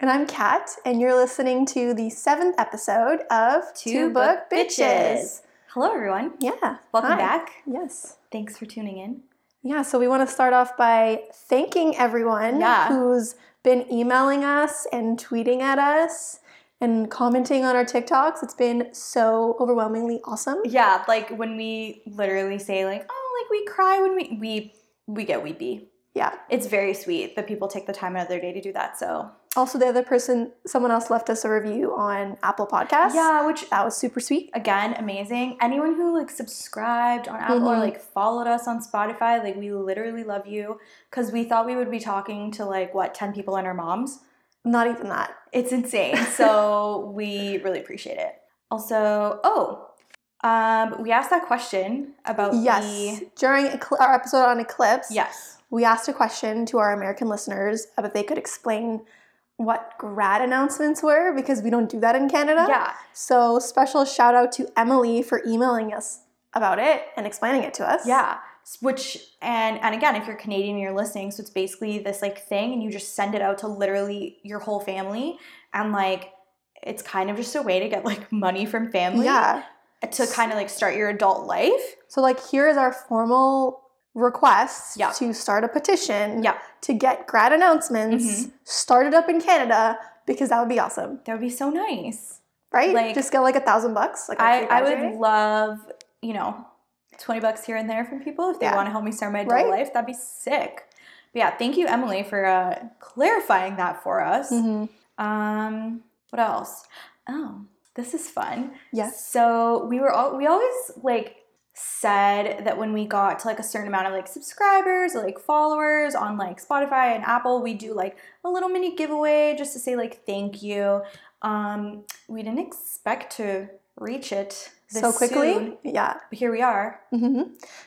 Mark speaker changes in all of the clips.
Speaker 1: And I'm Kat, and you're listening to the seventh episode of
Speaker 2: Two
Speaker 1: Two,
Speaker 2: Book
Speaker 1: Book,
Speaker 2: Bitches.
Speaker 1: Bitches.
Speaker 2: Hello, everyone.
Speaker 1: Yeah.
Speaker 2: Welcome
Speaker 1: Hi.
Speaker 2: back.
Speaker 1: Yes.
Speaker 2: Thanks for tuning in.
Speaker 1: Yeah, so we want to start off by thanking everyone
Speaker 2: Yeah.
Speaker 1: who's been emailing us and tweeting at us and commenting on our TikToks. It's been so overwhelmingly awesome.
Speaker 2: Yeah, like when we literally say like, oh, like we cry when we we we get weepy.
Speaker 1: Yeah.
Speaker 2: It's very sweet that people take the time out of their day to do that. So
Speaker 1: Also, the other person, someone else left us a review on Apple Podcasts.
Speaker 2: yeah, which
Speaker 1: That was super sweet.
Speaker 2: again, amazing. Anyone who like subscribed on Apple or
Speaker 1: Mhm.
Speaker 2: like followed us on Spotify, like we literally love you because we thought we would be talking to like what ten people and our moms.
Speaker 1: Not even that.
Speaker 2: It's insane. So we really appreciate it. Also, oh, um, we asked that question about
Speaker 1: Yes.
Speaker 2: the
Speaker 1: During ecl- our episode on Eclipse,
Speaker 2: yes.
Speaker 1: we asked a question to our American listeners about if they could explain what grad announcements were because we don't do that in Canada.
Speaker 2: Yeah.
Speaker 1: So special shout out to Emily for emailing us about it and explaining it to us.
Speaker 2: Yeah. S- Which and and again, if you're Canadian and you're listening, so it's basically this like thing, and you just send it out to literally your whole family, and like it's kind of just a way to get like money from family,
Speaker 1: Yeah.
Speaker 2: to kind of like start your adult life.
Speaker 1: So like here is our formal request
Speaker 2: Yeah.
Speaker 1: to start a petition
Speaker 2: Yeah. Mm-hmm.
Speaker 1: to get grad announcements started up in Canada because that would be awesome,
Speaker 2: That would be so nice.
Speaker 1: right?
Speaker 2: Like-
Speaker 1: Just get like a thousand bucks. Like
Speaker 2: I
Speaker 1: after
Speaker 2: I would
Speaker 1: graduating.
Speaker 2: love you know twenty bucks here and there from people if they
Speaker 1: Yeah.
Speaker 2: want to help me start my adult
Speaker 1: Right?
Speaker 2: life. That'd be sick. But yeah, thank you, Emily, for uh, clarifying that for us.
Speaker 1: Mhm.
Speaker 2: Um, what else? Oh, this is fun.
Speaker 1: Yes.
Speaker 2: So we were all we always like said that when we got to like a certain amount of like subscribers or like followers on like Spotify and Apple, we do like a little mini giveaway just to say like thank you. Um, we didn't expect to reach it this
Speaker 1: So quickly.
Speaker 2: soon,
Speaker 1: Yeah.
Speaker 2: but here we are.
Speaker 1: hmm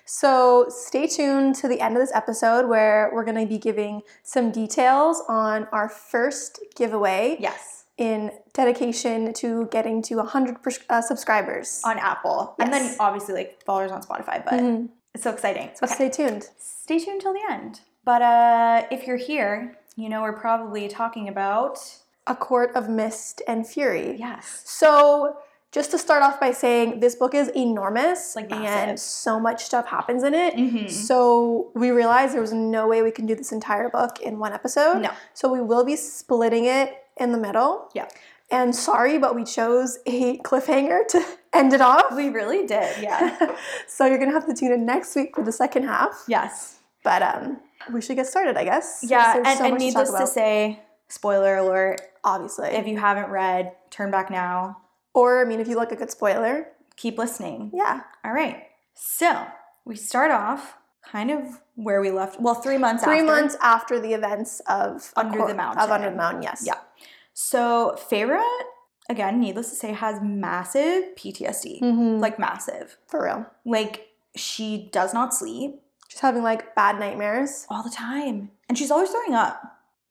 Speaker 1: So stay tuned to the end of this episode where we're going to be giving some details on our first giveaway
Speaker 2: Yes,
Speaker 1: in dedication to getting to 100 pers- uh, subscribers.
Speaker 2: on Apple, and then
Speaker 1: Yes.
Speaker 2: obviously like followers on Spotify. But
Speaker 1: Mhm.
Speaker 2: it's so exciting.
Speaker 1: So stay tuned.
Speaker 2: stay tuned till the end. But uh, if you're here, you know we're probably talking about
Speaker 1: A Court of Mist and Fury.
Speaker 2: yes,
Speaker 1: So just to start off by saying this book is enormous
Speaker 2: Like, massive.
Speaker 1: and so much stuff happens in it.
Speaker 2: mm-hmm.
Speaker 1: So we realized there was no way we can do this entire book in one episode.
Speaker 2: No.
Speaker 1: So we will be splitting it in the middle.
Speaker 2: Yeah.
Speaker 1: And sorry, but we chose a cliffhanger to end it off.
Speaker 2: we really did. Yeah,
Speaker 1: so you're gonna have to tune in next week for the second half.
Speaker 2: yes,
Speaker 1: But um, we should get started, I guess.
Speaker 2: yeah.
Speaker 1: There's
Speaker 2: And,
Speaker 1: so
Speaker 2: and
Speaker 1: much to talk
Speaker 2: needless to
Speaker 1: about,
Speaker 2: say, spoiler alert:
Speaker 1: obviously.
Speaker 2: if you haven't read, turn back now.
Speaker 1: or I mean, if you like a good spoiler,
Speaker 2: Keep listening.
Speaker 1: yeah,
Speaker 2: All right. So we start off kind of where we left. Well, three months.
Speaker 1: three
Speaker 2: after.
Speaker 1: months after the events of A
Speaker 2: Under
Speaker 1: Cour-
Speaker 2: the Mountain.
Speaker 1: of Under the Mountain. Yes.
Speaker 2: Yeah. So Feyre, again, needless to say, has massive PTSD.
Speaker 1: Mhm.
Speaker 2: Like massive.
Speaker 1: for real,
Speaker 2: Like she does not sleep.
Speaker 1: just having like bad nightmares.
Speaker 2: all the time. And she's always throwing up.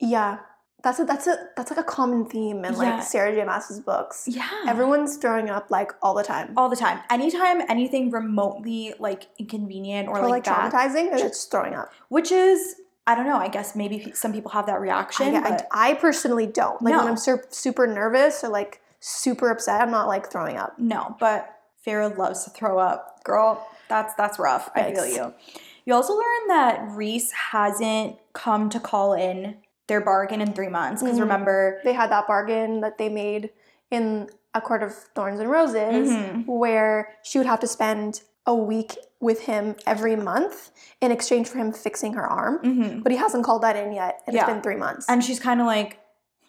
Speaker 1: Yeah, that's a that's a that's like a common theme in
Speaker 2: Yeah.
Speaker 1: like Sarah J. Maas's books.
Speaker 2: Yeah.
Speaker 1: Everyone's throwing up like all the time,
Speaker 2: all the time. Anytime anything remotely like inconvenient or,
Speaker 1: or,
Speaker 2: like, bad,
Speaker 1: like, traumatizing, they're just throwing up.
Speaker 2: which is I don't know, I guess maybe pe- some people have that reaction.
Speaker 1: I,
Speaker 2: but
Speaker 1: I, I personally don't like
Speaker 2: No.
Speaker 1: when I'm sur- super nervous or like super upset. I'm not like throwing up.
Speaker 2: no, but Farah loves to throw up. Girl, that's that's rough. I feel
Speaker 1: Yikes.
Speaker 2: you. You also learn that Reese hasn't come to call in their bargain in three months. Because
Speaker 1: Mhm.
Speaker 2: remember,
Speaker 1: They had that bargain that they made in A Court of Thorns and Roses,
Speaker 2: Mhm.
Speaker 1: where she would have to spend a week with him every month in exchange for him fixing her arm.
Speaker 2: Mhm.
Speaker 1: But he hasn't called that in yet, and
Speaker 2: Yeah.
Speaker 1: it's been three months.
Speaker 2: And she's kind of like,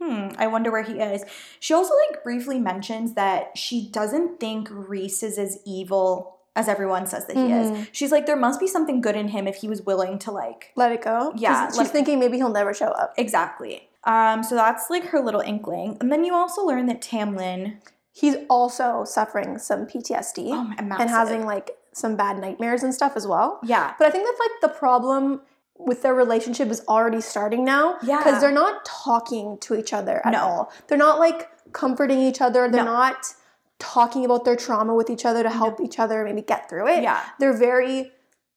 Speaker 2: hmm, I wonder where he is. She also like briefly mentions that she doesn't think Reese is as evil as everyone says that he is.
Speaker 1: Mhm.
Speaker 2: She's like, there must be something good in him if he was willing to like
Speaker 1: Let it go. 'Cause
Speaker 2: Yeah,
Speaker 1: she's
Speaker 2: let-
Speaker 1: thinking maybe he'll never show up.
Speaker 2: exactly. Um, so that's like her little inkling. And then you also learn that Tamlin
Speaker 1: He's also suffering some PTSD
Speaker 2: oh, my- massive.
Speaker 1: and having like some bad nightmares and stuff as well.
Speaker 2: yeah.
Speaker 1: But I think that's like the problem with their relationship is already starting now.
Speaker 2: Yeah.
Speaker 1: Because they're not talking to each other at
Speaker 2: No.
Speaker 1: all. They're not like comforting each other. They're
Speaker 2: No.
Speaker 1: not talking about their trauma with each other to help each other maybe get through it.
Speaker 2: Yeah.
Speaker 1: They're very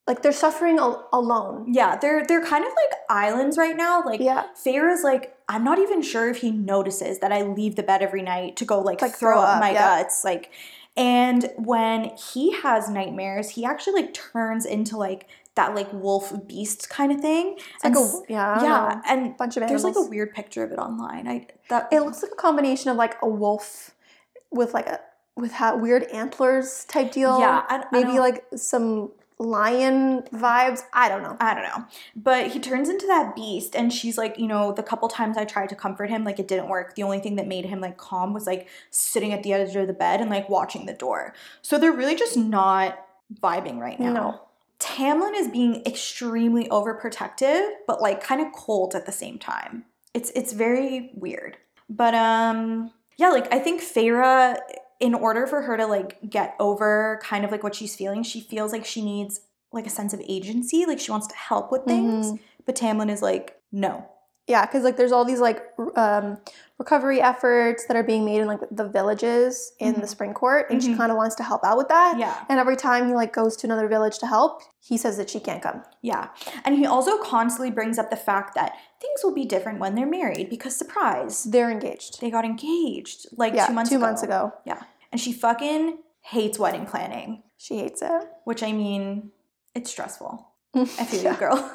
Speaker 1: like they're suffering al- alone.
Speaker 2: Yeah, they're they're kind of like islands right now. Like
Speaker 1: Yeah.
Speaker 2: Fair is like, I'm not even sure if he notices that I leave the bed every night to go like,
Speaker 1: Like,
Speaker 2: throw,
Speaker 1: throw
Speaker 2: up,
Speaker 1: up,
Speaker 2: my
Speaker 1: yeah.
Speaker 2: guts. Like and when he has nightmares, he actually like turns into like that like wolf beast kind of thing.
Speaker 1: It's
Speaker 2: And
Speaker 1: like
Speaker 2: s-
Speaker 1: a yeah, I don't
Speaker 2: yeah,
Speaker 1: know,
Speaker 2: and
Speaker 1: bunch of
Speaker 2: there's
Speaker 1: animals.
Speaker 2: like a weird picture of it online. I that
Speaker 1: it looks like a combination of like a wolf with like a with ha- weird antlers type deal.
Speaker 2: yeah, I, I
Speaker 1: maybe
Speaker 2: don't-
Speaker 1: like some lion vibes. I don't know.
Speaker 2: I don't know. But he turns into that beast, and she's like, you know, the couple times I tried to comfort him, like it didn't work. The only thing that made him like calm was like sitting at the edge of the bed and like watching the door. So they're really just not vibing right now.
Speaker 1: No.
Speaker 2: Tamlin is being extremely overprotective, but like kind of cold at the same time. It's it's very weird. But um yeah, like I think Feyre, in order for her to like get over kind of like what she's feeling, she feels like she needs like a sense of agency, like she wants to help with things.
Speaker 1: Mhm.
Speaker 2: But Tamlin is like, no.
Speaker 1: Yeah, because like there's all these like r- um, recovery efforts that are being made in like the villages in the
Speaker 2: Mhm.
Speaker 1: spring court, and she
Speaker 2: Mhm.
Speaker 1: kind of wants to help out with that.
Speaker 2: Yeah.
Speaker 1: And every time he like goes to another village to help, he says that she can't come.
Speaker 2: Yeah. And he also constantly brings up the fact that things will be different when they're married because surprise,
Speaker 1: They're engaged.
Speaker 2: they got engaged like
Speaker 1: yeah,
Speaker 2: two months
Speaker 1: two
Speaker 2: ago.
Speaker 1: months ago.
Speaker 2: And she fucking hates wedding planning,
Speaker 1: She hates it.
Speaker 2: which I mean, it's stressful. I feel
Speaker 1: yeah.
Speaker 2: you, girl.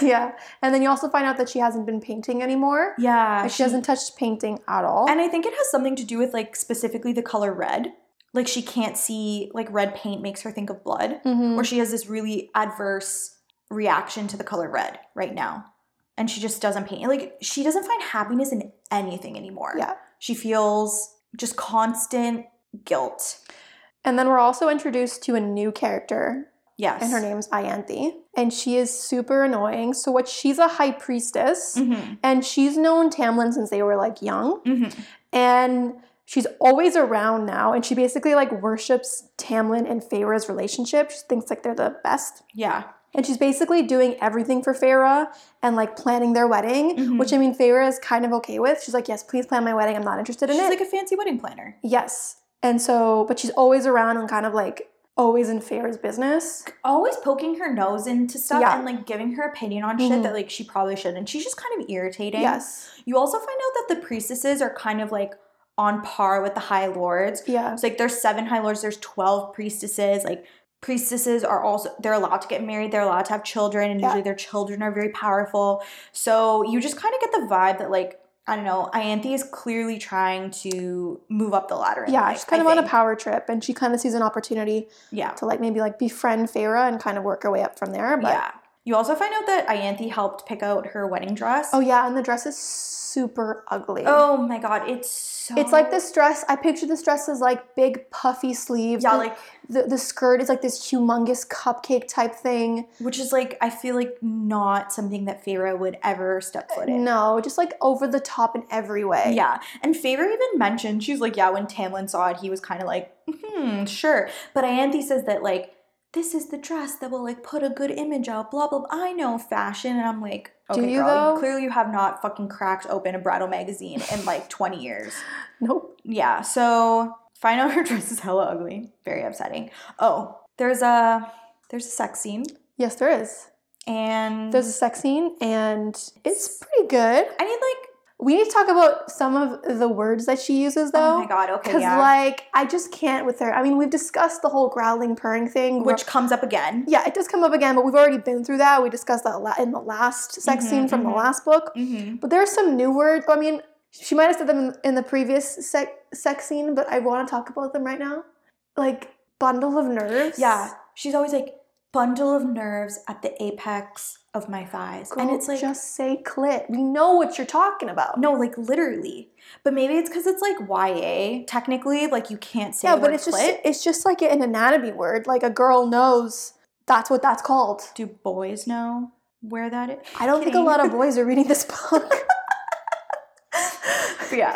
Speaker 1: Yeah. And then you also find out that she hasn't been painting anymore.
Speaker 2: yeah.
Speaker 1: Like, she, hasn't touched painting at all.
Speaker 2: And I think it has something to do with like specifically the color red. Like she can't see like red paint makes her think of blood,
Speaker 1: Mhm.
Speaker 2: or she has this really adverse reaction to the color red right now. And she just doesn't paint. Like she doesn't find happiness in anything anymore.
Speaker 1: Yeah.
Speaker 2: She feels just constant guilt.
Speaker 1: And then we're also introduced to a new character,
Speaker 2: Yes.
Speaker 1: and her name's Ianthe, and she is super annoying. So what? She's a high priestess,
Speaker 2: Mm-hmm.
Speaker 1: and she's known Tamlin since they were like young,
Speaker 2: hmm hmm
Speaker 1: and she's always around now. And she basically like worships Tamlin and Feyre's relationship. She thinks like they're the best.
Speaker 2: Yeah.
Speaker 1: And she's basically doing everything for Feyre and like planning their wedding,
Speaker 2: Mhm.
Speaker 1: which I mean, Feyre is kind of okay with. She's like, yes, please plan my wedding. I'm not interested in
Speaker 2: She's
Speaker 1: it.
Speaker 2: like a fancy wedding planner.
Speaker 1: Yes. And so, but she's always around and kind of like always in Feyre's business.
Speaker 2: always poking her nose into stuff
Speaker 1: Yeah.
Speaker 2: and like giving her opinion on
Speaker 1: Mhm.
Speaker 2: shit that like she probably shouldn't. She's just kind of irritating.
Speaker 1: Yes.
Speaker 2: You also find out that the priestesses are kind of like on par with the high lords.
Speaker 1: Yeah.
Speaker 2: It's like there's seven high lords, there's 12 priestesses. Like priestesses are also they're allowed to get married, they're allowed to have children, and
Speaker 1: Yeah.
Speaker 2: usually their children are very powerful. So you just kind of get the vibe that like I don't know, Ianthe is clearly trying to move up the ladder. in
Speaker 1: Yeah.
Speaker 2: life,
Speaker 1: she's kind
Speaker 2: I
Speaker 1: of on a
Speaker 2: think.
Speaker 1: power trip and she kind of sees an opportunity
Speaker 2: Yeah.
Speaker 1: to like maybe like befriend Feyre and kind of work her way up from there. But
Speaker 2: yeah. You also find out that Ianthe helped pick out her wedding dress.
Speaker 1: oh, yeah. And the dress is super ugly.
Speaker 2: Oh my god, it's so.
Speaker 1: It's like this dress. I picture this dress as like big puffy sleeves.
Speaker 2: Yeah,
Speaker 1: The-
Speaker 2: like
Speaker 1: the, the skirt is like this humongous cupcake type thing.
Speaker 2: which is like I feel like not something that Feyre would ever step foot in.
Speaker 1: No, just like over the top in every way.
Speaker 2: Yeah, and Feyre even mentioned she's like, yeah, when Tamlin saw it, he was kind of like, hmm, sure. But Ianthe says that like this is the dress that will like put a good image out. Blah blah. blah. I know fashion, and I'm like,
Speaker 1: Do
Speaker 2: okay,
Speaker 1: you,
Speaker 2: girl,
Speaker 1: though?
Speaker 2: clearly you have not fucking cracked open a bridal magazine in like 20 years.
Speaker 1: Nope.
Speaker 2: Yeah, so find out her dress is hella ugly. Very upsetting. Oh, there's a there's a sex scene
Speaker 1: Yes, there is.
Speaker 2: Mm-hmm. and
Speaker 1: There's a sex scene and it's pretty good.
Speaker 2: I mean like
Speaker 1: We need to talk about some of the words that she uses
Speaker 2: oh
Speaker 1: though.
Speaker 2: my god, okay,
Speaker 1: Because,
Speaker 2: yeah.
Speaker 1: like, I just can't with her. I mean, we've discussed the whole growling, purring thing.
Speaker 2: which comes up again.
Speaker 1: yeah, it does come up again, but we've already been through that. We discussed that a lot in the last sex
Speaker 2: Mhm,
Speaker 1: scene from
Speaker 2: mhm.
Speaker 1: the last book.
Speaker 2: Mm-hmm.
Speaker 1: But there are some new words. I mean, she might have said them in, in the previous sec- sex scene, but I want to talk about them right now. Like, bundle of nerves.
Speaker 2: Yeah, she's always like bundle of nerves at the apex of my thighs,
Speaker 1: Girl,
Speaker 2: and it's like
Speaker 1: just say clit. We know what you're talking about.
Speaker 2: no, like literally. But maybe it's because it's like YA. Technically, like you can't say
Speaker 1: yeah,
Speaker 2: the
Speaker 1: but
Speaker 2: word
Speaker 1: it's just
Speaker 2: clit.
Speaker 1: it's just like an anatomy word. Like a girl knows that's what that's called.
Speaker 2: Do boys know where that is?
Speaker 1: I don't think
Speaker 2: Kidding.
Speaker 1: a lot of boys are reading this book.
Speaker 2: But yeah,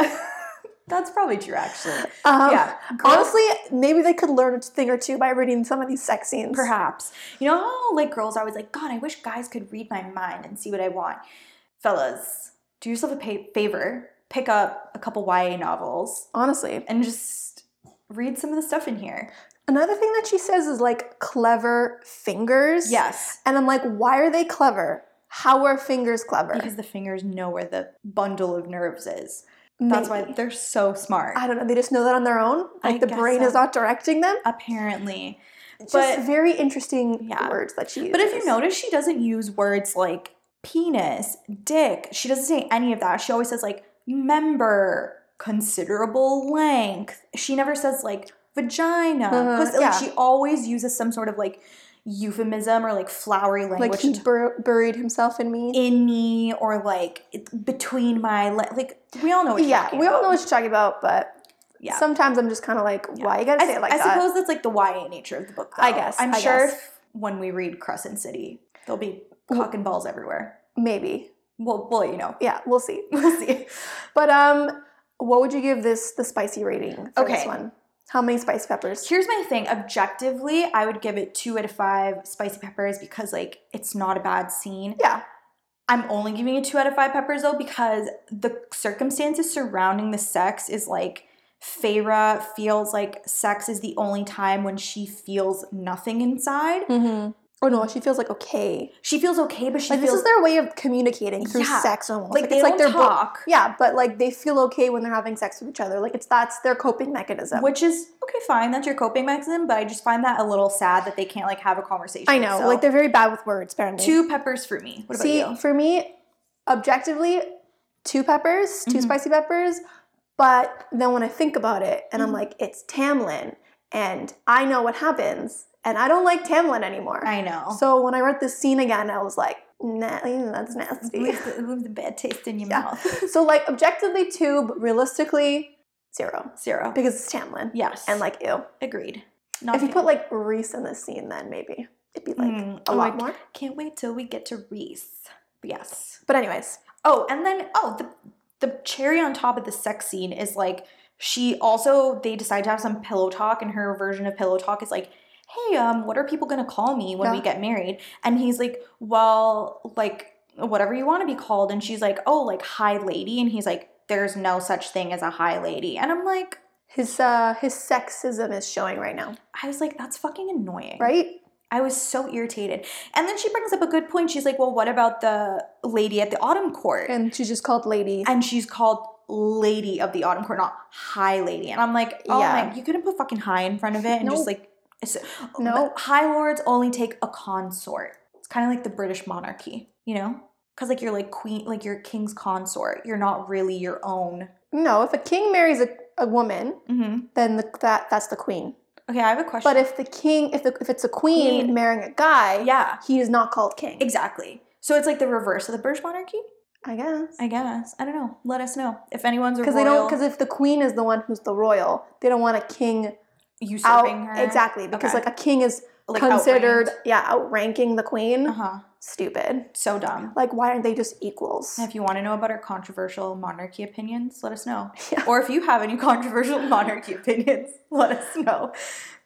Speaker 2: that's probably true actually.
Speaker 1: Um,
Speaker 2: yeah, girls-
Speaker 1: Honestly, maybe they could learn a thing or two by reading some of these sex scenes.
Speaker 2: Perhaps. You know how like girls are always like, God, I wish guys could read my mind and see what I want. Fellas, do yourself a pa- favor, pick up a couple YA novels
Speaker 1: Honestly,
Speaker 2: and just read some of the stuff in here.
Speaker 1: Another thing that she says is like clever fingers.
Speaker 2: Yes.
Speaker 1: And I'm like, why are they clever? How are fingers clever?
Speaker 2: Because the fingers know where the bundle of nerves is. That's why
Speaker 1: Maybe.
Speaker 2: they're so smart.
Speaker 1: I don't know. They just know that on their own.
Speaker 2: I
Speaker 1: Like the
Speaker 2: guess
Speaker 1: brain
Speaker 2: so.
Speaker 1: is not directing them.
Speaker 2: Apparently.
Speaker 1: It's
Speaker 2: But-
Speaker 1: just very interesting
Speaker 2: Yeah.
Speaker 1: words that she uses.
Speaker 2: But if you notice, she doesn't use words like penis, dick. She doesn't say any of that. She always says like member, considerable length. She never says like vagina.
Speaker 1: Uh-huh,
Speaker 2: 'cause, like,
Speaker 1: yeah.
Speaker 2: she always uses some sort of like euphemism or like flowery language.
Speaker 1: like he
Speaker 2: to-
Speaker 1: bur- buried himself in me.
Speaker 2: in me or like it- between my le- like we all know what you're
Speaker 1: yeah,
Speaker 2: talking
Speaker 1: we all know
Speaker 2: about.
Speaker 1: what you're talking about, but
Speaker 2: Yeah.
Speaker 1: sometimes I'm just kind of like,
Speaker 2: Yeah.
Speaker 1: why you gotta
Speaker 2: I,
Speaker 1: say it like
Speaker 2: I
Speaker 1: that?
Speaker 2: suppose that's like the YA nature of the book.
Speaker 1: I
Speaker 2: though.
Speaker 1: guess,
Speaker 2: I'm
Speaker 1: I
Speaker 2: sure
Speaker 1: guess.
Speaker 2: if- when we read Crescent City, there'll be
Speaker 1: Well-
Speaker 2: cock and balls everywhere.
Speaker 1: Maybe.
Speaker 2: We'll, we'll let you know.
Speaker 1: Yeah, we'll see.
Speaker 2: We'll see.
Speaker 1: But um, what would you give this the spicy rating for this
Speaker 2: Okay.
Speaker 1: one? How many spice peppers?
Speaker 2: Here's my thing. Objectively, I would give it two out of five spicy peppers because like it's not a bad scene.
Speaker 1: Yeah.
Speaker 2: I'm only giving it two out of five peppers though because the circumstances surrounding the sex is like Feyre feels like sex is the only time when she feels nothing inside.
Speaker 1: Mm-hmm. Oh no, she feels like okay.
Speaker 2: She feels okay, but she
Speaker 1: like
Speaker 2: feels
Speaker 1: this is their way of communicating through
Speaker 2: Yeah.
Speaker 1: sex almost.
Speaker 2: like, they
Speaker 1: it's like
Speaker 2: don't
Speaker 1: they're bo-
Speaker 2: talk,
Speaker 1: yeah, but like they feel okay when they're having sex with each other. Like it's that's their coping mechanism.
Speaker 2: which is okay, fine. That's your coping mechanism, but I just find that a little sad that they can't like have a conversation.
Speaker 1: I know,
Speaker 2: so-
Speaker 1: like they're very bad with words. Apparently,
Speaker 2: two peppers for me. What about
Speaker 1: See,
Speaker 2: you?
Speaker 1: for me, objectively, two peppers, 2
Speaker 2: Mhm.
Speaker 1: spicy peppers. But then when I think about it, and I'm
Speaker 2: Mhm.
Speaker 1: like, it's Tamlin, and I know what happens, and I don't like Tamlin anymore.
Speaker 2: I know.
Speaker 1: So when I read this scene again, I was like, nah, ew, that's nasty.
Speaker 2: leaves the, leaves the bad taste in your
Speaker 1: Yeah.
Speaker 2: mouth.
Speaker 1: so like, objectively two, but realistically zero
Speaker 2: Zero.
Speaker 1: because it's Tamlin,
Speaker 2: Yes.
Speaker 1: and like ew.
Speaker 2: agreed. Not
Speaker 1: if you
Speaker 2: feeling-
Speaker 1: put like Reese in this scene, then maybe it'd be like
Speaker 2: Mm,
Speaker 1: a
Speaker 2: oh,
Speaker 1: lot
Speaker 2: I
Speaker 1: more.
Speaker 2: can't wait till we get to Reese. But yes.
Speaker 1: But anyways,
Speaker 2: Oh, and then oh the the cherry on top of the sex scene is like she also they decide to have some pillow talk, and her version of pillow talk is like. Hey, um, what are people gonna call me when we
Speaker 1: Yeah.
Speaker 2: get married? And he's like, well, like whatever you want to be called. And she's like, oh, like high lady. And he's like, there's no such thing as a high lady. And I'm like,
Speaker 1: his uh his sexism is showing right now,
Speaker 2: I was like, that's fucking annoying.
Speaker 1: right?
Speaker 2: I was so irritated. And then she brings up a good point. She's like, well, what about the lady at the autumn court?
Speaker 1: And she's just called Lady.
Speaker 2: And she's called Lady of the Autumn Court, not High Lady. And I'm like, oh
Speaker 1: Yeah.
Speaker 2: my, you couldn't put fucking high in front of it and
Speaker 1: No.
Speaker 2: just like, it's, uh,
Speaker 1: No.
Speaker 2: High lords only take a consort. It's kind of like the British monarchy, you know? Because like you're like queen, like you're king's consort. You're not really your own.
Speaker 1: No, if a king marries a, a woman,
Speaker 2: Mm-hmm.
Speaker 1: then the, that that's the queen.
Speaker 2: Okay, I have a question.
Speaker 1: But if the king, if the, if it's a queen,
Speaker 2: Queen.
Speaker 1: marrying a guy,
Speaker 2: yeah,
Speaker 1: he is not called king.
Speaker 2: exactly. So it's like the reverse of the British monarchy.
Speaker 1: I guess
Speaker 2: I guess. I don't know. Let us know if anyone's a
Speaker 1: because they don't
Speaker 2: royal
Speaker 1: because if the queen is the one who's the royal, they don't want a king out
Speaker 2: usurping her.
Speaker 1: exactly because
Speaker 2: Okay.
Speaker 1: like a king is
Speaker 2: Like,
Speaker 1: considered
Speaker 2: outranked.
Speaker 1: yeah outranking the queen.
Speaker 2: Uh-huh.
Speaker 1: Stupid.
Speaker 2: So dumb.
Speaker 1: Like why aren't they just equals?
Speaker 2: If you want to know about our controversial monarchy opinions, let us know.
Speaker 1: Yeah.
Speaker 2: Or if you have any controversial monarchy opinions, let us know.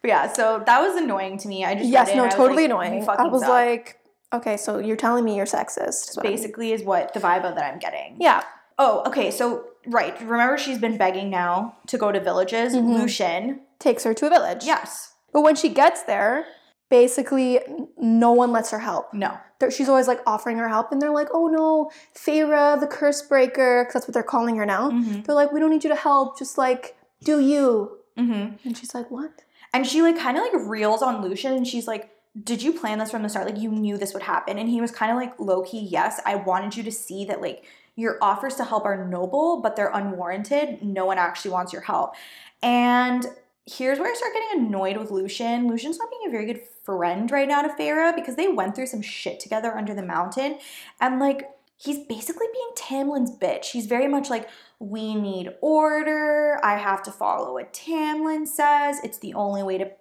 Speaker 2: But yeah, so that was annoying to me. I just read
Speaker 1: Yes,
Speaker 2: it
Speaker 1: no,
Speaker 2: and I was
Speaker 1: totally
Speaker 2: like, you
Speaker 1: annoying. I
Speaker 2: fucking
Speaker 1: was
Speaker 2: suck.
Speaker 1: like, okay, so you're telling me you're sexist. is what I'm-
Speaker 2: basically is what the vibe of that I'm getting.
Speaker 1: yeah,
Speaker 2: Oh, okay. So right, remember she's been begging now to go to villages.
Speaker 1: Mhm.
Speaker 2: Lucian,
Speaker 1: takes her to a village.
Speaker 2: yes,
Speaker 1: But when she gets there, basically n- no one lets her help.
Speaker 2: no,
Speaker 1: They're- she's always like offering her help, and they're like, "Oh no, Feyre, the curse breaker," because that's what they're calling her now.
Speaker 2: mm-hmm.
Speaker 1: They're like, "We don't need you to help. Just like do you."
Speaker 2: Mm-hmm.
Speaker 1: And she's like, "What?"
Speaker 2: And she like kind of like reels on Lucian and she's like, Did you plan this from the start? Like you knew this would happen. And he was kind of like low key, yes, I wanted you to see that like your offers to help are noble, but they're unwarranted. No one actually wants your help. And here's where I start getting annoyed with Lucian. Lucian's not being a very good friend right now to Farah because they went through some shit together under the mountain. And like he's basically being Tamlin's bitch. He's very much like, we need order. I have to follow what Tamlin says. It's the only way to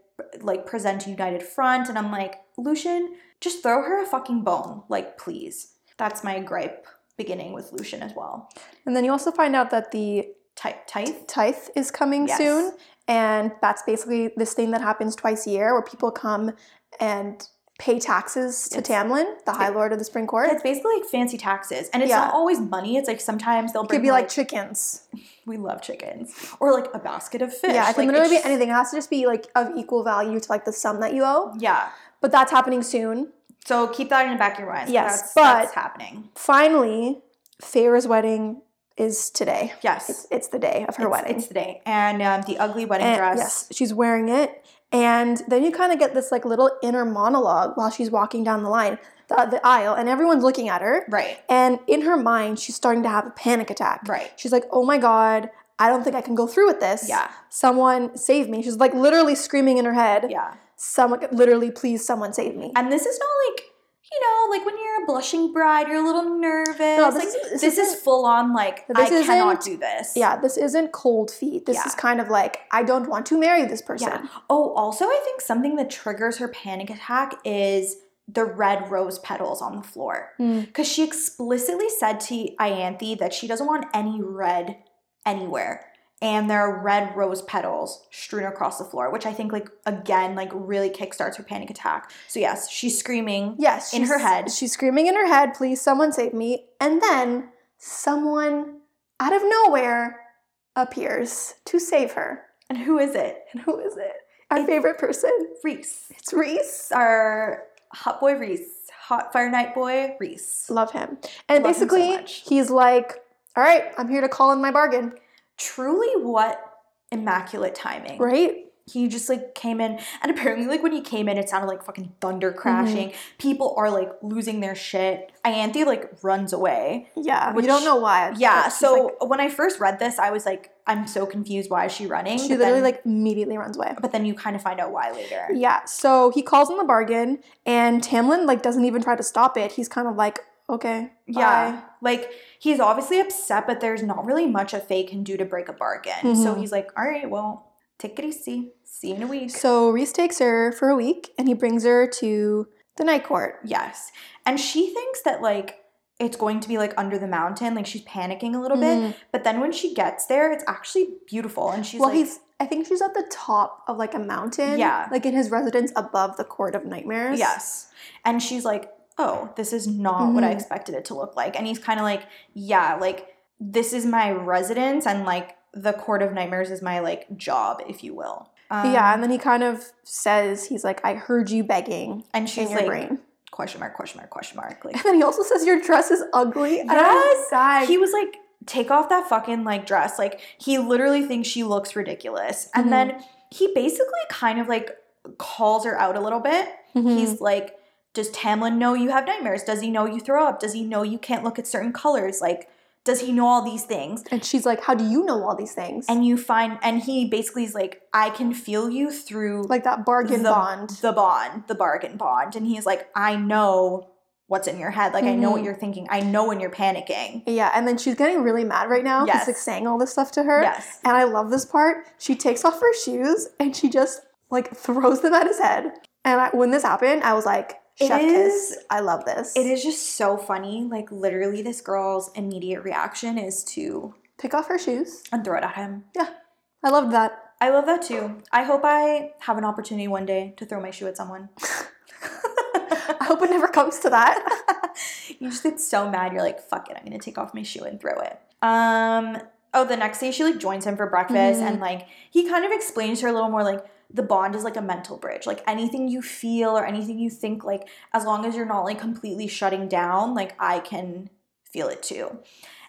Speaker 2: like present a united front. And I'm like, Lucian, just throw her a fucking bone. Like, please. That's my gripe beginning with Lucian as well.
Speaker 1: And then you also find out that the
Speaker 2: Type, type.
Speaker 1: tithe is coming
Speaker 2: Yes.
Speaker 1: soon, and that's basically this thing that happens twice a year where people come and pay taxes to
Speaker 2: It's-
Speaker 1: Tamlin, the High Lord of the Spring Court.
Speaker 2: It's basically like fancy taxes, and it's
Speaker 1: Yeah.
Speaker 2: not always money. It's like sometimes they'll
Speaker 1: It
Speaker 2: bring
Speaker 1: could be like chickens.
Speaker 2: we love chickens or like a basket of fish.
Speaker 1: Yeah,
Speaker 2: like,
Speaker 1: it can literally
Speaker 2: it's
Speaker 1: be anything. It has to just be like of equal value to like the sum that you owe.
Speaker 2: just- Yeah.
Speaker 1: But that's happening soon.
Speaker 2: So keep that in the back of your mind.
Speaker 1: Yes,
Speaker 2: that's, that's
Speaker 1: but-
Speaker 2: happening.
Speaker 1: Finally, Feyre's wedding is today.
Speaker 2: Yes,
Speaker 1: It's, it's the day of her
Speaker 2: it's,
Speaker 1: wedding.
Speaker 2: It's the day, and um, the ugly wedding
Speaker 1: And-
Speaker 2: dress.
Speaker 1: Yes, she's wearing it. And then you kind of get this like little inner monologue while she's walking down the line, the, the aisle, and everyone's looking at her.
Speaker 2: Right.
Speaker 1: And in her mind, she's starting to have a panic attack.
Speaker 2: Right.
Speaker 1: She's like, oh my God, I don't think I can go through with this.
Speaker 2: Yeah.
Speaker 1: Someone save me. She's like literally screaming in her head,
Speaker 2: Yeah.
Speaker 1: someone, literally, please, someone save me.
Speaker 2: And this is not like you know, like when you're a blushing bride, you're a little nervous.
Speaker 1: No, this
Speaker 2: like,
Speaker 1: is- this
Speaker 2: this is
Speaker 1: isn't-
Speaker 2: full on. Like
Speaker 1: This
Speaker 2: I cannot
Speaker 1: isn't-
Speaker 2: do this.
Speaker 1: yeah, this isn't cold feet. This
Speaker 2: Yeah.
Speaker 1: is kind of like, I don't want to marry this person.
Speaker 2: Yeah. Oh, also, I think something that triggers her panic attack is the red rose petals on the floor.
Speaker 1: Hmm.
Speaker 2: Because she explicitly said to Ianthe that she doesn't want any red anywhere. And there are red rose petals strewn across the floor, which I think, like, again, like, really kickstarts her panic attack. So, yes, she's screaming.
Speaker 1: Yes,
Speaker 2: in her
Speaker 1: she's-
Speaker 2: head.
Speaker 1: She's screaming in her head, "Please, someone save me!" And then someone out of nowhere appears to save her.
Speaker 2: And who is it?
Speaker 1: And who is it? Our
Speaker 2: It's-
Speaker 1: favorite person.
Speaker 2: Reese.
Speaker 1: It's Reese.
Speaker 2: Our hot boy Reese. Hot fire night boy Reese.
Speaker 1: Love him. And
Speaker 2: Love him so
Speaker 1: basically,
Speaker 2: much.
Speaker 1: he's like, "All right, I'm here to call in my bargain."
Speaker 2: Truly, what immaculate timing.
Speaker 1: Right?
Speaker 2: he just like came in and apparently like when he came in it sounded like fucking
Speaker 1: Mm-hmm.
Speaker 2: thunder crashing people are like losing their shit ianthe like runs away
Speaker 1: Yeah.
Speaker 2: Which-
Speaker 1: you don't know why.
Speaker 2: yeah
Speaker 1: It's just
Speaker 2: so when i first read this i was like i'm so confused why is she running
Speaker 1: like, she
Speaker 2: But
Speaker 1: literally
Speaker 2: then-
Speaker 1: like immediately runs away.
Speaker 2: but then you kind of find out why later
Speaker 1: Yeah. So he calls in the bargain, and Tamlin like doesn't even try to stop it. He's kind of like, "Okay,
Speaker 2: Yeah.
Speaker 1: bye."
Speaker 2: Like he's obviously upset, but there's not really much a Faye can do to break a bargain. So
Speaker 1: Mhm.
Speaker 2: he's like, all right, well, take it easy. See you in a week.
Speaker 1: So Reese takes her for a week and he brings her to the night court.
Speaker 2: yes. And she thinks that like it's going to be like under the mountain. Like she's panicking a little bit.
Speaker 1: Mm-hmm.
Speaker 2: But then when she gets there, it's actually beautiful, and she's
Speaker 1: well,
Speaker 2: Mm-hmm. like,
Speaker 1: he's I think she's at the top of like a mountain.
Speaker 2: Yeah.
Speaker 1: Like in his residence above the court of nightmares.
Speaker 2: yes, and she's like, oh, this is not what I
Speaker 1: Mhm.
Speaker 2: expected it to look like, and he's kind of like, yeah, like this is my residence, and like the court of nightmares is my like job, if you will. Um,
Speaker 1: yeah, and then he kind of says he's like, I heard you begging
Speaker 2: and
Speaker 1: in
Speaker 2: she's
Speaker 1: your
Speaker 2: like,
Speaker 1: brain.
Speaker 2: question mark, question mark, question mark, like
Speaker 1: And then he also says your dress is ugly. And I was
Speaker 2: Yes!
Speaker 1: dying.
Speaker 2: he was like take off that fucking like dress like he literally thinks she looks ridiculous and
Speaker 1: Mhm.
Speaker 2: then he basically kind of like calls her out a little bit
Speaker 1: Mhm.
Speaker 2: he's like does tamlin know you have nightmares does he know you throw up does he know you can't look at certain colors like does he know all these things
Speaker 1: and she's like, How do you know all these things?
Speaker 2: and you find and he basically is like i can feel you through
Speaker 1: like that bargain
Speaker 2: the-
Speaker 1: bond.
Speaker 2: the bond the bargain bond and he's like i know what's in your head like i know what
Speaker 1: Mhm.
Speaker 2: you're thinking i know when you're panicking
Speaker 1: yeah, and then she's getting really mad right now. He's
Speaker 2: Yes.
Speaker 1: like saying all this stuff to her.
Speaker 2: yes
Speaker 1: And I love this part. She takes off her shoes and she just like throws them at his head. And I, when this happened, I was like,
Speaker 2: It
Speaker 1: chef
Speaker 2: is-
Speaker 1: kiss. I love this.
Speaker 2: It is just so funny. Like literally, this girl's immediate reaction is to
Speaker 1: Take off her shoes.
Speaker 2: and throw it at him.
Speaker 1: I loved that.
Speaker 2: I love that too. I hope I have an opportunity one day to throw my shoe at someone.
Speaker 1: I hope it never comes to that.
Speaker 2: you just get so mad. You're like, fuck it. I'm gonna take off my shoe and throw it. Um. Oh, the next day she like joins him for breakfast
Speaker 1: Mhm.
Speaker 2: and like he kind of explains to her a little more like the bond is like a mental bridge. Like anything you feel or anything you think, like as long as you're not like completely shutting down, like I can feel it too.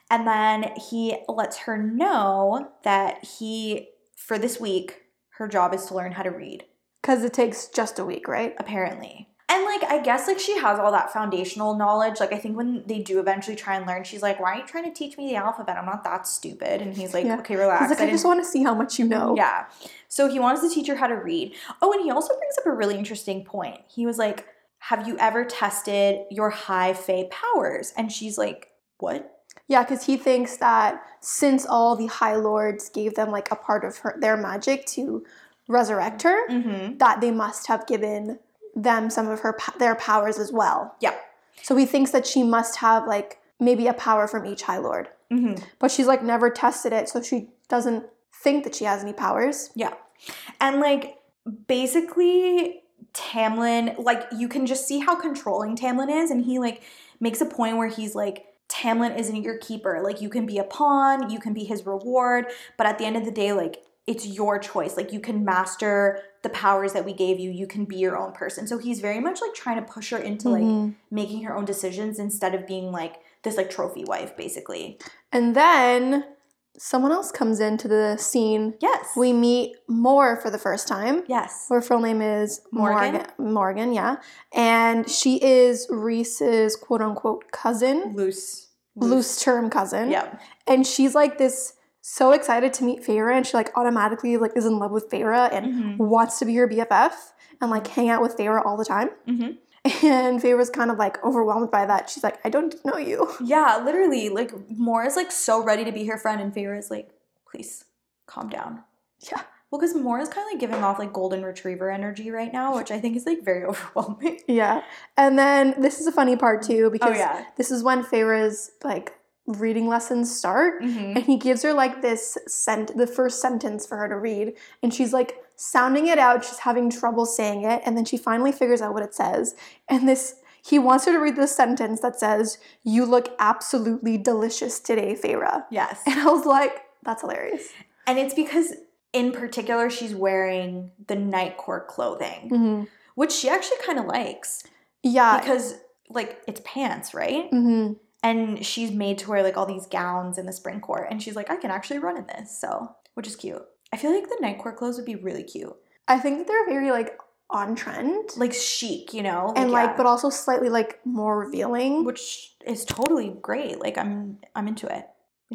Speaker 2: And then he lets her know that he for this week her job is to learn how to read
Speaker 1: Because it takes just a week, right?
Speaker 2: apparently. And like I guess like she has all that foundational knowledge. Like I think when they do eventually try and learn, she's like, "Why are you trying to teach me the alphabet? I'm not that stupid." And he's like,
Speaker 1: Yeah.
Speaker 2: "Okay, relax."
Speaker 1: He's like, I just
Speaker 2: didn't-"
Speaker 1: want to see how much you know.
Speaker 2: Yeah. So he wants to teach her how to read. Oh, and he also brings up a really interesting point. He was like, "Have you ever tested your high fey powers?" And she's like, "What?"
Speaker 1: Yeah, because he thinks that since all the High Lords gave them like a part of her, their magic to resurrect her,
Speaker 2: Mhm.
Speaker 1: that they must have given them some of her po- their powers as well.
Speaker 2: Yeah.
Speaker 1: So he thinks that she must have like maybe a power from each High Lord,
Speaker 2: Mhm.
Speaker 1: but she's like never tested it, so she doesn't think that she has any powers.
Speaker 2: And like basically Tamlin, like you can just see how controlling Tamlin is, and he like makes a point where he's like, Tamlin isn't your keeper. Like you can be a pawn, you can be his reward, but at the end of the day, like it's your choice. Like you can master the powers that we gave you. You can be your own person. So he's very much like trying to push her into like
Speaker 1: Mhm.
Speaker 2: making her own decisions instead of being like this like trophy wife basically.
Speaker 1: And then someone else comes into the scene.
Speaker 2: Yes.
Speaker 1: We meet Moore for the first time.
Speaker 2: yes.
Speaker 1: Her full name is
Speaker 2: Morgan?
Speaker 1: Morgan. Morgan, yeah. And she is Reese's quote unquote cousin,
Speaker 2: Loose.
Speaker 1: loose term cousin.
Speaker 2: Yeah.
Speaker 1: And she's like this so excited to meet Feyre and she like automatically like is in love with Feyre
Speaker 2: Mhm.
Speaker 1: and wants to be her BFF and like hang out with Feyre all the time.
Speaker 2: Mhm.
Speaker 1: And Feyre's kind of like overwhelmed by that. She's like, I don't know you.
Speaker 2: Yeah, literally. Like Moore is like so ready to be her friend, and Feyre is like, please calm down.
Speaker 1: Yeah.
Speaker 2: Well, because Moore is kind of like giving off like golden retriever energy right now, which I think is like very overwhelming.
Speaker 1: Yeah. And then this is a funny part too because
Speaker 2: yeah.
Speaker 1: this is when Feyre's like reading lessons start.
Speaker 2: hmm
Speaker 1: And he gives her like this sent the first sentence for her to read. And she's like sounding it out. She's having trouble saying it. And then she finally figures out what it says. And this he wants her to read this sentence that says, You look absolutely delicious today, Feyre.
Speaker 2: Yes.
Speaker 1: And I was like, that's hilarious.
Speaker 2: And it's because in particular she's wearing the nightcore clothing,
Speaker 1: Mm-hmm.
Speaker 2: which she actually kind of likes
Speaker 1: Yeah.
Speaker 2: because like it's pants, right?
Speaker 1: hmm
Speaker 2: And she's made to wear like all these gowns in the spring court, and she's like, I can actually run in this, so which is cute. I feel like the nightcore clothes would be really cute,
Speaker 1: I think that they're very like on trend.
Speaker 2: like chic, you know,
Speaker 1: and like
Speaker 2: yeah.
Speaker 1: but also slightly like more revealing.
Speaker 2: which is totally great. Like I'm, I'm into it.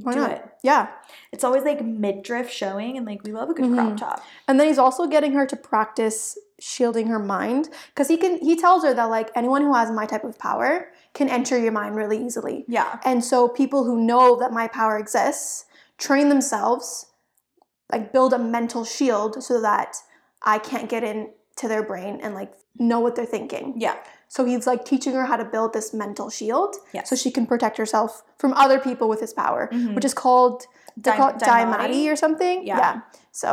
Speaker 1: Why
Speaker 2: Do
Speaker 1: not?
Speaker 2: it.
Speaker 1: Yeah.
Speaker 2: It's always like midriff showing, and like we love a good crop
Speaker 1: Mhm.
Speaker 2: top.
Speaker 1: And then he's also getting her to practice shielding her mind because he can he tells her that like anyone who has my type of power can enter your mind really easily.
Speaker 2: Yeah,
Speaker 1: And so people who know that my power exists train themselves like build a mental shield so that I can't get into their brain and like know what they're thinking.
Speaker 2: yeah,
Speaker 1: So he's like teaching her how to build this mental shield
Speaker 2: yeah.
Speaker 1: so she can protect herself from other people with his power,
Speaker 2: Mhm.
Speaker 1: which is called they
Speaker 2: Dai-
Speaker 1: call it
Speaker 2: Daimari.
Speaker 1: Daimari or something.
Speaker 2: Yeah.
Speaker 1: So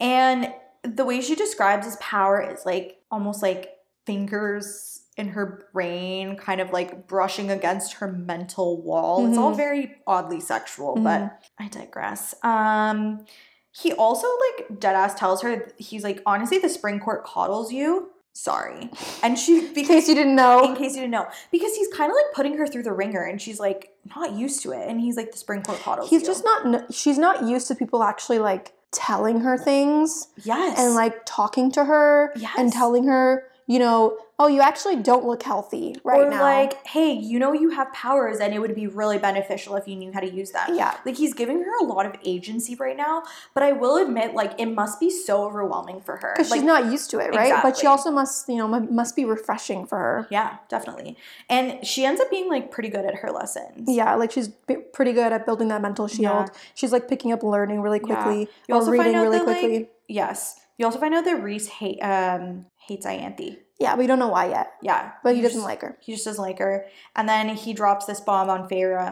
Speaker 2: And the way she describes his power is like almost like fingers in her brain, kind of like brushing against her mental wall. It's all
Speaker 1: Mhm.
Speaker 2: very oddly sexual, but
Speaker 1: Mm-hmm.
Speaker 2: I digress. Um, he also like deadass tells her he's like honestly the spring court coddles you. Sorry, and she
Speaker 1: in case you didn't know,
Speaker 2: in case you didn't know because he's kind of like putting her through the ringer, and she's like not used to it, and he's like the spring court coddles.
Speaker 1: he's
Speaker 2: you."
Speaker 1: just not kn- she's not used to people actually like telling her things
Speaker 2: yes,
Speaker 1: and like talking to her
Speaker 2: yes.
Speaker 1: and telling her you know oh you actually don't look healthy right
Speaker 2: or
Speaker 1: now
Speaker 2: like, hey, you know you have powers and it would be really beneficial if you knew how to use them.
Speaker 1: yeah
Speaker 2: Like he's giving her a lot of agency right now, but I will admit, like, it must be so overwhelming for her.
Speaker 1: because
Speaker 2: like,
Speaker 1: she's not used to it right but
Speaker 2: Exactly.
Speaker 1: she also must you know mu- must be refreshing for her
Speaker 2: Yeah, definitely. And she ends up being like pretty good at her lessons.
Speaker 1: yeah like she's b- pretty good at building that mental
Speaker 2: Yeah.
Speaker 1: shield she's like picking up learning really
Speaker 2: Yeah.
Speaker 1: quickly
Speaker 2: You
Speaker 1: or
Speaker 2: also
Speaker 1: reading
Speaker 2: find out
Speaker 1: really
Speaker 2: that
Speaker 1: quickly
Speaker 2: like yes. You also find out that Reese hate um hates Ianthe.
Speaker 1: yeah we don't know why yet
Speaker 2: Yeah.
Speaker 1: but he
Speaker 2: just-
Speaker 1: doesn't like her
Speaker 2: He just doesn't like her. And then he drops this bomb on Feyre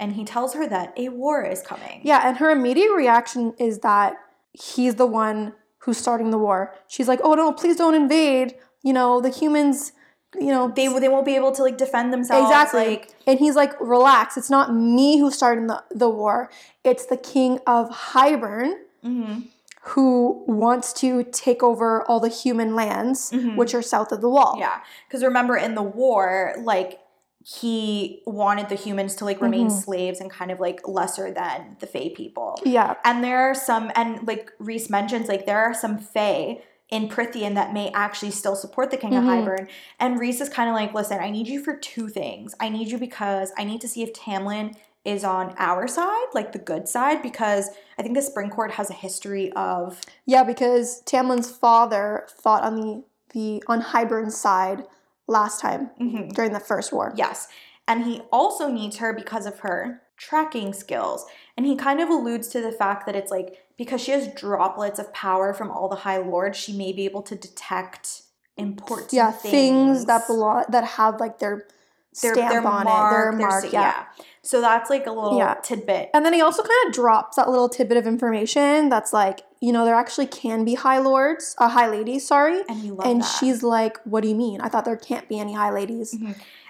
Speaker 2: and he tells her that a war is coming.
Speaker 1: Yeah, and her immediate reaction is that he's the one who's starting the war. She's like, "Oh no, please don't invade." You know, the humans, you know,
Speaker 2: They, they won't be able to like defend themselves.
Speaker 1: Exactly.
Speaker 2: Like,
Speaker 1: and he's like, "Relax, it's not me who started the, the war. It's the king of Hybern
Speaker 2: mhm,
Speaker 1: who wants to take over all the human lands
Speaker 2: mhm.
Speaker 1: which are south of the wall."
Speaker 2: Yeah, because remember in the war, like he wanted the humans to like remain
Speaker 1: Mhm.
Speaker 2: slaves and kind of like lesser than the Fey people.
Speaker 1: Yeah.
Speaker 2: And there are some, and like Reese mentions, like there are some Fey in Prithian that may actually still support the King
Speaker 1: Mhm.
Speaker 2: of Hybern. And Reese is kind of like, listen, I need you for two things. I need you because I need to see if Tamlin is on our side, like the good side, because I think the Spring Court has a history of
Speaker 1: Yeah, because Tamlin's father fought on the the on Hybern's side last time
Speaker 2: Mhm.
Speaker 1: during the first war.
Speaker 2: Yes. And he also needs her because of her tracking skills. And he kind of alludes to the fact that it's like because she has droplets of power from all the High Lords, she may be able to detect important
Speaker 1: yeah
Speaker 2: things.
Speaker 1: things that belong that have like their,
Speaker 2: their,
Speaker 1: stamp
Speaker 2: their
Speaker 1: on
Speaker 2: mark,
Speaker 1: it their
Speaker 2: their
Speaker 1: mark
Speaker 2: si-
Speaker 1: yeah.
Speaker 2: So that's like a little
Speaker 1: Yeah.
Speaker 2: tidbit.
Speaker 1: and then he also kind of drops that little tidbit of information that's like you know, there actually can be high lords, uh, high ladies, sorry.
Speaker 2: And you love
Speaker 1: And
Speaker 2: that.
Speaker 1: she's like, what do you mean? I thought there can't be any high ladies.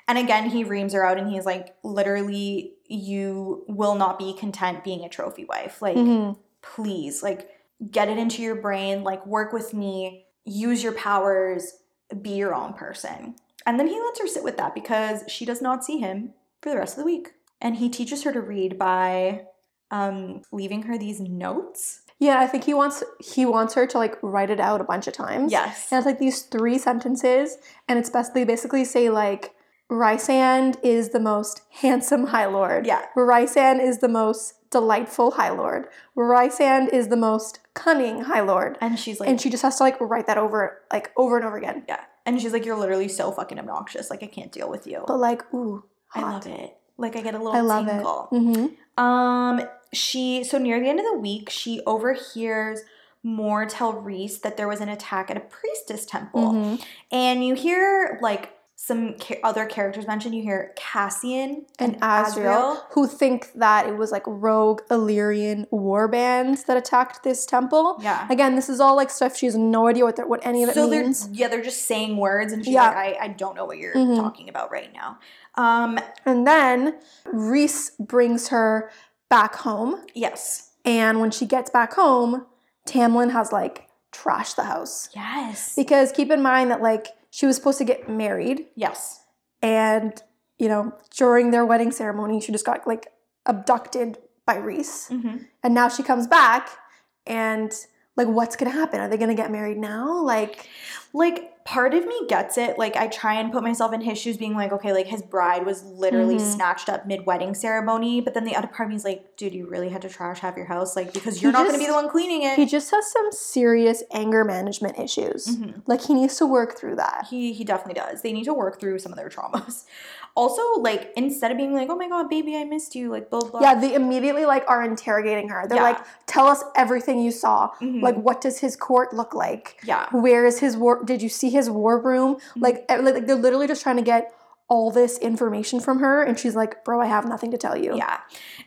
Speaker 2: And again, he reams her out and he's like, literally, you will not be content being a trophy wife. Like,
Speaker 1: Mhm.
Speaker 2: please, like, get it into your brain, like, work with me, use your powers, be your own person. And then he lets her sit with that because she does not see him for the rest of the week. And he teaches her to read by um, leaving her these notes.
Speaker 1: Yeah, I think he wants he wants her to like write it out a bunch of times.
Speaker 2: Yes.
Speaker 1: And it's like these three sentences, and it's best they basically say like Rysand is the most handsome High Lord.
Speaker 2: Yeah.
Speaker 1: Rysand is the most delightful High Lord. Rysand is the most cunning High Lord.
Speaker 2: And she's like,
Speaker 1: And she just has to like write that over like over and over again.
Speaker 2: yeah. And she's like, you're literally so fucking obnoxious. Like, I can't deal with you.
Speaker 1: But like, ooh,
Speaker 2: I
Speaker 1: hot.
Speaker 2: love it. Like, I get a little
Speaker 1: I love
Speaker 2: tingle.
Speaker 1: it. hmm
Speaker 2: Um, she so near the end of the week, she overhears Moore tell Reese that there was an attack at a priestess temple,
Speaker 1: mm-hmm.
Speaker 2: and you hear like some ca- other characters mentioned. You hear Cassian
Speaker 1: And Azrael, who think that it was like rogue Illyrian war bands that attacked this temple.
Speaker 2: yeah.
Speaker 1: Again, this is all like stuff she has no idea what they're, what any of it
Speaker 2: so
Speaker 1: means.
Speaker 2: they're yeah they're just saying words, and she's
Speaker 1: Yeah.
Speaker 2: like, I, I don't know what you're
Speaker 1: Mhm.
Speaker 2: talking about right now. Um,
Speaker 1: And then Reese brings her back home,
Speaker 2: yes,
Speaker 1: and when she gets back home, Tamlin has like trashed the house
Speaker 2: yes,
Speaker 1: because keep in mind that like she was supposed to get married,
Speaker 2: yes,
Speaker 1: and you know during their wedding ceremony, she just got like abducted by Reese,
Speaker 2: hmm
Speaker 1: and now she comes back, and like what's gonna happen? Are they gonna get married now? Like,
Speaker 2: like part of me gets it like i try and put myself in his shoes being like okay like his bride was literally
Speaker 1: Mhm.
Speaker 2: snatched up mid-wedding ceremony but then the other part of me is like dude you really had to trash half your house like because you're not going to be
Speaker 1: just-
Speaker 2: the one cleaning it
Speaker 1: he just has some serious anger management issues.
Speaker 2: Mhm.
Speaker 1: Like he needs to work through that.
Speaker 2: he he definitely does they need to work through some of their traumas also like instead of being like oh my god baby i missed you like blah blah
Speaker 1: Yeah, they immediately like are interrogating her. They're
Speaker 2: Yeah.
Speaker 1: like, "Tell us everything you saw.
Speaker 2: Mhm.
Speaker 1: Like, what does his court look like?
Speaker 2: yeah
Speaker 1: Where is his war? Did you see his war room?
Speaker 2: Mhm.
Speaker 1: Like, e- like they're literally just trying to get all this information from her, and she's like, "Bro, I have nothing to tell you."
Speaker 2: Yeah.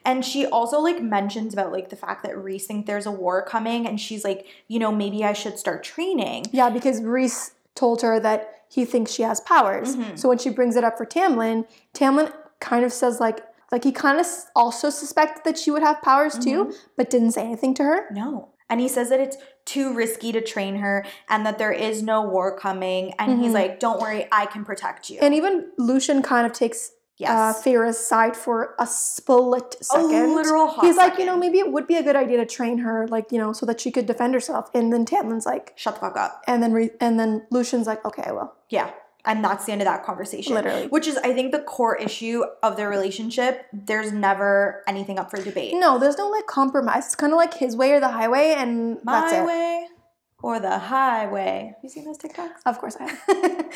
Speaker 2: And she also like mentions about like the fact that Reese think there's a war coming and she's like, you know, maybe I should start training.
Speaker 1: yeah, because Reese told her that he thinks she has powers.
Speaker 2: Mhm.
Speaker 1: So when she brings it up for Tamlin, Tamlin kind of says like, like he kind of s- also suspected that she would have powers
Speaker 2: Mm-hmm.
Speaker 1: too, but didn't say anything to her.
Speaker 2: No. And he says that it's too risky to train her and that there is no war coming. And he's
Speaker 1: Mhm.
Speaker 2: like, don't worry, I can protect you.
Speaker 1: And even Lucian kind of takes uh,
Speaker 2: yes. Oh,
Speaker 1: Feyre's side for a split second.
Speaker 2: A literal hot
Speaker 1: He's like, you know,
Speaker 2: second.
Speaker 1: maybe it would be a good idea to train her, like, you know, so that she could defend herself. And then Tamlin's like,
Speaker 2: Shut the fuck up.
Speaker 1: and then re- and then Lucian's like, okay, I will.
Speaker 2: Yeah. And that's the end of that conversation.
Speaker 1: Literally.
Speaker 2: Which is, I think, the core issue of their relationship. There's never anything up for debate.
Speaker 1: No, there's no like compromise. It's kind of like his way or the highway, and
Speaker 2: My
Speaker 1: that's it.
Speaker 2: way or the highway. You seen those TikToks?
Speaker 1: Of course, I. Have.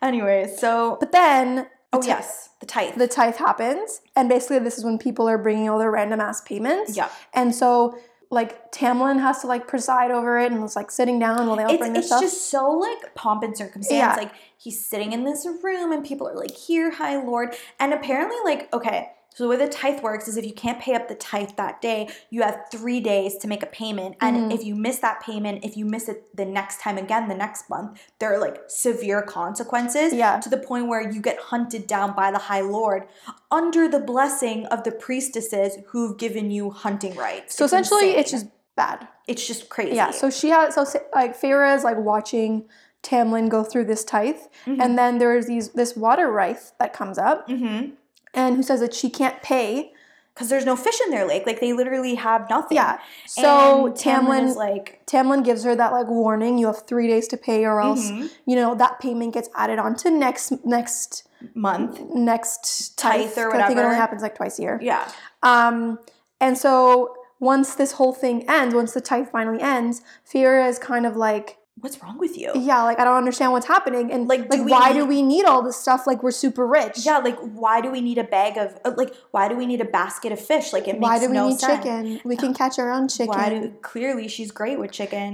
Speaker 2: anyway, so
Speaker 1: But then
Speaker 2: oh yes, the tithe.
Speaker 1: the tithe happens, and basically this is when people are bringing all their random ass payments.
Speaker 2: yeah,
Speaker 1: And so like Tamlin has to like preside over it, and it's like sitting down while they all
Speaker 2: it's,
Speaker 1: bring their
Speaker 2: it's
Speaker 1: stuff.
Speaker 2: just so like pomp and circumstance
Speaker 1: Yeah.
Speaker 2: like he's sitting in this room and people are like here high lord and apparently like okay so the way the tithe works is if you can't pay up the tithe that day you have three days to make a payment and
Speaker 1: Mhm.
Speaker 2: if you miss that payment if you miss it the next time again the next month there are like severe consequences
Speaker 1: Yeah.
Speaker 2: to the point where you get hunted down by the high lord under the blessing of the priestesses who've given you hunting rights
Speaker 1: so essentially,
Speaker 2: insane.
Speaker 1: it's just bad.
Speaker 2: it's just crazy
Speaker 1: Yeah, so she has so sa- like Feyre is like watching Tamlin go through this tithe, and then there's these this water wraith that comes up
Speaker 2: mm-hmm.
Speaker 1: and who says that she can't pay.
Speaker 2: because there's no fish in their lake. Like they literally have nothing.
Speaker 1: Yeah, so
Speaker 2: And
Speaker 1: Tamlin
Speaker 2: is like,
Speaker 1: Tamlin gives her that like warning: you have three days to pay, or else
Speaker 2: mhm,
Speaker 1: you know that payment gets added on to next next
Speaker 2: month.
Speaker 1: next
Speaker 2: Tithe
Speaker 1: tithe.
Speaker 2: or
Speaker 1: 'cause I think it
Speaker 2: whatever.
Speaker 1: only happens like twice a year.
Speaker 2: Yeah,
Speaker 1: Um, and so once this whole thing ends, once the tithe finally ends, Feyre is kind of like.
Speaker 2: what's wrong with you?
Speaker 1: yeah like i don't understand what's happening and
Speaker 2: Like,
Speaker 1: like,
Speaker 2: do we
Speaker 1: why
Speaker 2: need-
Speaker 1: do we need all this stuff like we're super rich
Speaker 2: Yeah, like why do we need a bag of uh, like why do we need a basket of fish? Like it makes
Speaker 1: why do we
Speaker 2: no
Speaker 1: need
Speaker 2: sense.
Speaker 1: chicken we can catch our own chicken
Speaker 2: Why do clearly she's great with chicken,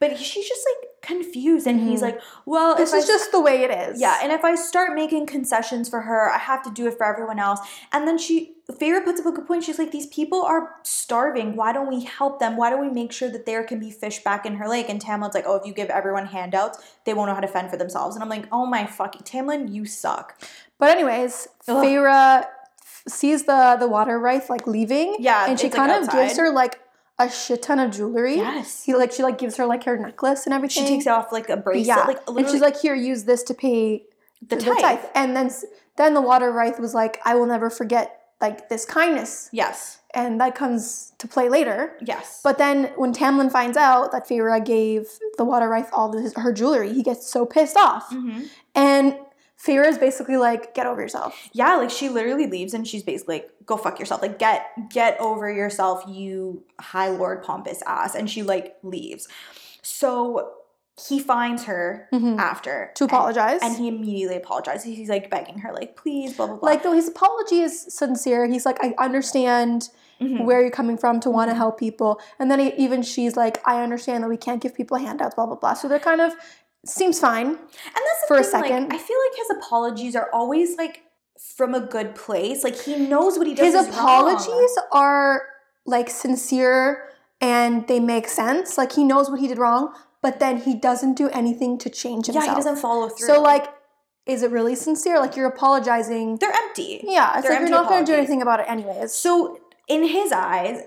Speaker 2: but she's just like confused and he's
Speaker 1: Mhm.
Speaker 2: like well
Speaker 1: This
Speaker 2: if
Speaker 1: is
Speaker 2: I
Speaker 1: just the way it is.
Speaker 2: yeah, and if I start making concessions for her, I have to do it for everyone else. And then she, Farah puts up a good point. She's like, these people are starving. Why don't we help them? Why don't we make sure that there can be fish back in her lake? And Tamlin's like, oh, if you give everyone handouts, they won't know how to fend for themselves. And I'm like, oh my fucking, Tamlin, you suck.
Speaker 1: But anyways,
Speaker 2: Ugh.
Speaker 1: Feyre f- sees the the water wraith like leaving,
Speaker 2: Yeah,
Speaker 1: and she
Speaker 2: it's, like,
Speaker 1: kind of gives
Speaker 2: outside.
Speaker 1: her like a shit ton of jewelry.
Speaker 2: Yes.
Speaker 1: He like she like gives her like her necklace and everything.
Speaker 2: She takes off like a bracelet.
Speaker 1: Yeah,
Speaker 2: Like, literally,
Speaker 1: and she's like, "Here, use this to pay
Speaker 2: the
Speaker 1: the
Speaker 2: tithe.
Speaker 1: tithe." And then s- then the water wraith was like, "I will never forget like this kindness,"
Speaker 2: Yes.
Speaker 1: and that comes to play later.
Speaker 2: Yes.
Speaker 1: But then when Tamlin finds out that Feyre gave the water wraith all his, her jewelry, he gets so pissed off,
Speaker 2: Mhm.
Speaker 1: and Feyre is basically like, "Get over yourself."
Speaker 2: yeah, like she literally leaves and she's basically like, go fuck yourself. Like get get over yourself, you high lord pompous ass. And she like leaves. So he finds her
Speaker 1: Mhm.
Speaker 2: after.
Speaker 1: to
Speaker 2: Mm-hmm. and-
Speaker 1: apologize.
Speaker 2: And, he immediately apologizes. He's like begging her, like, please, blah blah blah.
Speaker 1: like though his apology is sincere. He's like, I understand
Speaker 2: Mhm.
Speaker 1: where you're coming from to want to
Speaker 2: Mhm.
Speaker 1: help people. And then he, even she's like, I understand that we can't give people handouts, blah blah blah. So they're kind of seems fine.
Speaker 2: and that's the
Speaker 1: for a
Speaker 2: thing, like,
Speaker 1: second.
Speaker 2: I feel like his apologies are always like from a good place. Like he knows what he does.
Speaker 1: his
Speaker 2: is wrong.
Speaker 1: apologies are like sincere and they make sense. Like he knows what he did wrong, but then he doesn't do anything to change
Speaker 2: Yeah,
Speaker 1: himself.
Speaker 2: he doesn't follow through.
Speaker 1: So like, is it really sincere? Like you're apologizing.
Speaker 2: they're empty.
Speaker 1: yeah, it's
Speaker 2: they're
Speaker 1: like
Speaker 2: empty
Speaker 1: you're not going to do
Speaker 2: apologies.
Speaker 1: anything about it anyways.
Speaker 2: So in his eyes,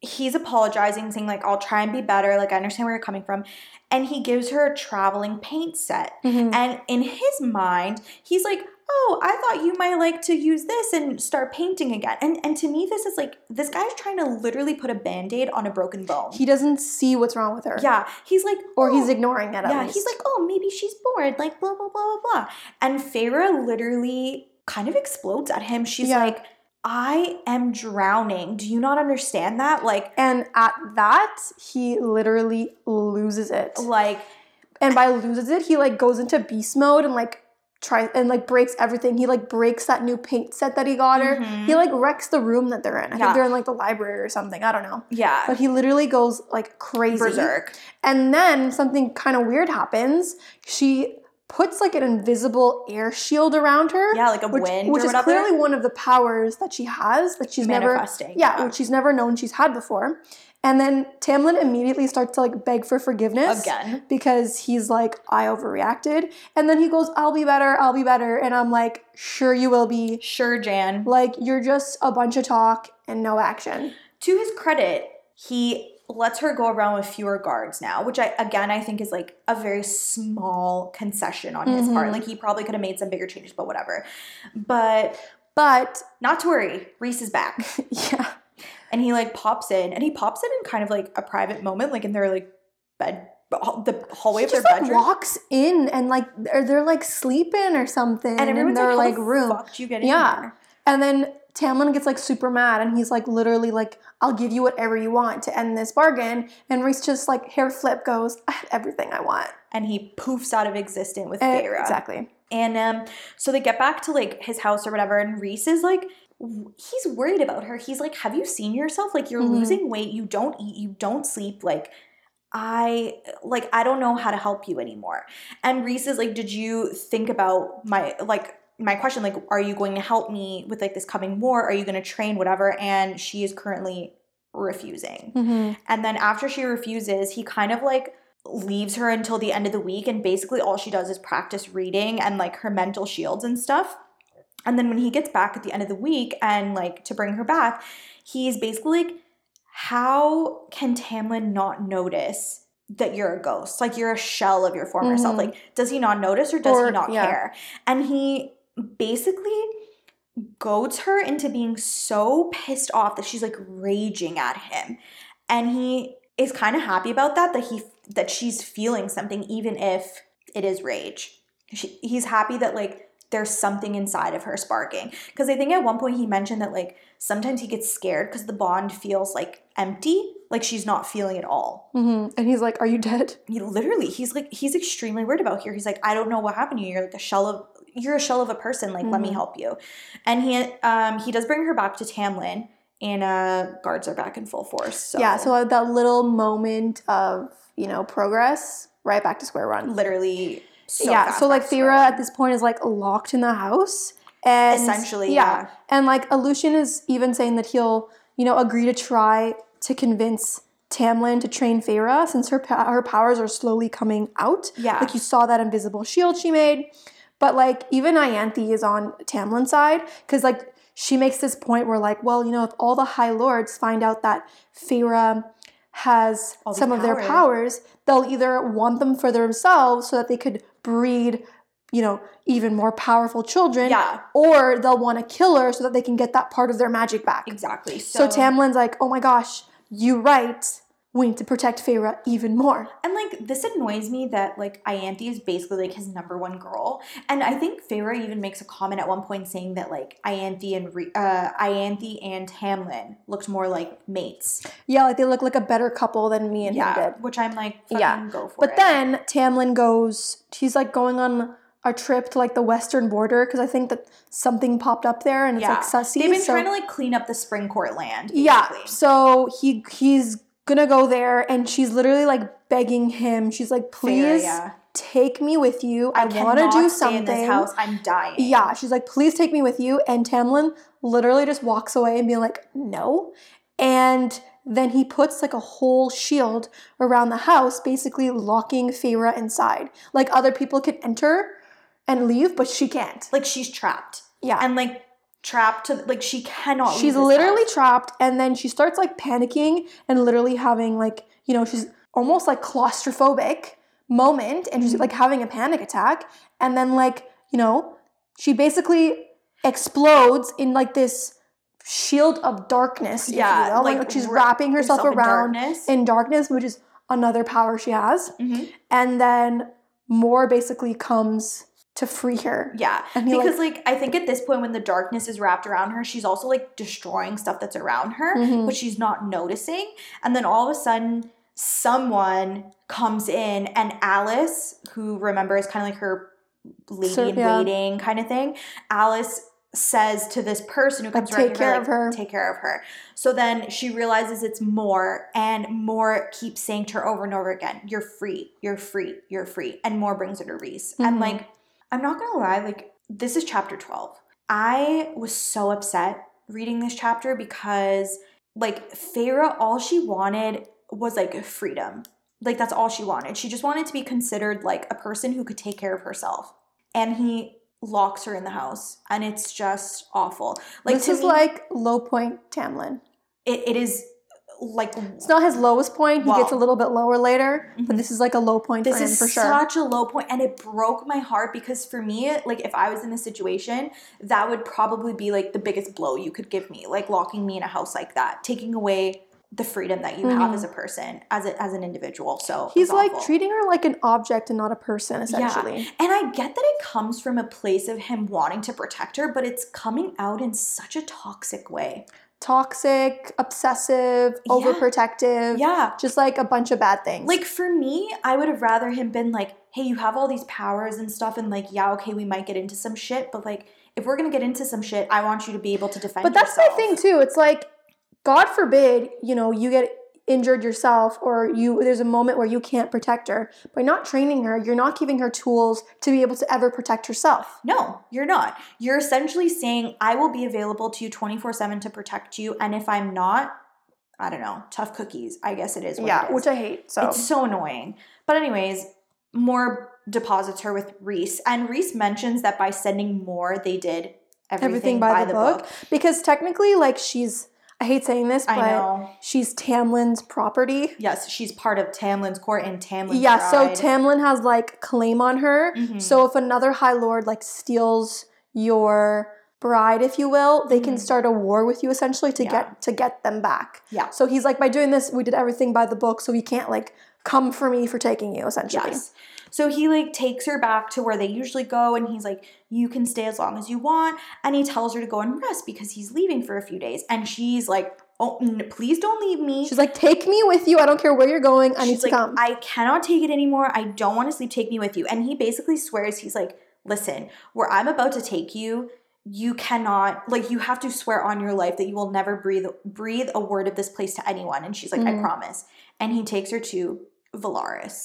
Speaker 2: he's apologizing, saying like, "I'll try and be better. Like I understand where you're coming from," and he gives her a traveling paint set.
Speaker 1: Mhm.
Speaker 2: And in his mind, he's like, "Oh, I thought you might like to use this and start painting again." And and to me, this is like this guy's trying to literally put a band-aid on a broken bone.
Speaker 1: He doesn't see what's wrong with her.
Speaker 2: yeah, he's like,
Speaker 1: or
Speaker 2: "Oh,
Speaker 1: he's ignoring it. At
Speaker 2: yeah,
Speaker 1: least.
Speaker 2: he's like, oh, maybe she's bored, like blah blah blah blah blah. And Farah literally kind of explodes at him. She's
Speaker 1: Yeah.
Speaker 2: like, I am drowning. Do you not understand that? Like,
Speaker 1: and at that he literally loses it.
Speaker 2: like
Speaker 1: And by loses it, he like goes into beast mode and like tries and like breaks everything. He like breaks that new paint set that he got her.
Speaker 2: Mhm.
Speaker 1: He like wrecks the room that they're in.
Speaker 2: Yeah.
Speaker 1: I think they're in like the library or something. I don't know.
Speaker 2: yeah,
Speaker 1: But he literally goes like crazy.
Speaker 2: berserk.
Speaker 1: And then something kind of weird happens. She puts like an invisible air shield around her.
Speaker 2: Yeah, like a
Speaker 1: Which,
Speaker 2: wind
Speaker 1: which
Speaker 2: or
Speaker 1: is
Speaker 2: whatever.
Speaker 1: clearly one of the powers that she has that she's never
Speaker 2: manifesting.
Speaker 1: Yeah, which she's never known she's had before. And then Tamlin immediately starts to like beg for forgiveness
Speaker 2: again.
Speaker 1: because he's like, I overreacted. And then he goes, I'll be better, I'll be better. And I'm like, sure you will be.
Speaker 2: Sure, Jan.
Speaker 1: Like, you're just a bunch of talk and no action.
Speaker 2: To his credit, he lets her go around with fewer guards now, which I again I think is like a very small concession on his part.
Speaker 1: Mhm.
Speaker 2: Like he probably could have made some bigger changes, but whatever. But
Speaker 1: But
Speaker 2: not to worry, Reese is back.
Speaker 1: yeah,
Speaker 2: And he like pops in and he pops in in kind of like a private moment, like in their like bed, the hallway
Speaker 1: he
Speaker 2: of their
Speaker 1: just like
Speaker 2: bedroom.
Speaker 1: walks in and like, or they're like sleeping or something
Speaker 2: and
Speaker 1: in
Speaker 2: everyone's
Speaker 1: their
Speaker 2: like,
Speaker 1: like
Speaker 2: How the
Speaker 1: room.
Speaker 2: Fuck, do you get in
Speaker 1: Yeah.
Speaker 2: here?
Speaker 1: And then Tamlin gets like super mad and he's like literally like, I'll give you whatever you want to end this bargain. And Reese just like hair flip goes, I have everything I want.
Speaker 2: And he poofs out of existence with
Speaker 1: Eh,
Speaker 2: Feyre.
Speaker 1: Exactly.
Speaker 2: And um, so they get back to like his house or whatever, and Reese is like, w- he's worried about her. He's like, have you seen yourself? Like you're
Speaker 1: Mhm.
Speaker 2: losing weight, you don't eat, you don't sleep. Like I like I don't know how to help you anymore. And Reese is like, did you think about my like my question? Like, are you going to help me with like this coming war? Are you going to train whatever? And she is currently refusing.
Speaker 1: Mm-hmm.
Speaker 2: And then after she refuses, he kind of like leaves her until the end of the week. And basically, all she does is practice reading and like her mental shields and stuff. And then when he gets back at the end of the week and like to bring her back, he's basically like, How can Tamlin not notice? That you're a ghost, like you're a shell of your former self.
Speaker 1: Mhm.
Speaker 2: Like, does he not notice or does
Speaker 1: Or-
Speaker 2: he not
Speaker 1: yeah.
Speaker 2: care? And he basically goads her into being so pissed off that she's like raging at him and he is kind of happy about that that he that she's feeling something even if it is rage she, he's happy that like there's something inside of her sparking because i think at one point he mentioned that like sometimes he gets scared because the bond feels like empty like she's not feeling at all
Speaker 1: hmm And he's like, Are you dead?
Speaker 2: you know, literally he's like he's extremely worried about here he's like i don't know what happened to you you're like a shell of you're a shell of a person like let me
Speaker 1: Mhm.
Speaker 2: help you and he um he does bring her back to tamlin and uh guards are back in full force so
Speaker 1: Yeah. So uh, that little moment of, you know, progress right back to square one.
Speaker 2: Literally. So
Speaker 1: yeah.
Speaker 2: fast
Speaker 1: So like
Speaker 2: back to
Speaker 1: Thera at
Speaker 2: square
Speaker 1: this point is like locked in the house, and
Speaker 2: one. essentially,
Speaker 1: yeah.
Speaker 2: yeah.
Speaker 1: And like Aleutian is even saying that he'll, you know, agree to try to convince Tamlin to train Feyre since her po- her powers are slowly coming out.
Speaker 2: Yeah.
Speaker 1: Like you saw that invisible shield she made. But like even Ianthe is on Tamlin's side because like she makes this point where like, well, you know, if all the High Lords find out that Feyre has
Speaker 2: All these
Speaker 1: some of their
Speaker 2: powers.
Speaker 1: powers, they'll either want them for themselves so that they could breed, you know, even more powerful children
Speaker 2: yeah.
Speaker 1: or they'll want to kill her so that they can get that part of their magic back.
Speaker 2: Exactly.
Speaker 1: So,
Speaker 2: So,
Speaker 1: Tamlin's like, oh my gosh, you right. We need to protect Feyre even more.
Speaker 2: and like this annoys me that like Ianthe is basically like his number one girl, and I think Feyre even makes a comment at one point saying that like Ianthe and Re- uh, Ianthe and Tamlin looked more like mates.
Speaker 1: Yeah, like they look like a better couple than me and
Speaker 2: yeah,
Speaker 1: him did.
Speaker 2: which I'm like, fucking
Speaker 1: Yeah.
Speaker 2: go for
Speaker 1: But
Speaker 2: it.
Speaker 1: then Tamlin goes, he's like going on a trip to like the western border because I think that something popped up there and
Speaker 2: Yeah.
Speaker 1: it's like sussy.
Speaker 2: they've been
Speaker 1: so-
Speaker 2: trying to like clean up the spring court land.
Speaker 1: Yeah.
Speaker 2: basically.
Speaker 1: So he he's gonna go there and she's literally like begging him. She's like,
Speaker 2: Feyre,
Speaker 1: please
Speaker 2: yeah.
Speaker 1: take me with you. I, wanna
Speaker 2: cannot
Speaker 1: do
Speaker 2: stay
Speaker 1: something.
Speaker 2: in this house. I'm dying.
Speaker 1: Yeah, she's like, please take me with you. And Tamlin literally just walks away and being like, no. And then he puts like a whole shield around the house, basically locking Feyre inside. Like other people can enter and leave, but she can't.
Speaker 2: like she's trapped
Speaker 1: Yeah.
Speaker 2: and like trapped to like she cannot. leave
Speaker 1: she's
Speaker 2: this
Speaker 1: literally
Speaker 2: house.
Speaker 1: trapped. And then she starts like panicking and literally having like, you know, she's almost like claustrophobic moment and she's
Speaker 2: Mhm.
Speaker 1: like having a panic attack. And then like, you know, she basically explodes in like this shield of darkness. if you
Speaker 2: Yeah,
Speaker 1: will.
Speaker 2: like,
Speaker 1: Like, she's
Speaker 2: wrap
Speaker 1: wrapping herself,
Speaker 2: Herself in
Speaker 1: around
Speaker 2: darkness.
Speaker 1: in darkness, which is another power she has.
Speaker 2: Mhm.
Speaker 1: And then Moore basically comes to free her.
Speaker 2: Yeah,
Speaker 1: And he, like-
Speaker 2: because like, I think at this point when the darkness is wrapped around her, she's also like destroying stuff that's around her,
Speaker 1: Mhm.
Speaker 2: but she's not noticing. And then all of a sudden, someone comes in, and Alice, who remember is kind of like her lady
Speaker 1: So-
Speaker 2: in
Speaker 1: yeah.
Speaker 2: waiting kind of thing, Alice says to this person who
Speaker 1: Like,
Speaker 2: comes right
Speaker 1: take
Speaker 2: to her,
Speaker 1: care
Speaker 2: like,
Speaker 1: of her.
Speaker 2: take care of her. So then she realizes it's more, and more keeps saying to her over and over again, "You're free, you're free, you're free." And more brings her to Reese, and
Speaker 1: Mhm.
Speaker 2: like, I'm not gonna lie, like this is chapter twelve. I was so upset reading this chapter because like Feyre, all she wanted was like freedom. Like that's all she wanted. She just wanted to be considered like a person who could take care of herself. And he locks her in the house, and it's just awful. Like
Speaker 1: this
Speaker 2: to
Speaker 1: is
Speaker 2: me,
Speaker 1: like low point Tamlin.
Speaker 2: it, it is like
Speaker 1: It's not his lowest point. He gets a
Speaker 2: Wow.
Speaker 1: little bit lower later,
Speaker 2: Mhm.
Speaker 1: but Mm-hmm. this is like a low point
Speaker 2: this
Speaker 1: for him
Speaker 2: is
Speaker 1: for sure.
Speaker 2: such a low point and it broke my heart because for me like if i was in this situation that would probably be like the biggest blow you could give me like locking me in a house like that taking away the freedom that you have
Speaker 1: Mhm.
Speaker 2: as a person as a, as an individual so it
Speaker 1: He's
Speaker 2: was
Speaker 1: like
Speaker 2: awful.
Speaker 1: treating her like an object and not a person, essentially.
Speaker 2: and i get that it comes from a place of him wanting to protect her but it's coming out in such a toxic way
Speaker 1: Toxic, obsessive,
Speaker 2: Yeah.
Speaker 1: overprotective,
Speaker 2: yeah
Speaker 1: just like a bunch of bad things.
Speaker 2: Like for me, I would have rather him been like, "Hey, you have all these powers and stuff, and like, yeah, okay, we might get into some shit, but like, if we're gonna get into some shit, I want you to be able to defend."
Speaker 1: but that's my
Speaker 2: yourself.
Speaker 1: thing too. It's like, God forbid, you know, you get injured yourself or you there's a moment where you can't protect her. By not training her, you're not giving her tools to be able to ever protect herself.
Speaker 2: No, you're not. You're essentially saying, "I will be available to you twenty four seven to protect you, and if I'm not, I don't know, tough cookies. I guess it is." What it is.
Speaker 1: which I hate. So
Speaker 2: It's so annoying. But anyways, Moore deposits her with Reese, and Reese mentions that by sending Moore, they did everything, by, the, book.
Speaker 1: because technically like she's I hate saying this, but
Speaker 2: I know.
Speaker 1: She's Tamlin's property.
Speaker 2: Yes, she's part of Tamlin's court and Tamlin's
Speaker 1: yeah,
Speaker 2: bride.
Speaker 1: so Tamlin has like claim on her.
Speaker 2: Mhm.
Speaker 1: So if another High Lord like steals your bride, if you will, they can
Speaker 2: Mhm.
Speaker 1: start a war with you essentially to
Speaker 2: Yeah.
Speaker 1: get to get them back.
Speaker 2: Yeah.
Speaker 1: So he's like, by doing this, we did everything by the book, so he can't like come for me for taking you essentially.
Speaker 2: yes. So he like takes her back to where they usually go and he's like, "You can stay as long as you want." And he tells her to go and rest because he's leaving for a few days. And she's like, "Oh, n- please don't leave me."
Speaker 1: She's like, take me with you. I don't care where you're going. I need
Speaker 2: She's
Speaker 1: to
Speaker 2: like,
Speaker 1: come.
Speaker 2: I cannot take it anymore. I don't want to sleep. Take me with you. And he basically swears, he's like, listen, where I'm about to take you, you cannot like you have to swear on your life that you will never breathe breathe
Speaker 1: Mm.
Speaker 2: a word of this place to anyone. And she's like, I
Speaker 1: Mhm.
Speaker 2: promise. And he takes her to Valaris.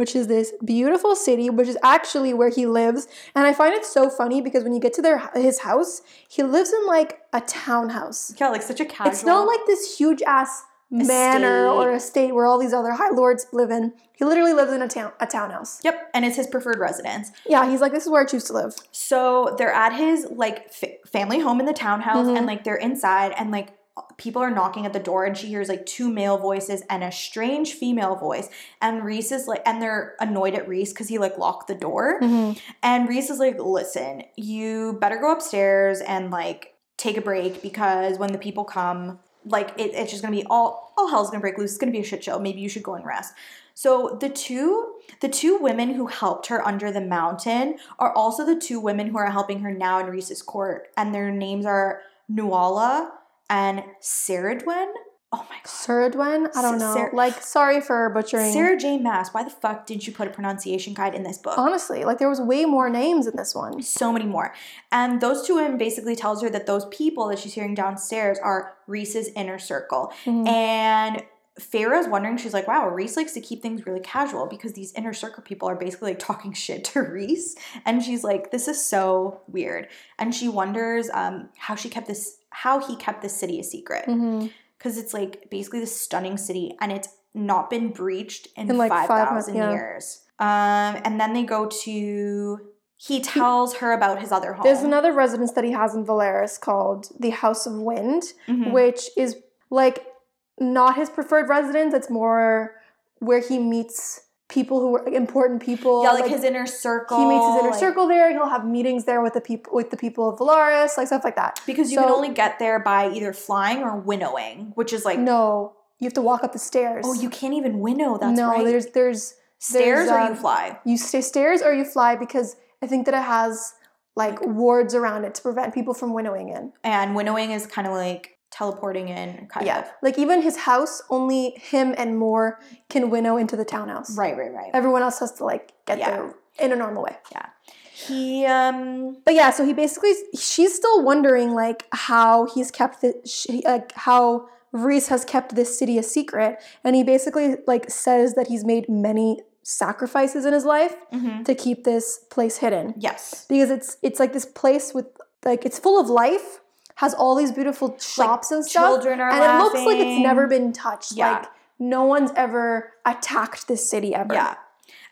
Speaker 1: which is this beautiful city, which is actually where he lives. And I find it so funny because when you get to their his house, he lives in like a townhouse.
Speaker 2: Yeah, like such a casual.
Speaker 1: It's not like this huge ass manor or estate where all these other high lords live in. He literally lives in a town a townhouse.
Speaker 2: Yep, and it's his preferred residence.
Speaker 1: Yeah, he's like, this is where I choose to live.
Speaker 2: So they're at his like f- family home in the townhouse,
Speaker 1: Mhm.
Speaker 2: and like they're inside, and like people are knocking at the door, and she hears like two male voices and a strange female voice, and Reese is like, and they're annoyed at Reese because he like locked the door, and Reese is like, listen, you better go upstairs and like take a break because when the people come, like it, it's just gonna be all all hell's gonna break loose. It's gonna be a shit show. Maybe you should go and rest. So the two the two women who helped her under the mountain are also the two women who are helping her now in Reese's court, and their names are Nuala and Saradwen. Oh my god.
Speaker 1: Sir Edwin? I don't
Speaker 2: S-
Speaker 1: know.
Speaker 2: Sarah-
Speaker 1: like, sorry for butchering.
Speaker 2: Sarah J. Mass, why the fuck did you put a pronunciation guide in this book?
Speaker 1: Honestly, like there was way more names in this one.
Speaker 2: so many more. And those two women basically tells her that those people that she's hearing downstairs are Reese's inner circle.
Speaker 1: Mm-hmm.
Speaker 2: And Farah's wondering, she's like, wow, Reese likes to keep things really casual because these inner circle people are basically like talking shit to Reese. And she's like, this is so weird. And she wonders um, how she kept this, how he kept this city a secret.
Speaker 1: Mhm.
Speaker 2: Because it's like basically this stunning city and it's not been breached in,
Speaker 1: In, like, five months,
Speaker 2: 5,000
Speaker 1: yeah.
Speaker 2: years. Um, and then they go to, he tells her about his other home.
Speaker 1: There's another residence that he has in Valeris called the House of Wind,
Speaker 2: Mhm.
Speaker 1: which is like not his preferred residence. It's more where he meets people who are like, important people.
Speaker 2: yeah, like, his inner circle.
Speaker 1: he meets his inner
Speaker 2: like-
Speaker 1: circle there. He'll have meetings there with the people with the people of Valaris, like stuff like that.
Speaker 2: Because you can
Speaker 1: So-
Speaker 2: only get there by either flying or winnowing, which is like
Speaker 1: No, you have to walk up the stairs.
Speaker 2: Oh, you can't even winnow. That's
Speaker 1: no.
Speaker 2: right.
Speaker 1: There's there's
Speaker 2: Stairs
Speaker 1: there's,
Speaker 2: or you
Speaker 1: um,
Speaker 2: fly.
Speaker 1: you stay stairs or you fly because I think that it has like wards around it to prevent people from winnowing in.
Speaker 2: And winnowing is kind of like teleporting in, kind
Speaker 1: yeah, like even his house, only him and Moore can winnow into the townhouse.
Speaker 2: of. Right, right, right.
Speaker 1: Everyone else has to like get
Speaker 2: Yeah.
Speaker 1: there in a normal way.
Speaker 2: He um
Speaker 1: But yeah, so he basically she's still wondering like how he's kept the she, like how Reese has kept this city a secret, and he basically like says that he's made many sacrifices in his life
Speaker 2: mhm.
Speaker 1: to keep this place hidden
Speaker 2: yes.
Speaker 1: because it's it's like this place with like it's full of life, has all these beautiful shops and stuff,
Speaker 2: Children are
Speaker 1: and it looks like it's
Speaker 2: laughing.
Speaker 1: never been touched.
Speaker 2: Yeah.
Speaker 1: Like no one's ever attacked this city ever.
Speaker 2: Yeah.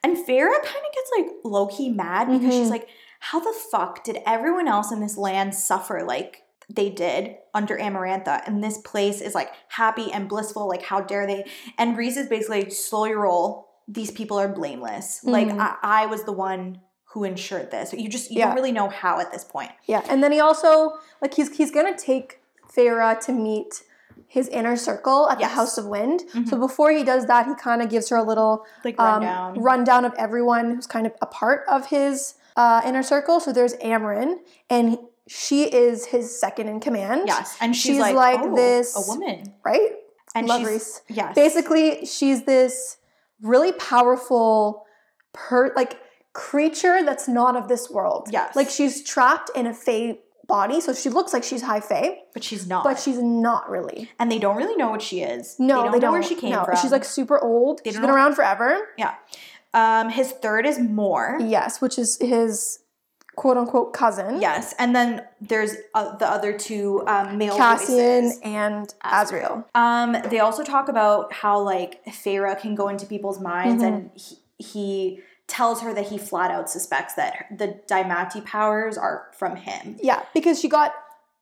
Speaker 2: And Farah kind of gets like low key mad because she's
Speaker 1: Mhm.
Speaker 2: like, how the fuck did everyone else in this land suffer like they did under Amarantha? And this place is like happy and blissful. Like, how dare they? And Reese is basically like, slow your roll. These people are blameless. Like,
Speaker 1: Mhm.
Speaker 2: I-, I was the one who ensured this. You just, you
Speaker 1: Yeah.
Speaker 2: don't really know how at this point.
Speaker 1: Yeah, and then he also like he's he's gonna take Farah to meet his inner circle at
Speaker 2: Yes.
Speaker 1: the House of Wind. So
Speaker 2: Mhm.
Speaker 1: before he does that, he kind of gives her a little
Speaker 2: Like,
Speaker 1: um,
Speaker 2: rundown.
Speaker 1: rundown of everyone who's kind of a part of his uh, inner circle. So there's Amarin, and she is his second in command.
Speaker 2: Yes. And she's,
Speaker 1: she's
Speaker 2: like,
Speaker 1: like
Speaker 2: "Oh,
Speaker 1: this-
Speaker 2: a woman.
Speaker 1: right.
Speaker 2: And
Speaker 1: Love
Speaker 2: she's,
Speaker 1: Reese.
Speaker 2: yes.
Speaker 1: Basically, she's this really powerful, per like creature that's not of this world.
Speaker 2: Yes.
Speaker 1: like she's trapped in a fae body, so she looks like she's high fae.
Speaker 2: but she's not.
Speaker 1: but she's not really.
Speaker 2: and they don't really know what she is.
Speaker 1: No,
Speaker 2: they don't know where she came
Speaker 1: no.
Speaker 2: from.
Speaker 1: She's like super old.
Speaker 2: They
Speaker 1: She's
Speaker 2: don't
Speaker 1: been
Speaker 2: know-
Speaker 1: around forever.
Speaker 2: Um, his third is Moore.
Speaker 1: Yes, which is his quote unquote cousin.
Speaker 2: Yes, and then there's uh, the other two um, male
Speaker 1: Cassian
Speaker 2: voices.
Speaker 1: and
Speaker 2: Azrael.
Speaker 1: Azrael.
Speaker 2: Um, they also talk about how like Feyre can go into people's minds, and
Speaker 1: Mm-hmm.
Speaker 2: he, he tells her that he flat out suspects that the Daimati powers are from him.
Speaker 1: Yeah, because she got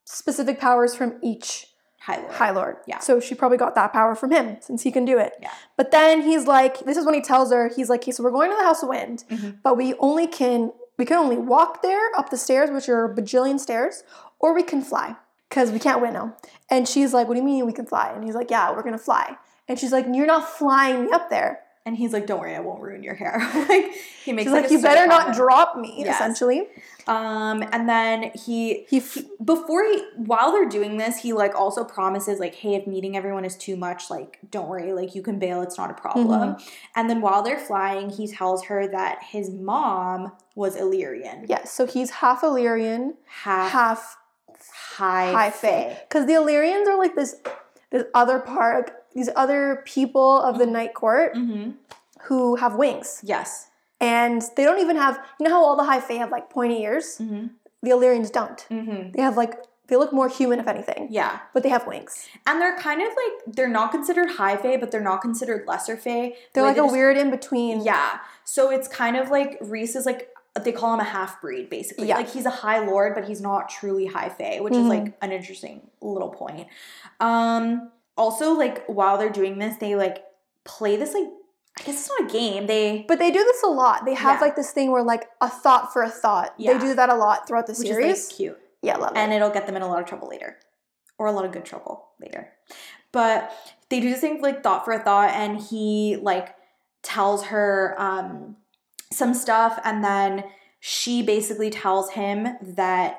Speaker 1: specific powers from each
Speaker 2: High Lord.
Speaker 1: High Lord.
Speaker 2: Yeah.
Speaker 1: So she probably got that power from him since he can do it.
Speaker 2: Yeah.
Speaker 1: But then he's like, this is when he tells her, he's like, okay, so we're going to the House of Wind,
Speaker 2: Mhm.
Speaker 1: but we only can we can only walk there up the stairs, which are a bajillion stairs, or we can fly because we can't winnow. And she's like, what do you mean we can fly? And he's like, yeah, we're gonna fly. And she's like, you're not flying me up there.
Speaker 2: and he's like, "Don't worry, I won't ruin your hair." like he makes
Speaker 1: She's like,
Speaker 2: a
Speaker 1: you better
Speaker 2: stupid
Speaker 1: not
Speaker 2: comment.
Speaker 1: drop me.
Speaker 2: Yes.
Speaker 1: Essentially,
Speaker 2: Um, and then he
Speaker 1: he f-
Speaker 2: before he while they're doing this he like also promises like hey if meeting everyone is too much like don't worry like you can bail it's not a problem
Speaker 1: Mm-hmm.
Speaker 2: and then while they're flying he tells her that his mom was illyrian
Speaker 1: yeah. So he's half Illyrian,
Speaker 2: half,
Speaker 1: half
Speaker 2: high,
Speaker 1: high fae.
Speaker 2: fae
Speaker 1: Because the Illyrians are like this, this other part, like, these other people of the Night Court
Speaker 2: Mhm.
Speaker 1: who have wings.
Speaker 2: Yes.
Speaker 1: And they don't even have, you know how all the high fae have like pointy ears?
Speaker 2: Mm-hmm.
Speaker 1: The Illyrians don't.
Speaker 2: Mm-hmm.
Speaker 1: They have like, they look more human, if anything,
Speaker 2: Yeah.
Speaker 1: but they have wings.
Speaker 2: And they're kind of like they're not considered high fae, but they're not considered lesser fae. The
Speaker 1: They're
Speaker 2: way
Speaker 1: like
Speaker 2: they
Speaker 1: a
Speaker 2: just-
Speaker 1: weird in between.
Speaker 2: Yeah. So it's kind of like Reese is like they call him a half breed basically.
Speaker 1: Yeah.
Speaker 2: Like he's a high lord, but he's not truly high fae, which is
Speaker 1: Mhm.
Speaker 2: like an interesting little point. Um also like while they're doing this, they like play this like I guess it's not a game. They
Speaker 1: But they do this a lot. They have
Speaker 2: Yeah.
Speaker 1: like this thing where like a thought for a thought.
Speaker 2: Yeah.
Speaker 1: They do that a lot throughout the
Speaker 2: which
Speaker 1: series.
Speaker 2: is like cute.
Speaker 1: yeah, love
Speaker 2: and
Speaker 1: it.
Speaker 2: it'll get them in a lot of trouble later or a lot of good trouble later but they do this thing like thought for a thought and he like tells her um some stuff and then she basically tells him that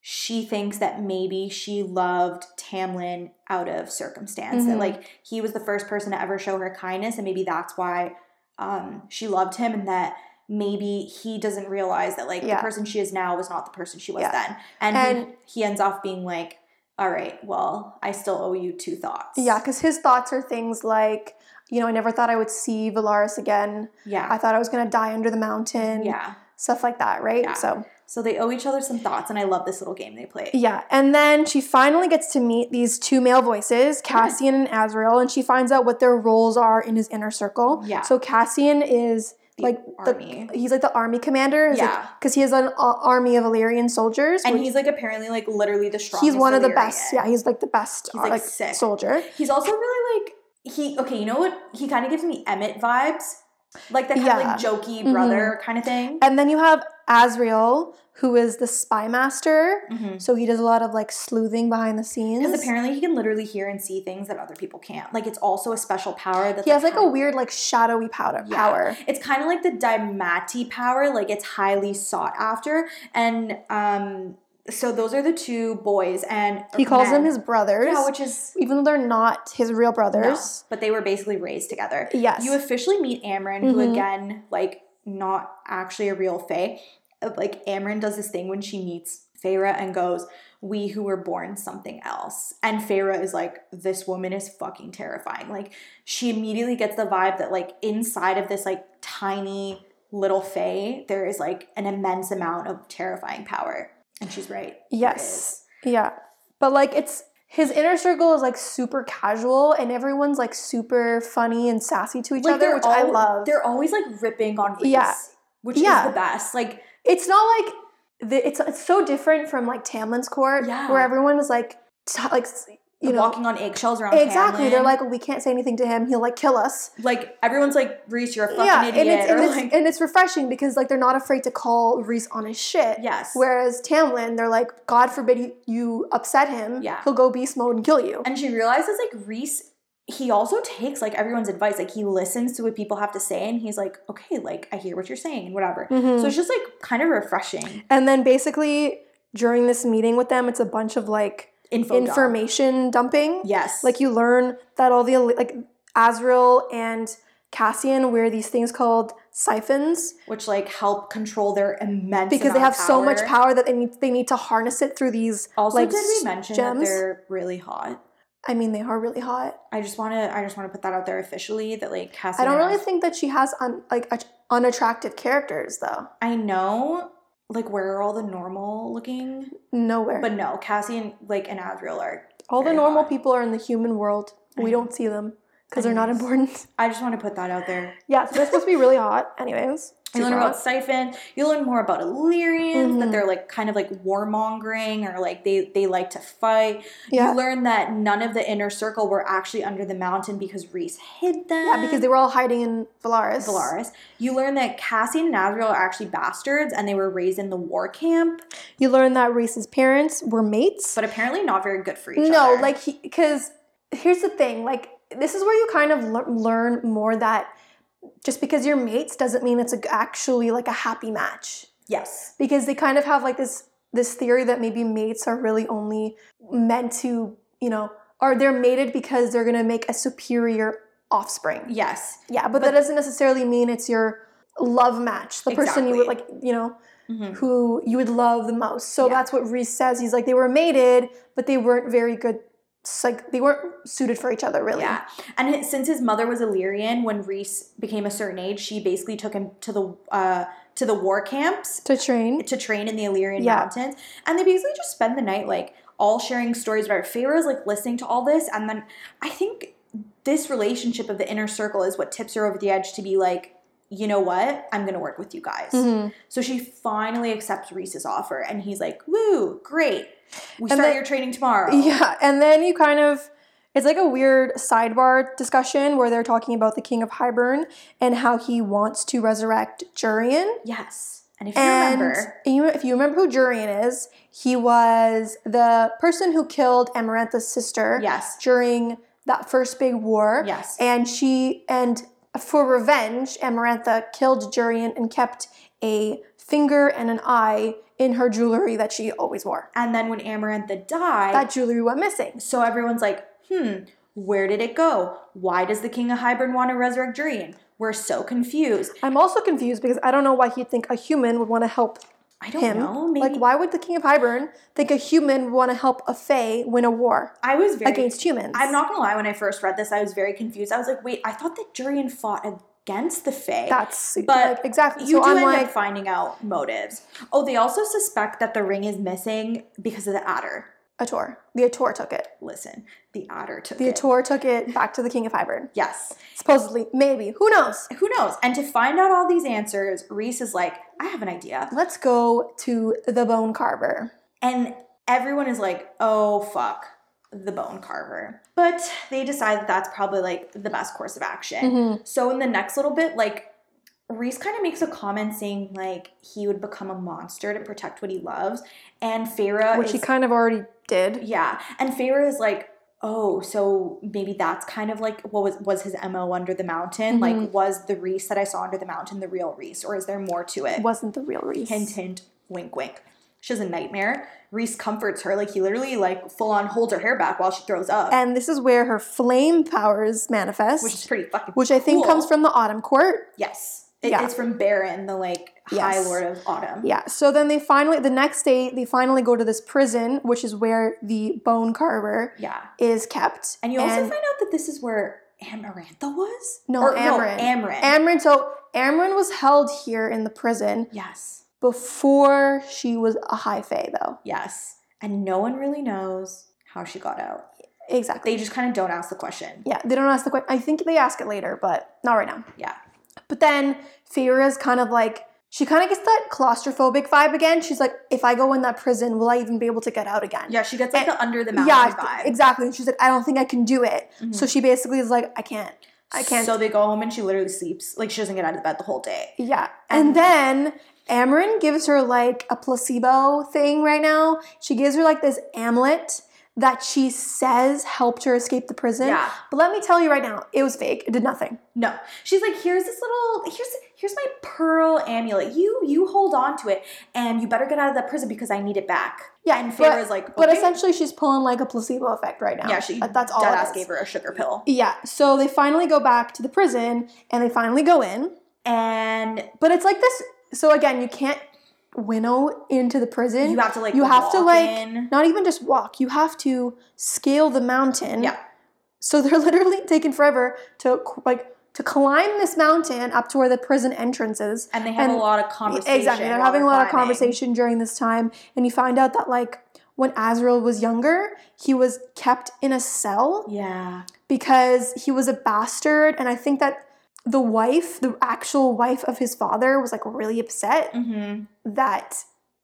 Speaker 2: she thinks that maybe she loved Tamlin out of circumstance that
Speaker 1: Mhm.
Speaker 2: like he was the first person to ever show her kindness and maybe that's why um she loved him and that maybe he doesn't realize that like
Speaker 1: Yeah.
Speaker 2: the person she is now was not the person she was
Speaker 1: Yeah.
Speaker 2: then and,
Speaker 1: And-
Speaker 2: he, he ends off being like all right well i still owe you two thoughts
Speaker 1: Yeah, because his thoughts are things like, you know, I never thought I would see Valaris again.
Speaker 2: yeah
Speaker 1: I thought I was gonna die under the mountain.
Speaker 2: yeah
Speaker 1: Stuff like that, right?
Speaker 2: Yeah.
Speaker 1: So
Speaker 2: so they owe each other some thoughts and i love this little game they play
Speaker 1: yeah. And then she finally gets to meet these two male voices, Cassian and Azrael, and she finds out what their roles are in his inner circle.
Speaker 2: Yeah.
Speaker 1: So Cassian is
Speaker 2: The
Speaker 1: like
Speaker 2: army.
Speaker 1: the he's like the army commander. He's
Speaker 2: Yeah.
Speaker 1: Because he has an uh, army of Illyrian soldiers.
Speaker 2: and
Speaker 1: which-
Speaker 2: he's like apparently like literally the strongest
Speaker 1: he's one of the
Speaker 2: Illyrian.
Speaker 1: best. Yeah, he's like the best
Speaker 2: He's,
Speaker 1: uh,
Speaker 2: like,
Speaker 1: like
Speaker 2: sick.
Speaker 1: soldier.
Speaker 2: he's also really like he okay you know what he kind of gives me emmett vibes like that kind
Speaker 1: Yeah.
Speaker 2: of
Speaker 1: Mm-hmm.
Speaker 2: like jokey brother kind of thing
Speaker 1: And then you have Azrael, who is the spy master.
Speaker 2: Mhm.
Speaker 1: So he does a lot of like sleuthing behind the scenes.
Speaker 2: Because apparently he can literally hear and see things that other people can't. Like it's also a special power that
Speaker 1: he has like a
Speaker 2: kinda-
Speaker 1: weird like shadowy powder
Speaker 2: Yeah.
Speaker 1: power.
Speaker 2: It's kind of like the Dimati power. Like it's highly sought after, and um, so those are the two boys, and
Speaker 1: He calls them
Speaker 2: men.
Speaker 1: his brothers,
Speaker 2: yeah, which is
Speaker 1: even though they're not his real
Speaker 2: no,
Speaker 1: brothers.
Speaker 2: but they were basically raised together.
Speaker 1: Yes.
Speaker 2: You officially meet Amryn, who
Speaker 1: Mhm.
Speaker 2: again, like, not actually a real Fae. Uh, Like, Amryn does this thing when she meets Feyre and goes, We who were born something else. And Feyre is like, This woman is fucking terrifying. Like, she immediately gets the vibe that, like, inside of this, like, tiny little Fae, there is, like, an immense amount of terrifying power. And she's right. There
Speaker 1: Yes.
Speaker 2: is.
Speaker 1: yeah. But like it's his inner circle is like super casual and everyone's like super funny and sassy to each
Speaker 2: Like,
Speaker 1: other,
Speaker 2: they're
Speaker 1: which I
Speaker 2: al-
Speaker 1: love.
Speaker 2: They're always, like, ripping on Reese,
Speaker 1: Yeah.
Speaker 2: which
Speaker 1: Yeah.
Speaker 2: is the best. Like,
Speaker 1: it's not like the, it's it's so different from like Tamlin's court,
Speaker 2: Yeah.
Speaker 1: where everyone is like t- like s- you know
Speaker 2: walking on eggshells around
Speaker 1: exactly. They're
Speaker 2: Tamlin.
Speaker 1: like we can't say anything to him; he'll like kill us.
Speaker 2: like everyone's like Reese, you're a fucking
Speaker 1: yeah,
Speaker 2: idiot.
Speaker 1: and it's
Speaker 2: or
Speaker 1: and it's,
Speaker 2: like,
Speaker 1: and it's refreshing because like they're not afraid to call Reese on his shit.
Speaker 2: yes.
Speaker 1: Whereas Tamlin, they're like, God forbid you, you upset him,
Speaker 2: Yeah.
Speaker 1: he'll go beast mode and kill you.
Speaker 2: and she realizes like Reese, he also takes like everyone's advice. Like he listens to what people have to say, and he's like, okay, like I hear what you're saying, and whatever.
Speaker 1: Mhm.
Speaker 2: So it's just like kind of refreshing
Speaker 1: and then basically during this meeting with them, it's a bunch of like
Speaker 2: info. dump.
Speaker 1: information dumping.
Speaker 2: Yes.
Speaker 1: Like you learn that all the like Azrael and Cassian wear these things called siphons
Speaker 2: which like help control their immense
Speaker 1: because they
Speaker 2: amount
Speaker 1: have
Speaker 2: of
Speaker 1: so much power that they need they need to harness it through these.
Speaker 2: Also,
Speaker 1: like,
Speaker 2: did we mention that
Speaker 1: gems.
Speaker 2: they're really hot?
Speaker 1: I mean, they are really hot.
Speaker 2: I just want to. I just want to put that out there officially that like Cassie.
Speaker 1: I don't really think that she has un, like att- unattractive characters though.
Speaker 2: I know. Like, where are all the normal looking?
Speaker 1: Nowhere.
Speaker 2: But no, Cassie and like and Adriel are
Speaker 1: all the
Speaker 2: very
Speaker 1: normal
Speaker 2: hot.
Speaker 1: people are in the human world.
Speaker 2: I
Speaker 1: We
Speaker 2: know.
Speaker 1: don't see them because they're not
Speaker 2: Anyways.
Speaker 1: important.
Speaker 2: I just want to put that out there.
Speaker 1: yeah, so they're supposed to be really hot. Anyways,
Speaker 2: You learn
Speaker 1: super
Speaker 2: about
Speaker 1: hot.
Speaker 2: siphon. You learn more about Illyrians that
Speaker 1: Mhm.
Speaker 2: they're like kind of like warmongering or like they they like to fight.
Speaker 1: yeah.
Speaker 2: You learn that none of the inner circle were actually under the mountain because Reese hid them.
Speaker 1: yeah, because they were all hiding in Valaris.
Speaker 2: Solaris. You learn that Cassian and Azrael are actually bastards and they were raised in the war camp,
Speaker 1: You learn that Reese's parents were mates.
Speaker 2: but apparently not very good for each
Speaker 1: no
Speaker 2: other.
Speaker 1: like he because here's the thing like this is where you kind of lear- learn more that just because you're mates doesn't mean it's a, actually like a happy match
Speaker 2: yes,
Speaker 1: because they kind of have like this this theory that maybe mates are really only meant to you know or they're mated because they're going to make a superior offspring
Speaker 2: yes,
Speaker 1: yeah but,
Speaker 2: But-
Speaker 1: that doesn't necessarily mean it's your love match the person you would like you know
Speaker 2: Mhm.
Speaker 1: who you would love the most. So
Speaker 2: Yeah.
Speaker 1: that's what Reese says. He's like, they were mated, but they weren't very good s- like they weren't suited for each other really.
Speaker 2: Yeah. And hi- since his mother was Illyrian, when Reese became a certain age, she basically took him to the uh, to the war camps
Speaker 1: To train.
Speaker 2: to train in the Illyrian
Speaker 1: Yeah.
Speaker 2: mountains. And they basically just spend the night like all sharing stories about Pharaoh's like listening to all this. And then I think this relationship of the inner circle is what tips her over the edge to be like, you know what? I'm gonna work with you guys.
Speaker 1: Mhm.
Speaker 2: So she finally accepts Reese's offer and he's like, Woo, great. We
Speaker 1: And
Speaker 2: start
Speaker 1: the-
Speaker 2: your training tomorrow.
Speaker 1: Yeah, and then you kind of it's like a weird sidebar discussion where they're talking about the king of Hibern and how he wants to resurrect Jurian.
Speaker 2: Yes. And if you
Speaker 1: And
Speaker 2: remember
Speaker 1: you- if you remember who Jurian is, he was the person who killed Amarantha's sister
Speaker 2: Yes.
Speaker 1: during that first big war.
Speaker 2: Yes.
Speaker 1: And she and for revenge, Amarantha killed Jurian and kept a finger and an eye in her jewelry that she always wore.
Speaker 2: And then when Amarantha died,
Speaker 1: That jewelry went missing.
Speaker 2: so everyone's like, hmm, where did it go? Why does the king of Hybern want to resurrect Jurian? We're so confused.
Speaker 1: I'm also confused because I don't know why he'd think a human would want to help
Speaker 2: I don't
Speaker 1: him.
Speaker 2: know. Maybe
Speaker 1: Like, why would the King of Hibern think a human would want to help a Fae win a war
Speaker 2: I was very.
Speaker 1: against humans?
Speaker 2: I'm not gonna lie. When I first read this, I was very confused. I was like, wait, I thought that Jurian fought against the Fae.
Speaker 1: That's
Speaker 2: But
Speaker 1: like, exactly.
Speaker 2: you
Speaker 1: so
Speaker 2: do
Speaker 1: I'm
Speaker 2: end
Speaker 1: like,
Speaker 2: up finding out motives. Oh, they also suspect that the ring is missing because of the adder.
Speaker 1: Ator. The Ator took it.
Speaker 2: Listen, the adder took
Speaker 1: The
Speaker 2: it.
Speaker 1: Ator took it back to the King of Hibern.
Speaker 2: Yes.
Speaker 1: Supposedly, maybe. Who knows?
Speaker 2: Who knows? And to find out all these answers, Reese is like, I have an idea.
Speaker 1: Let's go to the Bone Carver.
Speaker 2: And everyone is like, oh, fuck, the bone carver. But they decide that that's probably like the best course of action.
Speaker 1: Mhm.
Speaker 2: So in the next little bit, like, Reese kind of makes a comment saying like he would become a monster to protect what he loves, and Farah
Speaker 1: Which
Speaker 2: is,
Speaker 1: he kind of already did.
Speaker 2: yeah, and Farah is like, oh, so maybe that's kind of like what was was his mo under the mountain?
Speaker 1: Mm-hmm.
Speaker 2: Like, was the Reese that I saw under the mountain the real Reese, or is there more to it?
Speaker 1: Wasn't the real Reese.
Speaker 2: Hint, hint, wink, wink. She has a nightmare. Reese comforts her. Like, he literally, like, full on holds her hair back while she throws up,
Speaker 1: And this is where her flame powers manifest,
Speaker 2: which is
Speaker 1: which,
Speaker 2: pretty fucking
Speaker 1: I think
Speaker 2: cool.
Speaker 1: comes from the Autumn Court.
Speaker 2: Yes. It-
Speaker 1: Yeah.
Speaker 2: It's from Baron, the, like, High
Speaker 1: Yes.
Speaker 2: Lord of Autumn.
Speaker 1: Yeah. So then they finally, the next day, they finally go to this prison, which is where the bone carver
Speaker 2: Yeah.
Speaker 1: is kept.
Speaker 2: And you also find out that this is where Amarantha was?
Speaker 1: No,
Speaker 2: Or,
Speaker 1: Amaran.
Speaker 2: No, Amaran.
Speaker 1: Amryn. So Amryn was held here in the prison
Speaker 2: yes.
Speaker 1: before she was a high fae, though.
Speaker 2: Yes. And no one really knows how she got out.
Speaker 1: Exactly.
Speaker 2: They just kind of don't ask the question.
Speaker 1: yeah. They don't ask the question. I think they ask it later, but not right now.
Speaker 2: Yeah.
Speaker 1: But then Feyre's kind of like. She kind of gets that claustrophobic vibe again. She's like, if I go in that prison, will I even be able to get out again?
Speaker 2: Yeah, she gets, like,
Speaker 1: And-
Speaker 2: the under the mountain
Speaker 1: yeah,
Speaker 2: vibe.
Speaker 1: exactly. And she's like, I don't think I can do it.
Speaker 2: Mhm.
Speaker 1: So she basically is like, I can't. I can't.
Speaker 2: So they go home and she literally sleeps. Like, she doesn't get out of bed the whole day.
Speaker 1: yeah. And
Speaker 2: And-
Speaker 1: then Amarin gives her like a placebo thing right now. She gives her like this amulet that she says helped her escape the prison.
Speaker 2: Yeah.
Speaker 1: But let me tell you right now, it was fake. It did nothing.
Speaker 2: No. She's like, here's this little here's here's my pearl amulet. You you hold on to it and you better get out of that prison because I need it back.
Speaker 1: Yeah,
Speaker 2: And
Speaker 1: but-
Speaker 2: Pharaoh's like,
Speaker 1: But
Speaker 2: "Okay."
Speaker 1: essentially, she's pulling like a placebo effect right now.
Speaker 2: Yeah, she
Speaker 1: That- that's all.
Speaker 2: dead
Speaker 1: it
Speaker 2: ass
Speaker 1: is.
Speaker 2: gave her a sugar pill.
Speaker 1: Yeah. So they finally go back to the prison and they finally go in.
Speaker 2: And
Speaker 1: But it's like this. So again, you can't winnow into the prison.
Speaker 2: you have to like
Speaker 1: you have to
Speaker 2: walk
Speaker 1: like
Speaker 2: in.
Speaker 1: not even just walk you have to scale the mountain
Speaker 2: Yeah.
Speaker 1: so they're literally taking forever to c- like to climb this mountain up to where the prison entrance is
Speaker 2: And they have
Speaker 1: and-
Speaker 2: a lot of conversation.
Speaker 1: exactly they're
Speaker 2: while
Speaker 1: having a lot of
Speaker 2: climbing.
Speaker 1: conversation during this time and you find out that like when Azrael was younger, he was kept in a cell
Speaker 2: Yeah.
Speaker 1: because he was a bastard. And I think that the wife, the actual wife of his father, was like really upset
Speaker 2: Mm-hmm.
Speaker 1: that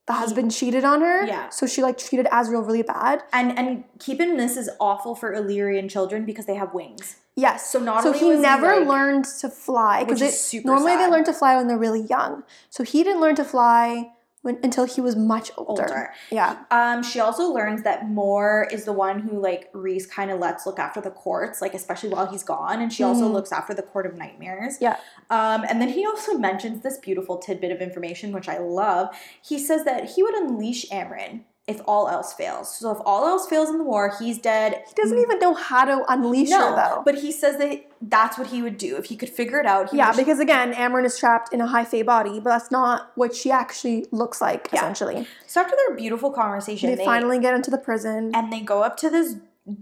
Speaker 1: the husband cheated on her.
Speaker 2: Yeah.
Speaker 1: So she like treated Azrael really bad.
Speaker 2: And and keep in this is awful for Illyrian children because they have wings.
Speaker 1: Yes.
Speaker 2: So not
Speaker 1: so
Speaker 2: only
Speaker 1: he
Speaker 2: was
Speaker 1: never
Speaker 2: like,
Speaker 1: learned to fly
Speaker 2: which
Speaker 1: because
Speaker 2: is
Speaker 1: it-
Speaker 2: super
Speaker 1: normally they
Speaker 2: sad.
Speaker 1: learn to fly when they're really young. So he didn't learn to fly when, until he was much older.
Speaker 2: older.
Speaker 1: Yeah,
Speaker 2: Um, she also learns that Moore is the one who like Reese kind of lets look after the courts, like especially while he's gone, and she also
Speaker 1: Mhm.
Speaker 2: looks after the court of nightmares.
Speaker 1: Yeah.
Speaker 2: Um, and then he also mentions this beautiful tidbit of information, which I love. He says that he would unleash Amryn if all else fails. So if all else fails in the war, he's dead.
Speaker 1: he doesn't even know how to unleash her though.
Speaker 2: Hmm. but he says that that's what he would do if he could figure it out. He
Speaker 1: yeah,
Speaker 2: would
Speaker 1: because again, Amryn is trapped in a high fae body, but that's not what she actually looks like.
Speaker 2: Yeah.
Speaker 1: Essentially,
Speaker 2: so after their beautiful conversation,
Speaker 1: they, finally get into the prison.
Speaker 2: and they go up to this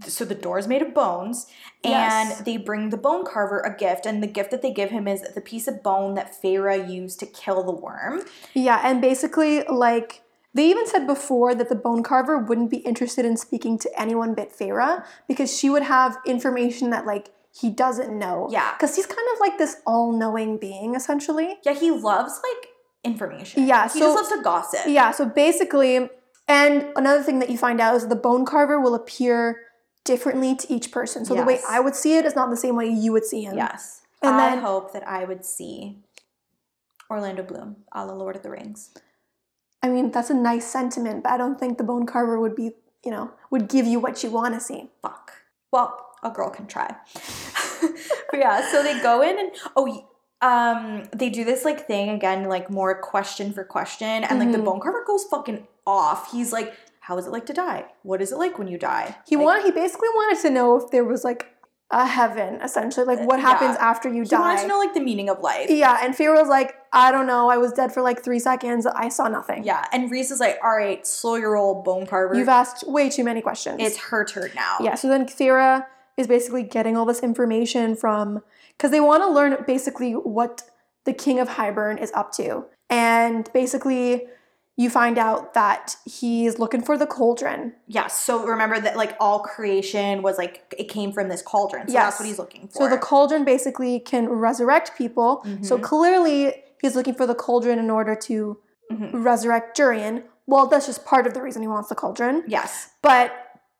Speaker 2: so the door's made of bones
Speaker 1: Yes.
Speaker 2: and they bring the bone carver a gift and the gift that they give him is the piece of bone that Feyre used to kill the worm.
Speaker 1: Yeah, and basically, like, they even said before that the bone carver wouldn't be interested in speaking to anyone but Feyre because she would have information that, like, he doesn't know.
Speaker 2: Yeah.
Speaker 1: Because he's kind of like this all knowing being, essentially.
Speaker 2: Yeah, he loves like information.
Speaker 1: Yeah,
Speaker 2: He
Speaker 1: so-
Speaker 2: just loves to gossip.
Speaker 1: Yeah, so basically, and another thing that you find out is the bone carver will appear differently to each person. So the way
Speaker 2: Yes.
Speaker 1: I would see it is not the same way you would see him.
Speaker 2: Yes.
Speaker 1: And
Speaker 2: I
Speaker 1: then-
Speaker 2: hope that I would see Orlando Bloom, a la Lord of the Rings.
Speaker 1: I mean, that's a nice sentiment, but I don't think the bone carver would be, you know, would give you what you want to see.
Speaker 2: Fuck. Well, a girl can try. but yeah, so they go in and oh y- um they do this like thing again, like more question for question, and like the
Speaker 1: Mhm.
Speaker 2: bone carver goes fucking off. He's like, How is it like to die? What is it like when you die?
Speaker 1: He
Speaker 2: like,
Speaker 1: wanted. He basically wanted to know if there was like a heaven, essentially, like what
Speaker 2: Uh, Yeah.
Speaker 1: happens after you
Speaker 2: he
Speaker 1: die.
Speaker 2: wanted to know like the meaning of life.
Speaker 1: yeah, and Fear was like, I don't know. I was dead for like three seconds. I saw nothing.
Speaker 2: Yeah, and Reese is like, all right, slow your old bone carver.
Speaker 1: You've asked way too many questions.
Speaker 2: it's her turn now.
Speaker 1: yeah. So then Thera is basically getting all this information from because they want to learn basically what the King of Hybern is up to, and basically you find out that he's looking for the cauldron.
Speaker 2: Yeah, so remember that like all creation was like it came from this cauldron. So that's
Speaker 1: Yes.
Speaker 2: what he's looking for.
Speaker 1: So the cauldron basically can resurrect people. So
Speaker 2: Mhm.
Speaker 1: clearly he's looking for the cauldron in order to
Speaker 2: Mhm.
Speaker 1: resurrect Durian. Well, that's just part of the reason he wants the cauldron,
Speaker 2: Yes.
Speaker 1: but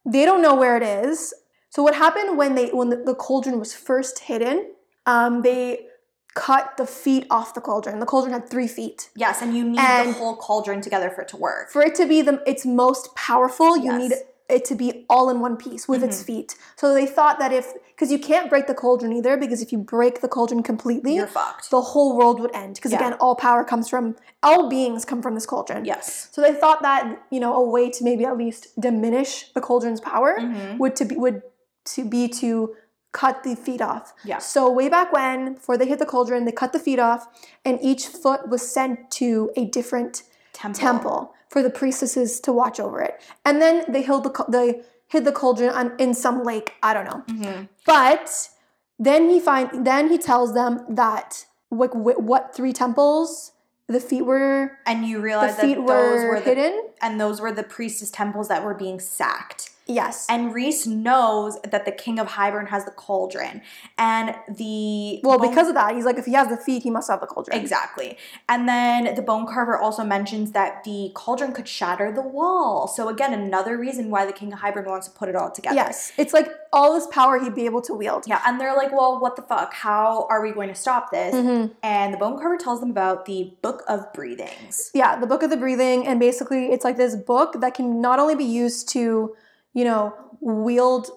Speaker 1: they don't know where it is. So what happened when they when the, the cauldron was first hidden? Um, they cut the feet off the cauldron. The cauldron had three feet.
Speaker 2: Yes, and you need
Speaker 1: And-
Speaker 2: the whole cauldron together for it to work.
Speaker 1: For it to be the its most powerful, you
Speaker 2: Yes.
Speaker 1: need it to be all in one piece with its
Speaker 2: Mhm.
Speaker 1: feet. So they thought that if because you can't break the cauldron either, because if you break the cauldron completely,
Speaker 2: You're fucked.
Speaker 1: the whole world would end. Because
Speaker 2: Yeah.
Speaker 1: again, all power comes from all beings come from this cauldron.
Speaker 2: yes.
Speaker 1: So they thought that you know a way to maybe at least diminish the cauldron's power
Speaker 2: Mhm.
Speaker 1: would to be would to be to cut the feet off.
Speaker 2: Yeah.
Speaker 1: So way back when, before they hit the cauldron, they cut the feet off, and each foot was sent to a different
Speaker 2: Temple.
Speaker 1: temple for the priestesses to watch over it. And then they hid the cau- they hid the cauldron on, in some lake. I don't know.
Speaker 2: Mhm.
Speaker 1: But then he find then he tells them that like wh- what three temples the feet were
Speaker 2: And you
Speaker 1: the
Speaker 2: realize
Speaker 1: feet
Speaker 2: that those
Speaker 1: were,
Speaker 2: were, the,
Speaker 1: hidden.
Speaker 2: and those were the priestess temples that were being sacked.
Speaker 1: Yes.
Speaker 2: And Reese knows that the king of Hybern has the cauldron, and the
Speaker 1: well,
Speaker 2: bone-
Speaker 1: because of that, he's like if he has the feet, he must have the cauldron.
Speaker 2: Exactly. And then the bone carver also mentions that the cauldron could shatter the wall. So again, another reason why the king of Hybern wants to put it all together.
Speaker 1: Yes. It's like all this power he'd be able to wield.
Speaker 2: Yeah, and they're like, well, what the fuck? How are we going to stop this?
Speaker 1: Mhm.
Speaker 2: And the bone carver tells them about the Book of Breathings.
Speaker 1: Yeah, the book of the breathing and basically it's like this book that can not only be used to, you know, wield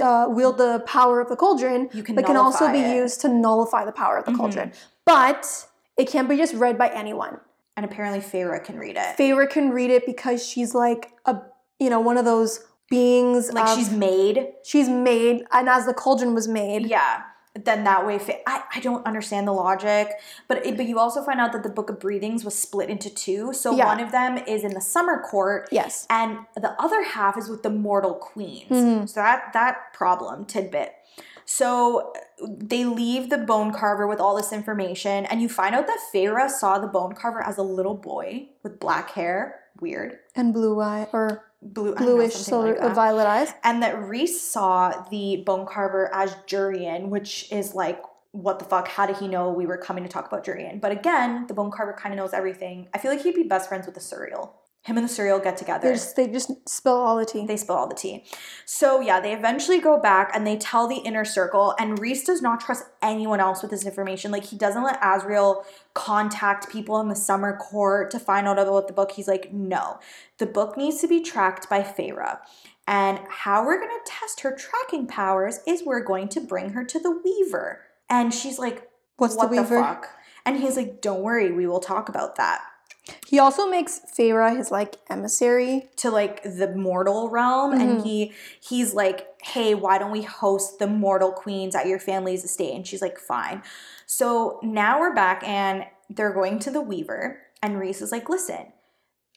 Speaker 1: uh, wield the power of the cauldron,
Speaker 2: You can
Speaker 1: that can also
Speaker 2: nullify
Speaker 1: be
Speaker 2: it.
Speaker 1: used to nullify the power of the
Speaker 2: Mhm.
Speaker 1: cauldron. But it can't be just read by anyone.
Speaker 2: And apparently Feyre can read it.
Speaker 1: Feyre can read it because she's like a you know one of those beings
Speaker 2: like
Speaker 1: of-
Speaker 2: she's made.
Speaker 1: she's made and as the cauldron was made
Speaker 2: Yeah. Then that way, Fe- I, I don't understand the logic, but it, but you also find out that the Book of Breathings was split into two. So
Speaker 1: Yeah.
Speaker 2: one of them is in the summer court,
Speaker 1: yes
Speaker 2: and the other half is with the mortal queens.
Speaker 1: Mhm.
Speaker 2: So that that problem tidbit. So uh, they leave the bone carver with all this information, and you find out that Feyre saw the bone carver as a little boy with black hair, weird,
Speaker 1: and blue eye or
Speaker 2: blue, I don't know,
Speaker 1: bluish
Speaker 2: something
Speaker 1: silver
Speaker 2: like
Speaker 1: uh,
Speaker 2: that.
Speaker 1: violet eyes
Speaker 2: and that Reese saw the bone carver as Jurian, which is like. What the fuck? How did he know we were coming to talk about Jurian? But again, the bone carver kind of knows everything. I feel like he'd be best friends with the surreal. Him and the surreal get together.
Speaker 1: they just they just spill all the tea
Speaker 2: They spill all the tea. So yeah, they eventually go back and they tell the inner circle. And Reese does not trust anyone else with this information. Like he doesn't let Azriel contact people in the summer court to find out about the book. He's like, no, the book needs to be tracked by Feyre. And how we're gonna test her tracking powers is we're going to bring her to the Weaver. And she's like,
Speaker 1: what's
Speaker 2: what
Speaker 1: the weaver
Speaker 2: fuck? And he's like, don't worry, we will talk about that.
Speaker 1: he also makes Feyre his like emissary
Speaker 2: to like the mortal realm and
Speaker 1: Mhm.
Speaker 2: he he's like hey why don't we host the mortal queens at your family's estate and she's like fine so now we're back and they're going to the weaver and reese is like listen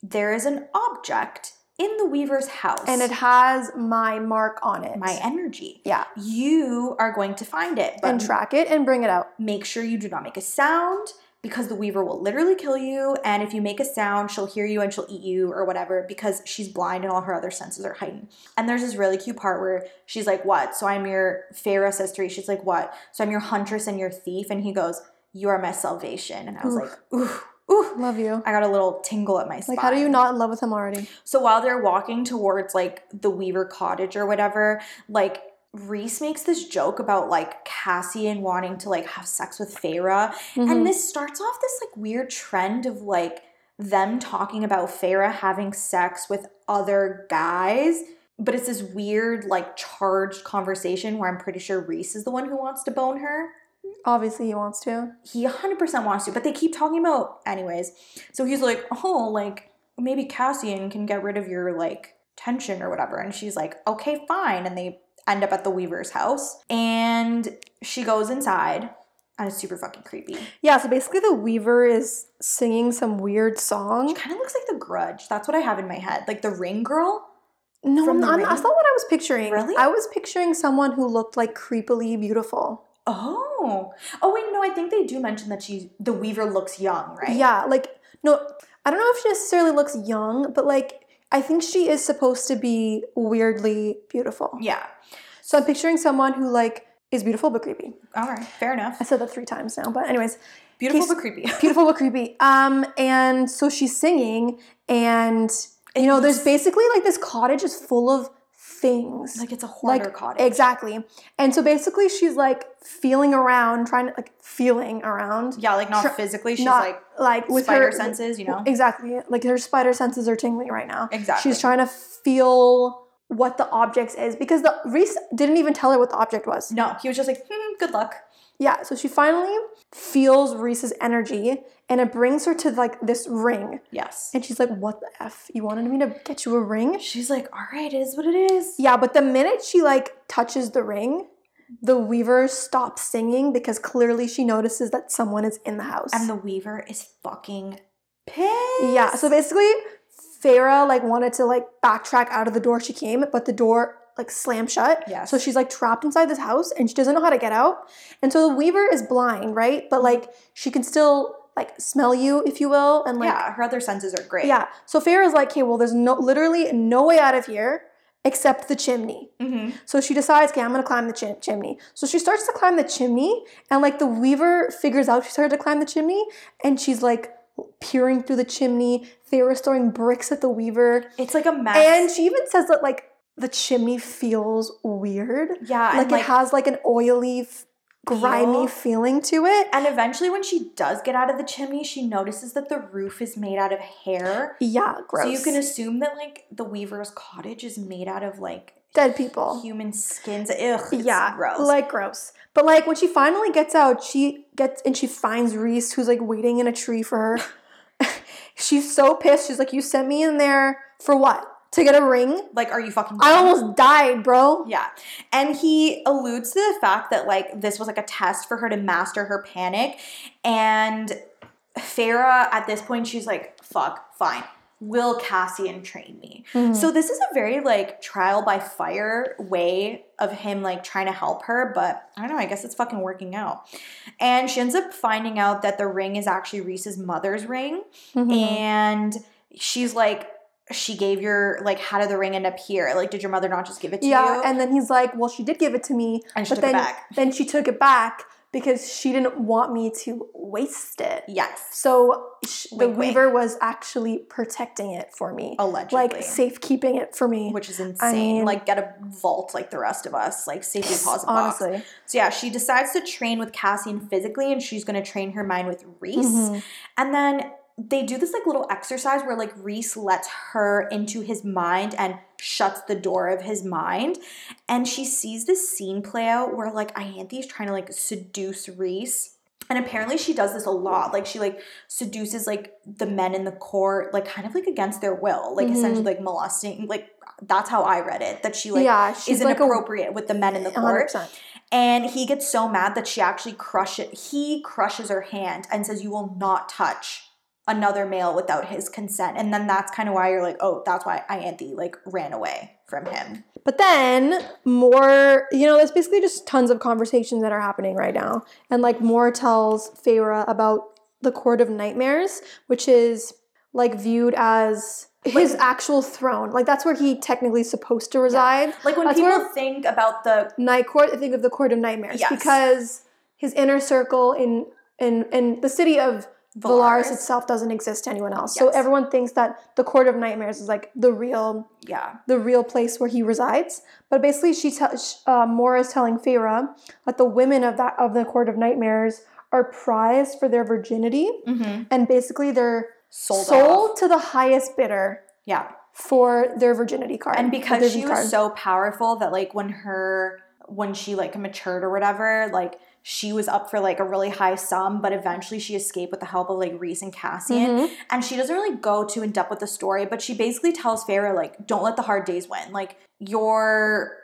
Speaker 2: there is an object in the Weaver's house.
Speaker 1: and it has my mark on it.
Speaker 2: my energy.
Speaker 1: Yeah.
Speaker 2: You are going to find it, but
Speaker 1: and track it and bring it out.
Speaker 2: make sure you do not make a sound because the Weaver will literally kill you. And if you make a sound, she'll hear you and she'll eat you or whatever because she's blind and all her other senses are heightened. And there's this really cute part where she's like, What? So I'm your Pharaoh says three. She's like, What? So I'm your huntress and your thief. And he goes, You are my salvation. And I was
Speaker 1: Oof.
Speaker 2: like, Ooh, ooh.
Speaker 1: Love you.
Speaker 2: I got a little tingle at my spine.
Speaker 1: Like, how do you not in love with him already?
Speaker 2: So while they're walking towards like the Weaver cottage or whatever, like Reese makes this joke about like Cassian wanting to like have sex with Feyre. And
Speaker 1: Mhm.
Speaker 2: this starts off this like weird trend of like them talking about Feyre having sex with other guys. But it's this weird, like, charged conversation where I'm pretty sure Reese is the one who wants to bone her
Speaker 1: Obviously, he wants to.
Speaker 2: he 100% wants to, but they keep talking about anyways. So he's like, "Oh, like maybe Cassian can get rid of your like tension or whatever." And she's like, "Okay, fine." And they end up at the Weaver's house, and she goes inside, and it's super fucking creepy.
Speaker 1: Yeah, so basically, the Weaver is singing some weird song.
Speaker 2: She kind of looks like the Grudge. That's what I have in my head, like the Ring Girl.
Speaker 1: No,
Speaker 2: From
Speaker 1: I'm
Speaker 2: the
Speaker 1: not, that's
Speaker 2: ring?
Speaker 1: not what I was picturing.
Speaker 2: Really?
Speaker 1: I was picturing someone who looked like creepily beautiful.
Speaker 2: Oh, oh wait, no, I think they do mention that she, the Weaver, looks young, right?
Speaker 1: Yeah, like no, I don't know if she necessarily looks young, but like I think she is supposed to be weirdly beautiful.
Speaker 2: yeah.
Speaker 1: So I'm picturing someone who like is beautiful but creepy.
Speaker 2: All right, fair enough.
Speaker 1: I said that three times now, but anyways,
Speaker 2: Beautiful
Speaker 1: Case-
Speaker 2: but creepy.
Speaker 1: beautiful but creepy. Um, and so she's singing, and you know, there's
Speaker 2: It's-
Speaker 1: basically like this cottage is full of things.
Speaker 2: like it's a hoarder
Speaker 1: like,
Speaker 2: cottage.
Speaker 1: Exactly. And so basically she's like feeling around, trying to like feeling around.
Speaker 2: Yeah, like not
Speaker 1: Tr-
Speaker 2: physically. She's
Speaker 1: not
Speaker 2: like
Speaker 1: like with
Speaker 2: spider
Speaker 1: her
Speaker 2: senses, you know?
Speaker 1: Exactly. Like her spider senses are tingling right now.
Speaker 2: Exactly.
Speaker 1: She's trying to feel what the objects is because the Reese didn't even tell her what the object was.
Speaker 2: No, he was just like, hmm, good luck.
Speaker 1: Yeah, so she finally feels Reese's energy and it brings her to like this ring.
Speaker 2: Yes.
Speaker 1: And she's like, What the F? You wanted me to get you a ring?
Speaker 2: She's like, all right, it is what it is.
Speaker 1: Yeah, but the minute she like touches the ring, the Weaver stops singing because clearly she notices that someone is in the house.
Speaker 2: And the Weaver is fucking pissed.
Speaker 1: Yeah, so basically Farah like wanted to like backtrack out of the door she came, but the door like slammed shut.
Speaker 2: Yes.
Speaker 1: So she's like trapped inside this house and she doesn't know how to get out. And so the Weaver is blind, right?
Speaker 2: Mm-hmm.
Speaker 1: But like she can still like smell you, if you will, and like
Speaker 2: yeah, her other senses are great.
Speaker 1: yeah. So Farah's like, okay, well there's no literally no way out of here except the chimney.
Speaker 2: hmm
Speaker 1: So she decides, okay, I'm gonna climb the chim- chimney. So she starts to climb the chimney, and like the weaver figures out she started to climb the chimney, and she's like peering through the chimney. They're throwing bricks at the weaver,
Speaker 2: It's like a mess.
Speaker 1: and she even says that like the chimney feels weird,
Speaker 2: yeah,
Speaker 1: like,
Speaker 2: and like,
Speaker 1: it has like an oily, f- grimy
Speaker 2: Feel?
Speaker 1: feeling to it.
Speaker 2: and eventually when she does get out of the chimney, she notices that the roof is made out of hair.
Speaker 1: Yeah, gross.
Speaker 2: So you can assume that like the Weaver's cottage is made out of like
Speaker 1: dead people.
Speaker 2: human skins. Ugh. it's
Speaker 1: Oh. yeah,
Speaker 2: Gross.
Speaker 1: like gross. But like when she finally gets out, she gets and she finds Reese, who's like waiting in a tree for her. She's so pissed. She's like, "You sent me in there for what? To get a ring?
Speaker 2: like, are you fucking
Speaker 1: I
Speaker 2: dumb?
Speaker 1: almost died, bro."
Speaker 2: Yeah. And he alludes to the fact that like this was like a test for her to master her panic. And Farah at this point, she's like, fuck, fine. Will Cassian train me?
Speaker 1: So
Speaker 2: So this is a very like trial by fire way of him like trying to help her, but I don't know, I guess it's fucking working out. And she ends up finding out that the ring is actually Reese's mother's ring
Speaker 1: Mhm.
Speaker 2: and she's like she gave your like how did the ring end up here? Like did your mother not just give it to you?
Speaker 1: yeah, and then he's like, "Well, she did give it to me,
Speaker 2: And she
Speaker 1: but
Speaker 2: took it
Speaker 1: then
Speaker 2: back.
Speaker 1: then she took it back because she didn't want me to waste it."
Speaker 2: Yes.
Speaker 1: So sh- the
Speaker 2: Wink, wink.
Speaker 1: weaver was actually protecting it for me,
Speaker 2: Allegedly.
Speaker 1: like safekeeping it for me.
Speaker 2: which is insane.
Speaker 1: mean-
Speaker 2: like get a vault like the rest of us, like safety deposit box.
Speaker 1: Honestly.
Speaker 2: So yeah, she decides to train with Cassian physically and she's gonna train her mind with Reese.
Speaker 1: Mhm.
Speaker 2: And then they do this like little exercise where like Reese lets her into his mind and shuts the door of his mind. And she sees this scene play out where like Ianthe is trying to like seduce Reese. And apparently she does this a lot. Like she like seduces like the men in the court, like kind of like against their will, like
Speaker 1: Mhm.
Speaker 2: essentially like molesting. Like that's how I read it. That she like
Speaker 1: yeah,
Speaker 2: is
Speaker 1: she's like a
Speaker 2: inappropriate with the men in the court.
Speaker 1: 100%.
Speaker 2: And he gets so mad that she actually crushes he crushes her hand and says, You will not touch another male without his consent. And then that's kind of why you're like, oh, that's why Ianthe like ran away from him.
Speaker 1: But then more, you know, there's basically just tons of conversations that are happening right now. And like Moore tells Feyre about the Court of Nightmares, which is like viewed as his actual throne. Like that's where he technically is supposed to reside.
Speaker 2: Like when
Speaker 1: That's
Speaker 2: people
Speaker 1: where-
Speaker 2: think about the
Speaker 1: Night Court, I think of the Court of Nightmares
Speaker 2: Yes.
Speaker 1: because his inner circle in in in the city of Valaris,
Speaker 2: Valaris,
Speaker 1: itself doesn't exist to anyone else. So
Speaker 2: Yes.
Speaker 1: everyone thinks that the Court of Nightmares is like the real
Speaker 2: yeah,
Speaker 1: the real place where he resides. But basically, she tell sh- uh, Mora is telling Feyre that the women of that of the Court of Nightmares are prized for their virginity, and basically they're
Speaker 2: sold,
Speaker 1: Mm-hmm. sold,
Speaker 2: sold
Speaker 1: to the highest bidder
Speaker 2: yeah.
Speaker 1: for their virginity card.
Speaker 2: And
Speaker 1: their
Speaker 2: because she
Speaker 1: virgin
Speaker 2: was
Speaker 1: card.
Speaker 2: so powerful that like when her when she like matured or whatever, like she was up for like a really high sum, but eventually she escaped with the help of like Reese and Cassian.
Speaker 1: Mhm.
Speaker 2: And she doesn't really go too in depth with the story, but she basically tells Farah, like, don't let the hard days win. Like, you're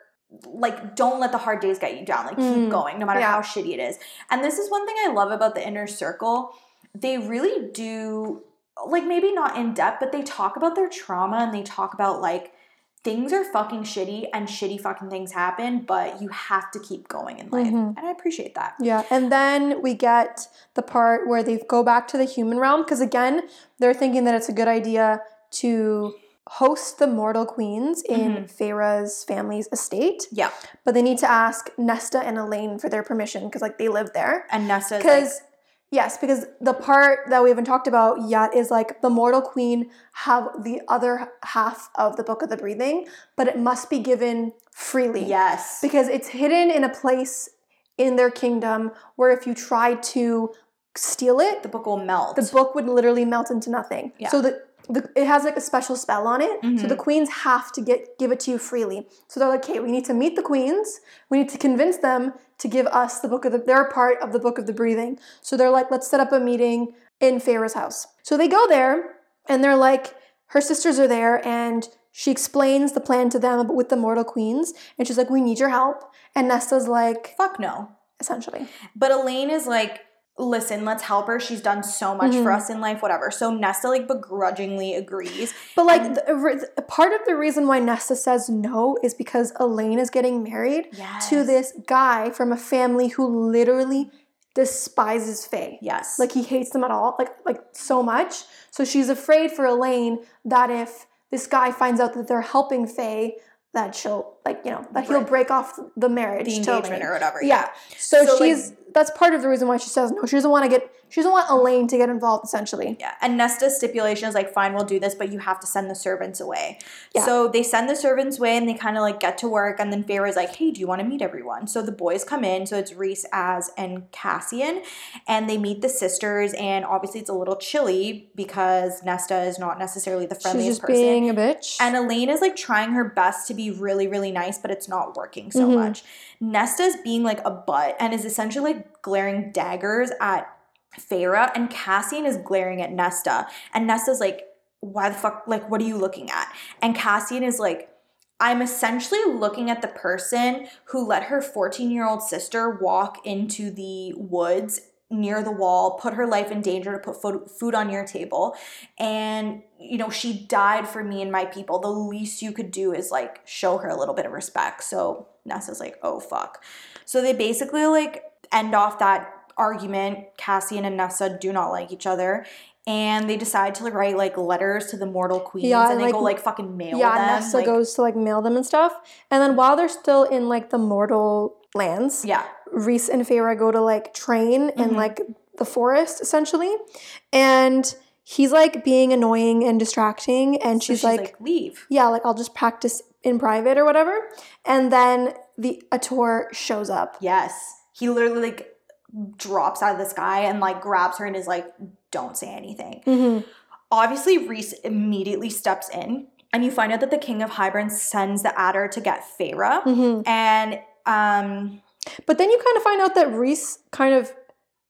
Speaker 2: like don't let the hard days get you down like keep
Speaker 1: Mm,
Speaker 2: going no matter
Speaker 1: yeah.
Speaker 2: how shitty it is and this is one thing i love about the inner circle they really do like maybe not in depth but they talk about their trauma and they talk about like things are fucking shitty and shitty fucking things happen but you have to keep going in life
Speaker 1: Mhm.
Speaker 2: and i appreciate that
Speaker 1: Yeah, and then we get the part where they go back to the human realm because again, they're thinking that it's a good idea to host the mortal queens in
Speaker 2: Mm-hmm.
Speaker 1: Feyre's family's estate.
Speaker 2: Yeah.
Speaker 1: but they need to ask Nesta and Elaine for their permission because like they live there.
Speaker 2: and nesta is like,
Speaker 1: Because yes, because the part that we haven't talked about yet is like the mortal queen have the other half of the book of the breathing, but it must be given freely
Speaker 2: yes
Speaker 1: because it's hidden in a place in their kingdom where if you try to steal it,
Speaker 2: the book will melt
Speaker 1: the book would literally melt into nothing.
Speaker 2: Yeah.
Speaker 1: So the, the it has like a special spell on it. So
Speaker 2: Mhm.
Speaker 1: the queens have to get give it to you freely. So they're like, okay, we need to meet the queens. We need to convince them to give us the book of the their part of the book of the breathing. So they're like, let's set up a meeting in Feyre's house. So they go there and they're like, her sisters are there and she explains the plan to them with the mortal queens and she's like, we need your help. And Nesta's like,
Speaker 2: fuck no
Speaker 1: essentially.
Speaker 2: But Elaine is like, listen, let's help her. She's done so much for
Speaker 1: Mhm.
Speaker 2: us in life, whatever. So Nesta like begrudgingly agrees.
Speaker 1: But like
Speaker 2: And-
Speaker 1: the, re- the- part of the reason why Nesta says no is because Elaine is getting married
Speaker 2: Yes.
Speaker 1: to this guy from a family who literally despises Faye.
Speaker 2: Yes.
Speaker 1: Like he hates them at all, like like so much. So she's afraid for Elaine that if this guy finds out that they're helping Faye, that she'll like you know that he'll
Speaker 2: Right.
Speaker 1: break off the marriage
Speaker 2: the
Speaker 1: to
Speaker 2: engagement
Speaker 1: Elaine.
Speaker 2: or whatever.
Speaker 1: Yeah. So,
Speaker 2: So, like-
Speaker 1: she's that's part of the reason why she says no. She doesn't want to get she doesn't want Elaine to get involved essentially.
Speaker 2: Yeah. And Nesta's stipulation is like, fine, we'll do this, but you have to send the servants away.
Speaker 1: Yeah.
Speaker 2: So they send the servants away and they kind of like get to work. And then Feyre's like, hey, do you want to meet everyone? So the boys come in. So it's Reese, Az, and Cassian. And they meet the sisters. And obviously it's a little chilly because Nesta is not necessarily the
Speaker 1: She's
Speaker 2: friendliest
Speaker 1: just
Speaker 2: person.
Speaker 1: being a bitch.
Speaker 2: And Elaine is like trying her best to be really, really nice, but it's not working so
Speaker 1: Mhm.
Speaker 2: much. Nesta's being like a butt and is essentially like glaring daggers at Farah, and Cassian is glaring at Nesta. And Nesta's like, why the fuck, like, what are you looking at? And Cassian is like, I'm essentially looking at the person who let her 14 year old sister walk into the woods near the wall, put her life in danger to put fo- food on your table. And, you know, she died for me and my people. The least you could do is like show her a little bit of respect. So Nessa's like, oh fuck. So they basically like end off that argument. Cassian and Nessa do not like each other. And they decide to like, write like letters to the mortal queens
Speaker 1: Yeah,
Speaker 2: and,
Speaker 1: and,
Speaker 2: they
Speaker 1: like,
Speaker 2: go like fucking mail
Speaker 1: yeah,
Speaker 2: them.
Speaker 1: Nesta
Speaker 2: like-
Speaker 1: goes to like mail them and stuff. And then while they're still in like the mortal lands,
Speaker 2: Yeah.
Speaker 1: Reese and Feyre go to like train in
Speaker 2: Mhm.
Speaker 1: like the forest essentially. And he's like being annoying and distracting. And
Speaker 2: So
Speaker 1: she's, like,
Speaker 2: leave.
Speaker 1: yeah, like I'll just practice in private or whatever. And then the Ator shows up.
Speaker 2: Yes. He literally like drops out of the sky and like grabs her and is like, don't say anything.
Speaker 1: Mhm.
Speaker 2: Obviously, Reese immediately steps in, and you find out that the King of Hybern sends the adder to get Feyre.
Speaker 1: Mhm.
Speaker 2: And um
Speaker 1: But then you kind of find out that Reese kind of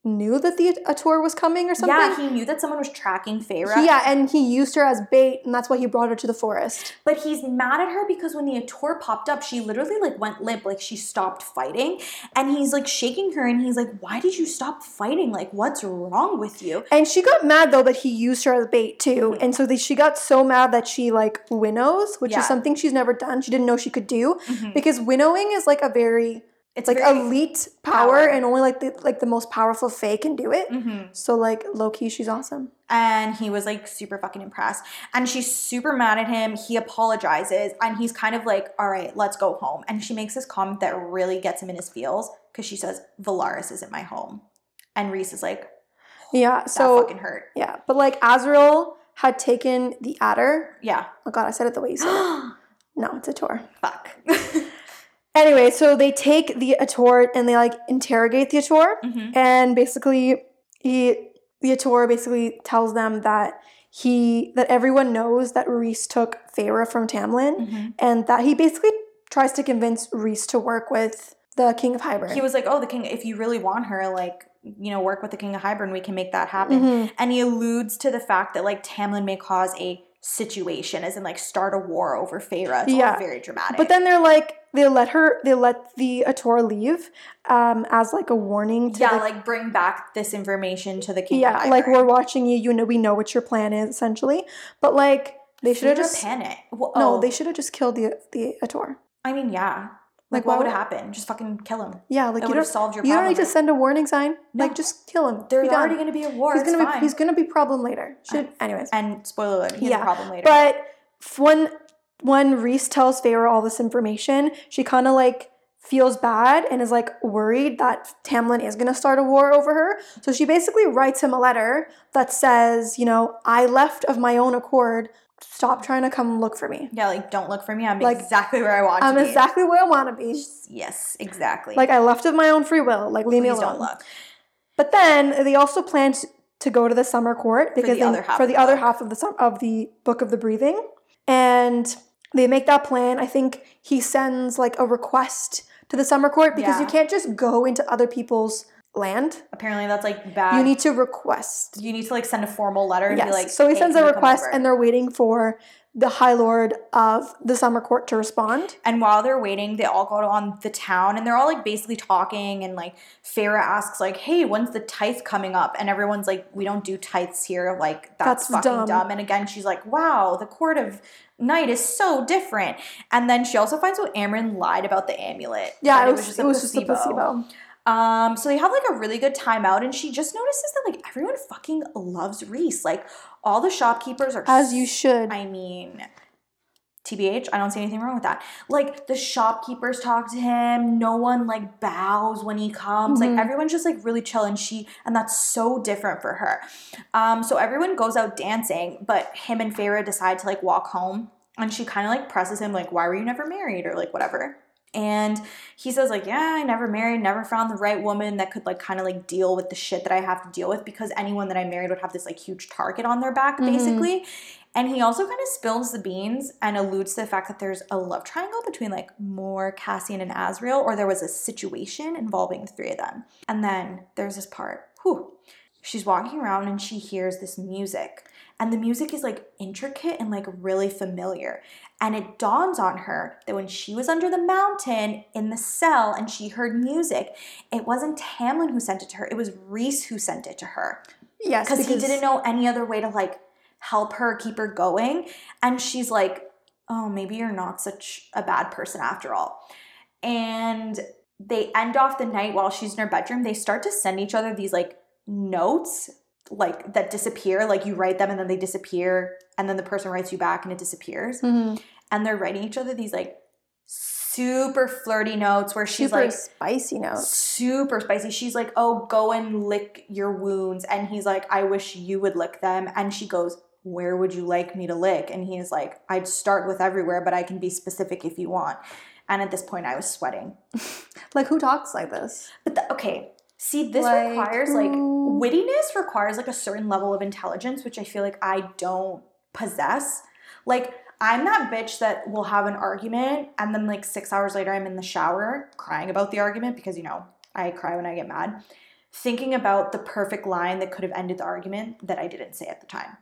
Speaker 1: knew that the a tour was coming or something.
Speaker 2: Yeah, he knew that someone was tracking Feyre.
Speaker 1: He- yeah, and he used her as bait, and that's why he brought her to the forest.
Speaker 2: But he's mad at her because when the Ator popped up, she literally like went limp, like she stopped fighting. And he's like shaking her and he's like, Why did you stop fighting? Like, what's wrong with you?
Speaker 1: And she got mad though that he used her as bait too, and so they, she got so mad that she like winnows,
Speaker 2: Mm-hmm.
Speaker 1: which
Speaker 2: Yeah. Mm-hmm.
Speaker 1: is something she's never done. She didn't know she could do because winnowing is like a very
Speaker 2: It's
Speaker 1: Mm-hmm. like
Speaker 2: very-
Speaker 1: elite power,
Speaker 2: power.
Speaker 1: and only like the like the most powerful Fae can do it.
Speaker 2: Mhm.
Speaker 1: So like low key, she's awesome.
Speaker 2: and he was like super fucking impressed and she's super mad at him he apologizes and he's kind of like all right let's go home and she makes this comment that really gets him in his feels because she says valaris isn't my home and reese is like
Speaker 1: Yeah.
Speaker 2: that
Speaker 1: So
Speaker 2: fucking hurt
Speaker 1: yeah, but like Azrael had taken the adder.
Speaker 2: yeah
Speaker 1: Oh god, I said it the way you said it. No, it's a tour.
Speaker 2: fuck Mm-hmm.
Speaker 1: Anyway, so they take the Ator and they like interrogate the Ator,
Speaker 2: Mhm.
Speaker 1: and basically he the Ator basically tells them that he that everyone knows that Reese took Feyre from Tamlin,
Speaker 2: Mhm.
Speaker 1: and that he basically tries to convince Reese to work with the King of Hybern.
Speaker 2: he was like oh the king if you really want her like you know work with the king of hybern we can make that happen
Speaker 1: Mhm.
Speaker 2: and he alludes to the fact that like tamlin may cause a situation as in like start a war over Feyre. it's
Speaker 1: Yeah.
Speaker 2: all very dramatic
Speaker 1: But then they're like they let her they let the Ator leave um, as like a warning to
Speaker 2: yeah,
Speaker 1: the
Speaker 2: like bring back this information to the king. of
Speaker 1: yeah, like
Speaker 2: Ivory.
Speaker 1: we're watching you. You know, we know what your plan is essentially. But like, they should have
Speaker 2: Feyre
Speaker 1: just
Speaker 2: panic. Well,
Speaker 1: no,
Speaker 2: oh,
Speaker 1: they should have just killed the the Ator.
Speaker 2: I mean, yeah. Like,
Speaker 1: Like,
Speaker 2: what
Speaker 1: why
Speaker 2: would
Speaker 1: would-
Speaker 2: happen? Just fucking kill him.
Speaker 1: Yeah, like
Speaker 2: Like, it
Speaker 1: you
Speaker 2: would have
Speaker 1: don't
Speaker 2: solved your
Speaker 1: you don't
Speaker 2: problem.
Speaker 1: need to
Speaker 2: right?
Speaker 1: send a warning sign.
Speaker 2: No.
Speaker 1: Like just kill him.
Speaker 2: There's
Speaker 1: Be done.
Speaker 2: already going to be a war.
Speaker 1: he's
Speaker 2: it's
Speaker 1: gonna be
Speaker 2: fine.
Speaker 1: he's gonna be problem later. Should anyways.
Speaker 2: and spoiler alert, he has a
Speaker 1: Yeah,
Speaker 2: problem later.
Speaker 1: But f- when when Reese tells Feyre all this information, she kind of like feels bad and is like worried that Tamlin is gonna start a war over her. So she basically writes him a letter that says, you know, I left of my own accord. Stop trying to come look for me.
Speaker 2: yeah, like don't look for me. I'm
Speaker 1: Like,
Speaker 2: exactly where I want
Speaker 1: I'm
Speaker 2: to be.
Speaker 1: exactly where I want to be.
Speaker 2: Yes, exactly.
Speaker 1: Like I left of my own free will. Like leave
Speaker 2: please
Speaker 1: me
Speaker 2: don't
Speaker 1: alone.
Speaker 2: look.
Speaker 1: But then they also planned to go to the summer court because
Speaker 2: the
Speaker 1: they-
Speaker 2: other half
Speaker 1: for
Speaker 2: of
Speaker 1: the
Speaker 2: the
Speaker 1: other
Speaker 2: book.
Speaker 1: half of the sum- of the book of the breathing, and they make that plan. I think he sends like a request to the summer court because you
Speaker 2: Yeah.
Speaker 1: can't just go into other people's land.
Speaker 2: Apparently, that's like bad.
Speaker 1: you need to request.
Speaker 2: you need to like send a formal letter and be
Speaker 1: Yes.
Speaker 2: like.
Speaker 1: so he
Speaker 2: "Hey,
Speaker 1: sends
Speaker 2: can
Speaker 1: a
Speaker 2: you come
Speaker 1: request,
Speaker 2: over?"
Speaker 1: and they're waiting for the High Lord of the summer court to respond.
Speaker 2: And while they're waiting, they all go on the town and they're all like basically talking and like Farah asks like, "Hey, when's the tithe coming up?" And everyone's like, "We don't do tithes here. Like that's,
Speaker 1: That's
Speaker 2: fucking dumb.
Speaker 1: dumb.
Speaker 2: And again, she's like, "Wow, the court of night is so different." And then she also finds out Amryn lied about the amulet.
Speaker 1: Yeah,
Speaker 2: And
Speaker 1: it was, it was just a placebo.
Speaker 2: Um, so they have like a really good time out, and she just notices that like everyone fucking loves Reese. Like all the shopkeepers are
Speaker 1: As you should.
Speaker 2: I mean, TBH, I don't see anything wrong with that. Like the shopkeepers talk to him, no one like bows when he comes.
Speaker 1: Mhm.
Speaker 2: Like everyone's just like really chill and she and that's so different for her. Um so everyone goes out dancing, but him and Farah decide to like walk home and she kind of like presses him like why were you never married or like whatever. And he says like, "Yeah, I never married, never found the right woman that could like kind of like deal with the shit that I have to deal with because anyone that I married would have this like huge target on their back
Speaker 1: Mhm.
Speaker 2: basically." And he also kind of spills the beans and alludes to the fact that there's a love triangle between like Moore, Cassian, and Azrael, or there was a situation involving the three of them. And then there's this part. Whew. She's walking around and she hears this music. And the music is like intricate and like really familiar. And it dawns on her that when she was under the mountain in the cell and she heard music, it wasn't Tamlin who sent it to her, it was Reese who sent it to her
Speaker 1: Yes,
Speaker 2: because he didn't know any other way to like help her keep her going and she's like oh maybe you're not such a bad person after all and they end off the night while she's in her bedroom they start to send each other these like notes like that disappear like you write them and then they disappear and then the person writes you back and it disappears
Speaker 1: Mhm.
Speaker 2: and they're writing each other these like super flirty notes where she's
Speaker 1: Super
Speaker 2: like
Speaker 1: spicy note.
Speaker 2: super spicy. She's like, "Oh, go and lick your wounds," and he's like, "I wish you would lick them." And she goes, "Where would you like me to lick?" And he's like, "I'd start with everywhere, but I can be specific if you want." And at this point, I was sweating.
Speaker 1: Like who talks like this?
Speaker 2: But the, okay, see, this
Speaker 1: Like,
Speaker 2: requires like
Speaker 1: mm.
Speaker 2: wittiness requires like a certain level of intelligence, which I feel like I don't possess. Like. I'm that bitch that will have an argument and then like 6 hours later I'm in the shower crying about the argument because you know, I cry when I get mad. thinking about the perfect line that could have ended the argument that I didn't say at the time.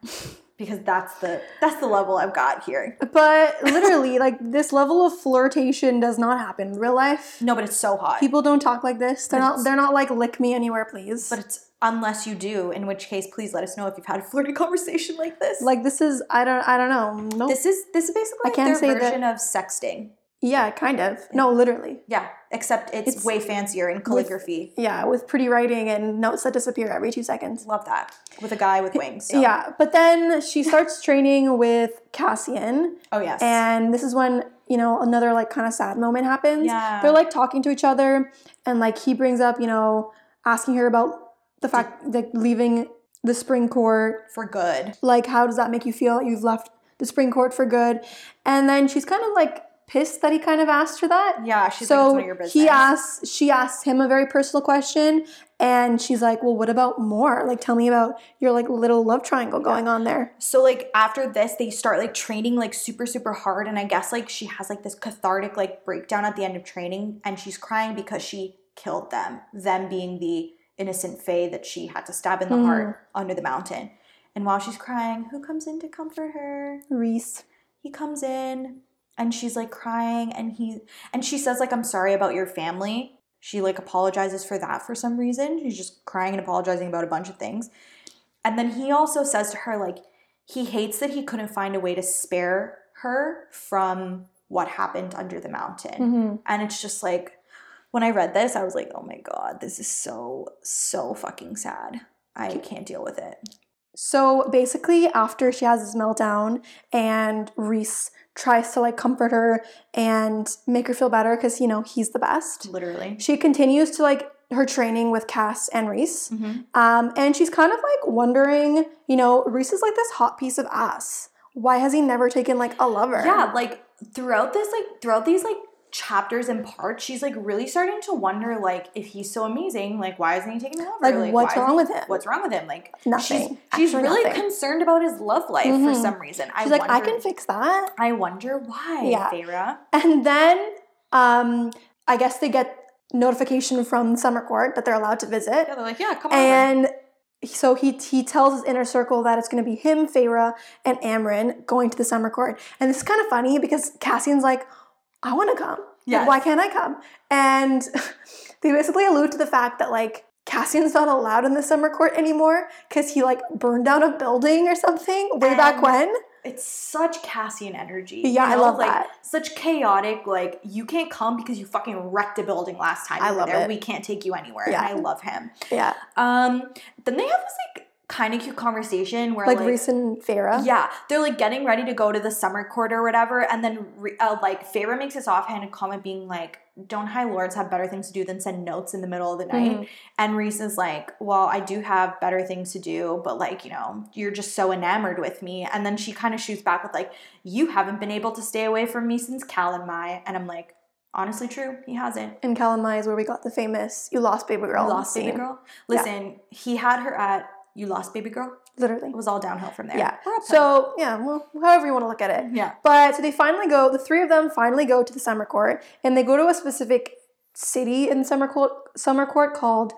Speaker 2: Because that's the that's the level I've got here.
Speaker 1: But literally, like this level of flirtation does not happen in real life.
Speaker 2: No, but it's so hot.
Speaker 1: People don't talk like this. They're not.
Speaker 2: Yes.
Speaker 1: They're not like lick me anywhere, please.
Speaker 2: but it's unless you do, in which case please let us know if you've had a flirty conversation like this.
Speaker 1: like this is. I don't. I don't know. No.
Speaker 2: this is this is basically
Speaker 1: Oh. I can't
Speaker 2: like
Speaker 1: say
Speaker 2: their
Speaker 1: that-
Speaker 2: version of sexting.
Speaker 1: yeah, kind of. No, literally.
Speaker 2: Yeah. Except it's,
Speaker 1: It's-
Speaker 2: way fancier in calligraphy.
Speaker 1: Yeah, with pretty writing and notes that disappear every two seconds.
Speaker 2: Love that. With a guy with wings. so-
Speaker 1: Yeah, but then she starts training with Cassian,
Speaker 2: Oh yes.
Speaker 1: and this is when you know another like kind of sad moment happens.
Speaker 2: yeah.
Speaker 1: They're like talking to each other, and like he brings up, you know, asking her about the fact that leaving the spring court.
Speaker 2: for good.
Speaker 1: Like, how does that make you feel? that You've left the spring court for good, and then she's kind of like pissed that he kind of asked her that.
Speaker 2: Yeah, she's like, it's
Speaker 1: so
Speaker 2: none of your business.
Speaker 1: he asks, she asks him a very personal question, and she's like, "Well, what about more? Like, tell me about your like little love triangle going on there."
Speaker 2: So like after this, they start like training like super super hard, and I guess like she has like this cathartic like breakdown at the end of training, and she's crying because she killed them. Them being the innocent Faye that she had to stab in the
Speaker 1: Mm.
Speaker 2: heart under the mountain. And while she's crying, who comes in to comfort her?
Speaker 1: Reese.
Speaker 2: He comes in, and she's like crying, and he and she says like I'm sorry about your family. She like apologizes for that for some reason. She's just crying and apologizing about a bunch of things. And then he also says to her, like, he hates that he couldn't find a way to spare her from what happened under the mountain.
Speaker 1: Mm-hmm.
Speaker 2: And it's just like, when I read this, I was like, oh my God, this is so, so fucking sad. I can't deal with it.
Speaker 1: So basically, after she has this meltdown, and Reese tries to like comfort her and make her feel better because you know he's the best.
Speaker 2: Literally.
Speaker 1: She continues to like her training with Cass and Reese,
Speaker 2: Mhm.
Speaker 1: um, and she's kind of like wondering, you know, Reese is like this hot piece of ass. Why has he never taken like a lover?
Speaker 2: Yeah, like throughout this, like throughout these like chapters and parts, she's like really starting to wonder, like, if he's so amazing, like, why isn't he taking over?
Speaker 1: like, what's
Speaker 2: why isn't-
Speaker 1: wrong with him?
Speaker 2: What's wrong with him? Like, She's,
Speaker 1: nothing?
Speaker 2: she's
Speaker 1: Actually
Speaker 2: really
Speaker 1: nothing.
Speaker 2: concerned about his love life for
Speaker 1: Mhm.
Speaker 2: some reason.
Speaker 1: She's
Speaker 2: I
Speaker 1: like,
Speaker 2: wonder,
Speaker 1: I can fix that.
Speaker 2: I wonder why,
Speaker 1: Yeah.
Speaker 2: Feyre.
Speaker 1: And then um, I guess they get notification from summer court that they're allowed to visit.
Speaker 2: Yeah, they're like, yeah, come on.
Speaker 1: And so he he tells his inner circle that it's going to be him, Feyre, and Amryn going to the summer court. And this is kind of funny because Cassian's like, I want to come. Yeah.
Speaker 2: Yes.
Speaker 1: Why can't I come? And they basically allude to the fact that like Cassian's not allowed in the summer court anymore because he like burned down a building or something way back
Speaker 2: And-
Speaker 1: when.
Speaker 2: It's such Cassian energy.
Speaker 1: Yeah, I love
Speaker 2: like,
Speaker 1: that.
Speaker 2: Such chaotic, like, you can't come because you fucking wrecked a building last time.
Speaker 1: I
Speaker 2: you were
Speaker 1: love
Speaker 2: there.
Speaker 1: it.
Speaker 2: We can't take you anywhere.
Speaker 1: Yeah.
Speaker 2: And I love him.
Speaker 1: Yeah,
Speaker 2: Um, then they have this, like, kind of cute conversation where,
Speaker 1: like,
Speaker 2: like,
Speaker 1: like Reese and Feyre.
Speaker 2: Yeah, they're like getting ready to go to the summer court or whatever, and then re- uh, like Feyre makes this offhand comment being like, "Don't high lords have better things to do than send notes in the middle of the night?"
Speaker 1: Mhm.
Speaker 2: And Reese is like, "Well, I do have better things to do, but like you know, you're just so enamored with me." And then she kind of shoots back with like, "You haven't been able to stay away from me since Cal and Mai," and I'm like, "Honestly, true, he hasn't."
Speaker 1: And Calamai is where we got the famous "You lost baby girl."
Speaker 2: You lost baby
Speaker 1: scene.
Speaker 2: girl.
Speaker 1: Yeah.
Speaker 2: Listen, he had her at you lost baby girl.
Speaker 1: literally.
Speaker 2: It was all downhill from there.
Speaker 1: Yeah.
Speaker 2: We're up there.
Speaker 1: So yeah, well, however you want to look at it.
Speaker 2: yeah.
Speaker 1: But so they finally go, the three of them finally go to the summer court and they go to a specific city in summer court, summer court called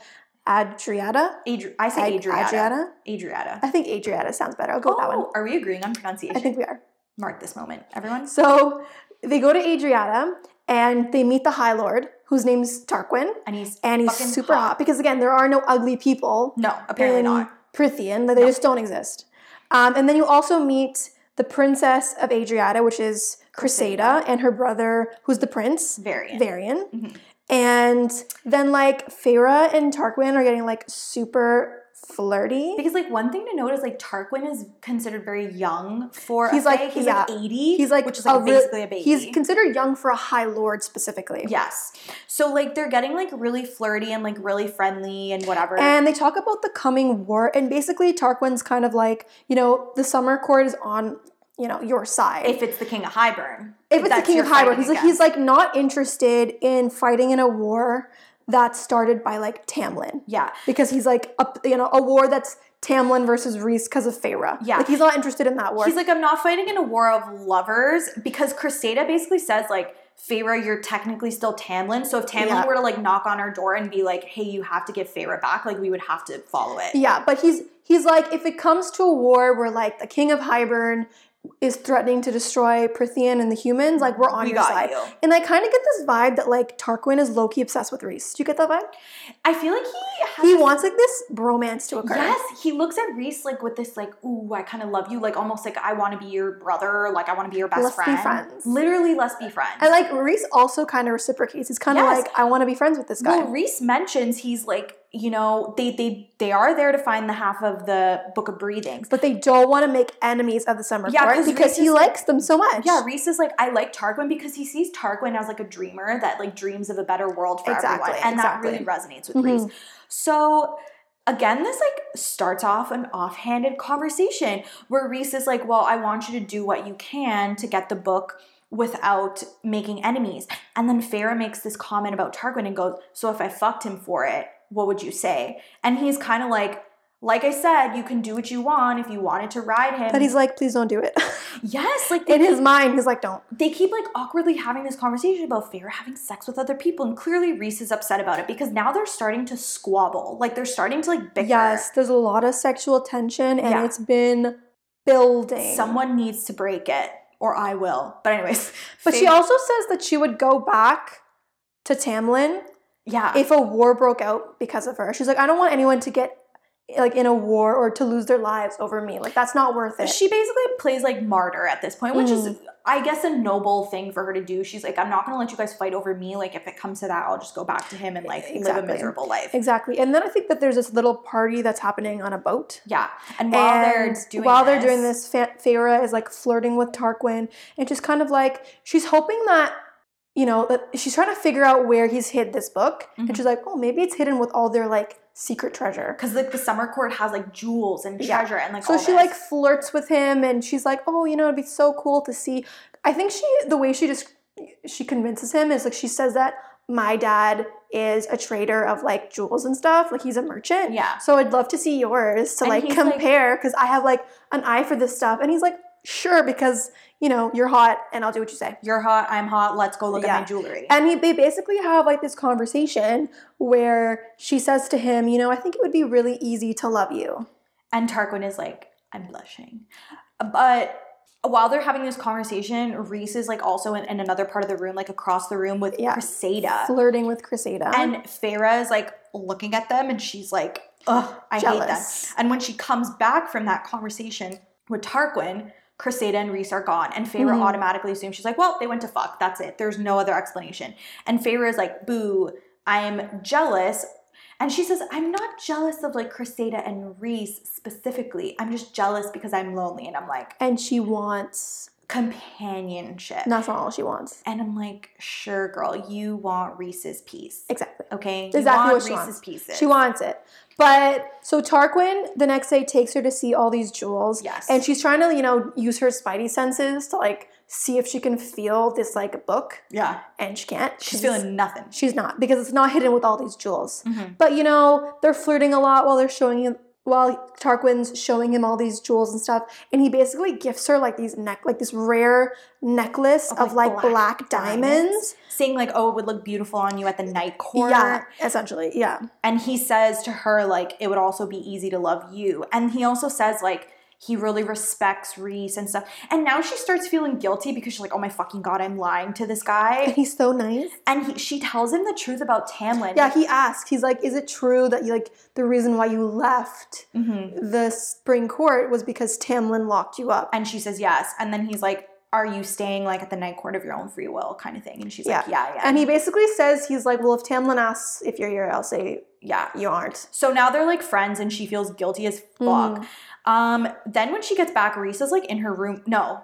Speaker 1: Adriata.
Speaker 2: Adri- I say
Speaker 1: Ad-
Speaker 2: Adriana.
Speaker 1: Adriata?
Speaker 2: Adriata.
Speaker 1: I think Adriata sounds better. I'll go with that one.
Speaker 2: Are we agreeing on pronunciation?
Speaker 1: I think we are.
Speaker 2: Mark this moment, everyone.
Speaker 1: So they go to Adriata and they meet the High Lord, whose name's Tarquin,
Speaker 2: And he's
Speaker 1: and he's
Speaker 2: Fucking
Speaker 1: super
Speaker 2: hot.
Speaker 1: hot. because again, there are no ugly people
Speaker 2: no, apparently
Speaker 1: in
Speaker 2: not.
Speaker 1: Prithian, that they
Speaker 2: No.
Speaker 1: just don't exist. Um, and then you also meet the princess of Adriata, which is Crisada, and her brother, who's the prince.
Speaker 2: Variant.
Speaker 1: Varian.
Speaker 2: Mhm.
Speaker 1: And then like Feyre and Tarquin are getting like super flirty.
Speaker 2: Because like one thing to note is like Tarquin is considered very young for
Speaker 1: He's,
Speaker 2: a
Speaker 1: like,
Speaker 2: fae. he's like eighty.
Speaker 1: He's like
Speaker 2: which is
Speaker 1: a
Speaker 2: like
Speaker 1: real-
Speaker 2: basically a baby.
Speaker 1: He's considered young for a high lord specifically.
Speaker 2: yes. So like they're getting like really flirty and like really friendly and whatever.
Speaker 1: And they talk about the coming war and basically Tarquin's kind of like, you know, the summer court is on, you know, your side.
Speaker 2: if it's the king of Highburn,
Speaker 1: If it's the
Speaker 2: that's
Speaker 1: king
Speaker 2: your
Speaker 1: of Hyrule,
Speaker 2: fighting
Speaker 1: he's like
Speaker 2: against.
Speaker 1: he's like not interested in fighting in a war that started by like Tamlin.
Speaker 2: yeah,
Speaker 1: Because he's like up you know, a war that's Tamlin versus Reese because of Feyre.
Speaker 2: Yeah.
Speaker 1: Like he's not interested in that war.
Speaker 2: He's like, I'm not fighting in a war of lovers because Cressida basically says like Feyre, you're technically still Tamlin. So if Tamlin
Speaker 1: Yeah.
Speaker 2: were to like knock on our door and be like, hey, you have to give Feyre back, like we would have to follow it.
Speaker 1: Yeah, but he's he's like if it comes to a war where like the king of Hybern is threatening to destroy Prithian and the humans, like we're on
Speaker 2: we
Speaker 1: your
Speaker 2: got
Speaker 1: side.
Speaker 2: you.
Speaker 1: And I kind of get this vibe that like Tarquin is low key obsessed with Reese. Do you get that vibe?
Speaker 2: I feel like he has
Speaker 1: He wants like this bromance to occur.
Speaker 2: Yes, he looks at Reese like with this like, ooh, I kind of love you, like almost like I want to be your brother, like I want to be your best
Speaker 1: Let's be
Speaker 2: friend.
Speaker 1: friends.
Speaker 2: Literally, let's be friends.
Speaker 1: And like Reese also kind of reciprocates. He's kind of
Speaker 2: Yes.
Speaker 1: like, I want to be friends with this guy.
Speaker 2: Well, Reese mentions he's like, you know, they they they are there to find the half of the Book of Breathings.
Speaker 1: but they don't want to make enemies of the summer
Speaker 2: Yeah,
Speaker 1: court
Speaker 2: 'cause
Speaker 1: because
Speaker 2: Reese
Speaker 1: he
Speaker 2: is like-
Speaker 1: likes them so much.
Speaker 2: Yeah, Reese is like, I like Tarquin because he sees Tarquin as like a dreamer that like dreams of a better world for
Speaker 1: Exactly,
Speaker 2: everyone, and
Speaker 1: exactly. Mm-hmm.
Speaker 2: that really resonates with Reese. So. Again, this like starts off an offhanded conversation where Reese is like, "Well, I want you to do what you can to get the book without making enemies." And then Farah makes this comment about Tarquin and goes, "So if I fucked him for it, what would you say?" And he's kind of like, "Like I said, you can do what you want if you wanted to ride him."
Speaker 1: But he's like, please don't do it.
Speaker 2: yes, like
Speaker 1: In his mind, he's like, don't.
Speaker 2: they keep like awkwardly having this conversation about Feyre having sex with other people, and clearly Reese is upset about it because now they're starting to squabble. Like they're starting to like bicker.
Speaker 1: Yes, there's a lot of sexual tension and
Speaker 2: Yeah.
Speaker 1: it's been building.
Speaker 2: someone needs to break it, or I will. But anyways,
Speaker 1: But she
Speaker 2: Feyre-
Speaker 1: also says that she would go back to Tamlin
Speaker 2: yeah,
Speaker 1: if a war broke out because of her. She's like, I don't want anyone to get like in a war or to lose their lives over me. Like that's not worth it.
Speaker 2: she basically plays like martyr at this point, which
Speaker 1: Mm.
Speaker 2: is I guess a noble thing for her to do. She's like, I'm not gonna let you guys fight over me. Like if it comes to that, I'll just go back to him and like live
Speaker 1: Exactly.
Speaker 2: a miserable life.
Speaker 1: exactly. And then I think that there's this little party that's happening on a boat.
Speaker 2: Yeah, and while
Speaker 1: And
Speaker 2: they're doing
Speaker 1: while they're doing this, Fa- Feyre is like flirting with Tarquin and just kind of like she's hoping that you know that she's trying to figure out where he's hid this book,
Speaker 2: Mhm.
Speaker 1: and she's like, oh, maybe it's hidden with all their like secret treasure.
Speaker 2: because like the summer court has like jewels and
Speaker 1: Yeah.
Speaker 2: treasure and like
Speaker 1: So
Speaker 2: all
Speaker 1: she
Speaker 2: this.
Speaker 1: like flirts with him, and she's like, oh, you know, it'd be so cool to see. I think she the way she just she convinces him is like she says that my dad is a trader of like jewels and stuff, like he's a merchant.
Speaker 2: yeah.
Speaker 1: So I'd love to see yours to
Speaker 2: And
Speaker 1: like
Speaker 2: he's like-
Speaker 1: compare because I have like an eye for this stuff. And he's like, sure, because you know you're hot, and I'll do what you say.
Speaker 2: you're hot, I'm hot, let's go look
Speaker 1: Yeah.
Speaker 2: at my jewelry.
Speaker 1: And he, they basically have like this conversation where she says to him, you know, I think it would be really easy to love you.
Speaker 2: And Tarquin is like, I'm blushing. But while they're having this conversation, Reese is like also in, in another part of the room, like across the room with
Speaker 1: Yeah.
Speaker 2: Creseda.
Speaker 1: Flirting with Creseda.
Speaker 2: Uh, And Farah is like looking at them and she's like, ugh, I hate them.
Speaker 1: jealous.
Speaker 2: And when she comes back from that conversation with Tarquin, Creseda and Reese are gone. And Feyre
Speaker 1: Mhm.
Speaker 2: automatically assumes she's like, well, they went to fuck. That's it. There's no other explanation. And Feyre is like, boo, I am jealous. And she says, I'm not jealous of like Creseda and Reese specifically. I'm just jealous because I'm lonely. And I'm like,
Speaker 1: And she wants.
Speaker 2: companionship.
Speaker 1: and That's not all she wants.
Speaker 2: and I'm like, sure, girl, you want Reese's piece.
Speaker 1: Exactly.
Speaker 2: Okay. You
Speaker 1: Exactly
Speaker 2: want
Speaker 1: what she
Speaker 2: Reese's
Speaker 1: wants.
Speaker 2: pieces.
Speaker 1: She wants it. But so Tarquin the next day takes her to see all these jewels.
Speaker 2: Yes.
Speaker 1: And she's trying to, you know, use her spidey senses to like see if she can feel this like book.
Speaker 2: Yeah.
Speaker 1: And she can't.
Speaker 2: She's feeling nothing.
Speaker 1: She's not because it's not hidden with all these jewels.
Speaker 2: Mhm.
Speaker 1: But you know, they're flirting a lot while they're showing him while Tarquin's showing him all these jewels and stuff, and he basically gifts her like these neck like this rare necklace
Speaker 2: Of,
Speaker 1: of like
Speaker 2: like,
Speaker 1: black,
Speaker 2: black
Speaker 1: diamonds.
Speaker 2: Saying like, oh, it would look beautiful on you at the night court.
Speaker 1: Yeah, essentially. Yeah.
Speaker 2: And he says to her, like, it would also be easy to love you. And he also says, like, he really respects Reese and stuff. And now she starts feeling guilty because she's like, oh my fucking God, I'm lying to this
Speaker 1: And
Speaker 2: guy.
Speaker 1: he's so nice.
Speaker 2: And he, she tells him the truth about Tamlin.
Speaker 1: Yeah, he asked. He's like, "Is it true that you like the reason why you left
Speaker 2: Mhm.
Speaker 1: the spring court was because Tamlin locked you up?"
Speaker 2: And she says, yes. And then he's like, are you staying like at the night court of your own free will kind of thing? And she's like, yeah, yeah.
Speaker 1: And he basically says he's like, "Well, if Tamlin asks if you're here, I'll say
Speaker 2: yeah.
Speaker 1: you aren't."
Speaker 2: So now they're like friends and she feels guilty as fuck.
Speaker 1: Mhm.
Speaker 2: Um, then when she gets back, Reese is like in her room. No.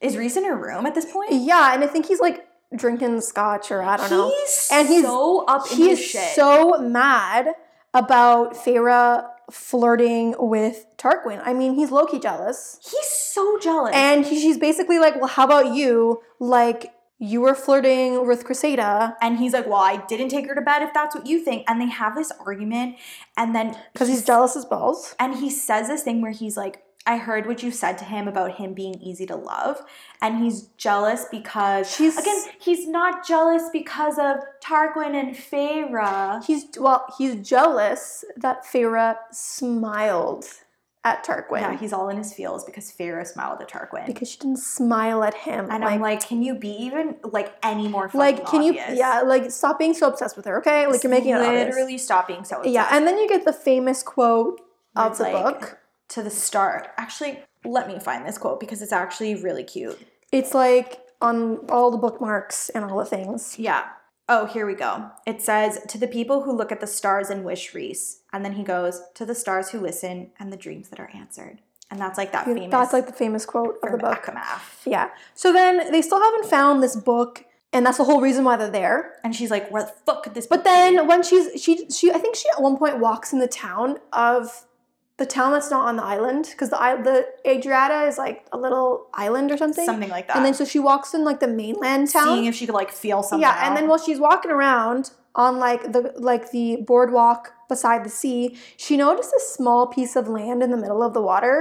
Speaker 2: Is Reese in her room at this point?
Speaker 1: Yeah, and I think he's like drinking scotch or I don't know.
Speaker 2: He's
Speaker 1: And he's-
Speaker 2: so up in
Speaker 1: He
Speaker 2: his
Speaker 1: is
Speaker 2: shit.
Speaker 1: so mad about Feyre flirting with Tarquin. I mean, he's low-key jealous.
Speaker 2: he's so jealous.
Speaker 1: And he, she's basically like, "Well, how about you? Like, you were flirting with Creseda."
Speaker 2: and he's like, Well, I didn't take her to bed if that's what you think. And they have this argument, and then
Speaker 1: Because he's jealous as balls.
Speaker 2: and he says this thing where he's like, I heard what you said to him about him being easy to love, and he's jealous because
Speaker 1: She's
Speaker 2: again, he's not jealous because of Tarquin and Feyre.
Speaker 1: He's well, he's jealous that Feyre smiled at Tarquin
Speaker 2: Yeah, he's all in his feels because Feyre smiled at Tarquin.
Speaker 1: because she didn't smile at him.
Speaker 2: and I'm like, can you be even like any more fucking
Speaker 1: like, can you?
Speaker 2: obvious?
Speaker 1: Yeah, like stop being so obsessed with her. Okay, like you're making it obvious.
Speaker 2: literally stopping so
Speaker 1: Yeah, and then you get the famous quote of
Speaker 2: It's
Speaker 1: the
Speaker 2: like-
Speaker 1: book.
Speaker 2: to the start. Actually, let me find this quote because it's actually really cute.
Speaker 1: It's like on all the bookmarks and all the things.
Speaker 2: Yeah. Oh, here we go. It says, To the people who look at the stars and wish Reese. And then he goes, To the stars who listen and the dreams that are answered. And that's like that
Speaker 1: You-
Speaker 2: famous
Speaker 1: That's like the famous quote of the
Speaker 2: from
Speaker 1: book.
Speaker 2: Akamath.
Speaker 1: Yeah. So then they still haven't found this book, and that's the whole reason why they're there.
Speaker 2: And she's like, Where the fuck could this
Speaker 1: But
Speaker 2: be?"
Speaker 1: then when she's she she I think she at one point walks in the town of the town that's not on the island because the i- the Adriata is like a little island or something.
Speaker 2: something like that.
Speaker 1: And then so she walks in like the mainland town.
Speaker 2: uh, seeing if she could like feel something.
Speaker 1: yeah, and
Speaker 2: out.
Speaker 1: then while she's walking around on like the like the boardwalk beside the sea, she noticed a small piece of land in the middle of the water,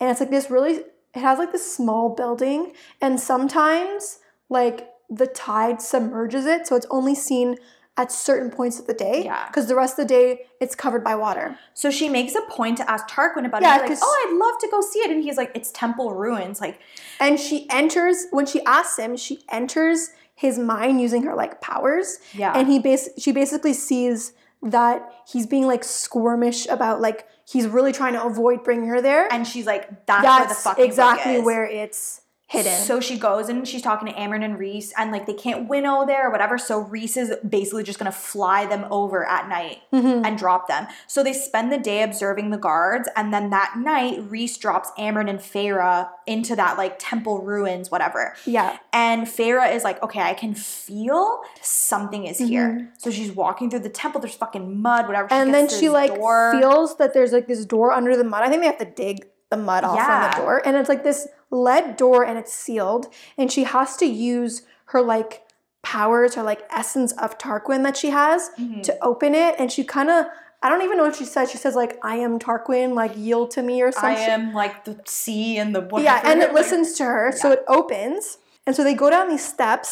Speaker 1: and it's like this really it has like this small building, and sometimes like the tide submerges it, so it's only seen at certain points of the day.
Speaker 2: Yeah.
Speaker 1: Because the rest of the day it's covered by water.
Speaker 2: So she makes a point to ask Tarquin about
Speaker 1: Yeah,
Speaker 2: it. She's
Speaker 1: 'cause-
Speaker 2: like, oh, I'd love to go see it. And he's like, it's temple ruins. Like,
Speaker 1: And she enters when she asks him, she enters his mind using her like powers.
Speaker 2: yeah.
Speaker 1: and he bas- she basically sees that he's being like squirmish about like he's really trying to avoid bringing her there
Speaker 2: And she's like, that's, where the
Speaker 1: that's
Speaker 2: fucking book
Speaker 1: exactly
Speaker 2: is."
Speaker 1: where it's hidden
Speaker 2: So she goes and she's talking to Amron and Reese, and like they can't winnow there or whatever. So Reese is basically just gonna fly them over at night
Speaker 1: Mhm.
Speaker 2: and drop them. So they spend the day observing the guards, and then that night Reese drops Amron and Feyre into that like temple ruins, whatever.
Speaker 1: yeah
Speaker 2: And Feyre is like, okay, I can feel something is here.
Speaker 1: Mhm.
Speaker 2: So she's walking through the temple. There's fucking mud, whatever.
Speaker 1: and
Speaker 2: gets
Speaker 1: then
Speaker 2: to
Speaker 1: she
Speaker 2: this
Speaker 1: like
Speaker 2: door.
Speaker 1: feels that there's like this door under the mud i think they have to dig the mud off from
Speaker 2: Yeah.
Speaker 1: the door and it's like this lead door and it's sealed and she has to use her like powers her like essence of tarquin that she has
Speaker 2: Mhm.
Speaker 1: to open it and she kind of i don't even know what she says she says like i am tarquin like yield to me or
Speaker 2: I
Speaker 1: something
Speaker 2: am like the sea and the whatever.
Speaker 1: Yeah, and it
Speaker 2: Like,
Speaker 1: listens to her, so it opens, and so they go down these steps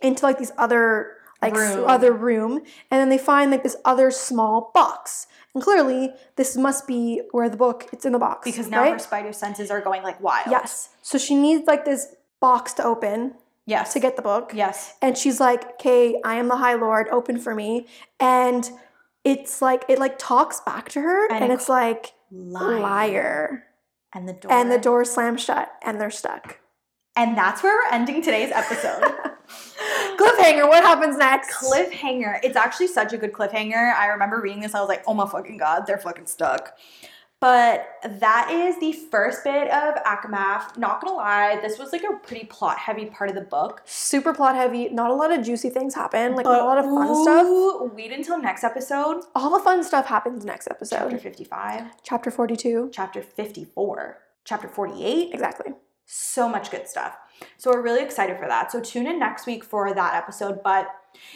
Speaker 1: into like these other like s-
Speaker 2: Room.
Speaker 1: other room, and then they find like this other small box, and clearly this must be where the book it's in the box
Speaker 2: because now
Speaker 1: right?
Speaker 2: her spider senses are going like wild.
Speaker 1: yes, so she needs like this box to open
Speaker 2: Yes.
Speaker 1: to get the book,
Speaker 2: Yes.
Speaker 1: and she's like, "Okay, I am the High Lord, open for me," and it's like it like talks back to her,
Speaker 2: And
Speaker 1: and,
Speaker 2: it
Speaker 1: it's like
Speaker 2: Liar.
Speaker 1: liar.
Speaker 2: And the door.
Speaker 1: and the door slams shut, and they're stuck.
Speaker 2: And that's where we're ending today's episode.
Speaker 1: Cliffhanger, what happens next?
Speaker 2: cliffhanger. It's actually such a good cliffhanger. I remember reading this. I was like, oh my fucking god, they're fucking stuck. But that is the first bit of Akamath. Not gonna lie, this was like a pretty plot heavy part of the book.
Speaker 1: super plot heavy. Not a lot of juicy things happen. Like not
Speaker 2: But
Speaker 1: a lot of fun stuff.
Speaker 2: ooh, Wait until next episode,
Speaker 1: All the fun stuff happens next
Speaker 2: chapter
Speaker 1: episode.
Speaker 2: 55,
Speaker 1: Chapter 42.
Speaker 2: chapter 54, chapter 48,
Speaker 1: Exactly.
Speaker 2: So much good stuff. So we're really excited for that. So tune in next week for that episode. But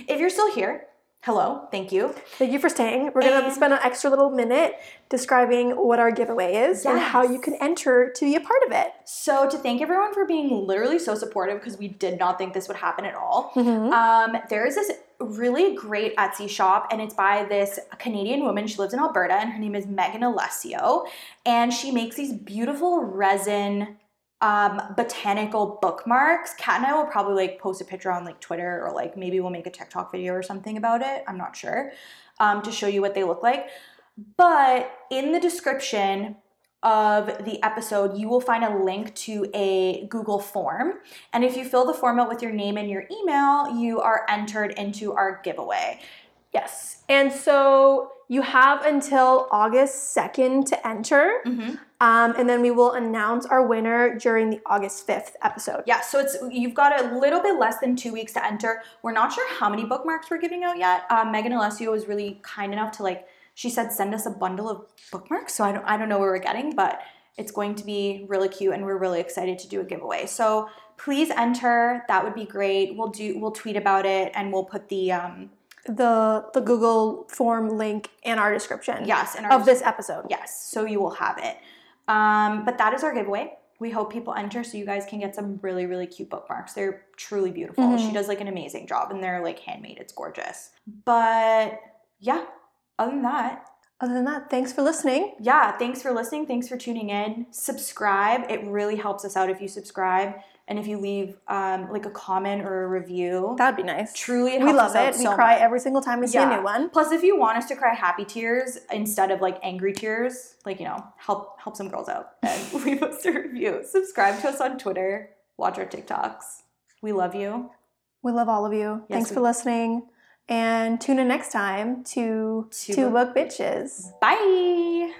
Speaker 2: if you're still here, hello, thank you.
Speaker 1: Thank you for staying. We're gonna
Speaker 2: And-
Speaker 1: spend an extra little minute describing what our giveaway is and how you
Speaker 2: Yes.
Speaker 1: can enter to be a part of it.
Speaker 2: So to thank everyone for being literally so supportive because we did not think this would happen at all.
Speaker 1: Mhm.
Speaker 2: Um, there is this really great Etsy shop, and it's by this Canadian woman. She lives in Alberta, and her name is Megan Alessio, and she makes these beautiful resin um botanical bookmarks kat and i will probably like post a picture on like twitter or like maybe we'll make a tiktok video or something about it i'm not sure um to show you what they look like but in the description of the episode you will find a link to a google form and if you fill the form out with your name and your email, you are entered into our giveaway.
Speaker 1: Yes. And so you have until August 2nd to enter. Um, and then we will announce our winner during the August 5th episode.
Speaker 2: Yeah, so it's you've got a little bit less than two weeks to enter. We're not sure how many bookmarks we're giving out yet. Um, Megan Alessio was really kind enough to like she said send us a bundle of bookmarks. So I don't I don't know where we're getting, but it's going to be really cute and we're really excited to do a giveaway. So please enter. That would be great. We'll do we'll tweet about it and we'll put the um
Speaker 1: The the Google form link in our description
Speaker 2: yes in our
Speaker 1: of this episode.
Speaker 2: Yes, so you will have it. Um, but that is our giveaway. We hope people enter so you guys can get some really, really cute bookmarks. They're truly beautiful.
Speaker 1: Mhm.
Speaker 2: She does like an amazing job and they're like handmade. It's gorgeous. But yeah, other than that,
Speaker 1: Other than that, thanks for listening.
Speaker 2: yeah, thanks for listening. Thanks for tuning in. Subscribe. It really helps us out if you subscribe and if you leave um, like a comment or a review.
Speaker 1: That'd be nice.
Speaker 2: truly helps
Speaker 1: We love
Speaker 2: us out
Speaker 1: it. We
Speaker 2: so
Speaker 1: cry
Speaker 2: much.
Speaker 1: every single time we see a
Speaker 2: Yeah.
Speaker 1: new one.
Speaker 2: Plus, if you want us to cry happy tears instead of like angry tears, like you know, help help some girls out and leave us a review. Subscribe to us on Twitter. Watch our TikToks. We love you.
Speaker 1: We love all of you.
Speaker 2: Yes,
Speaker 1: Thanks
Speaker 2: we
Speaker 1: for
Speaker 2: do.
Speaker 1: listening. And tune in next time to
Speaker 2: Two
Speaker 1: Two
Speaker 2: Book
Speaker 1: Book Bitches.
Speaker 2: Bye.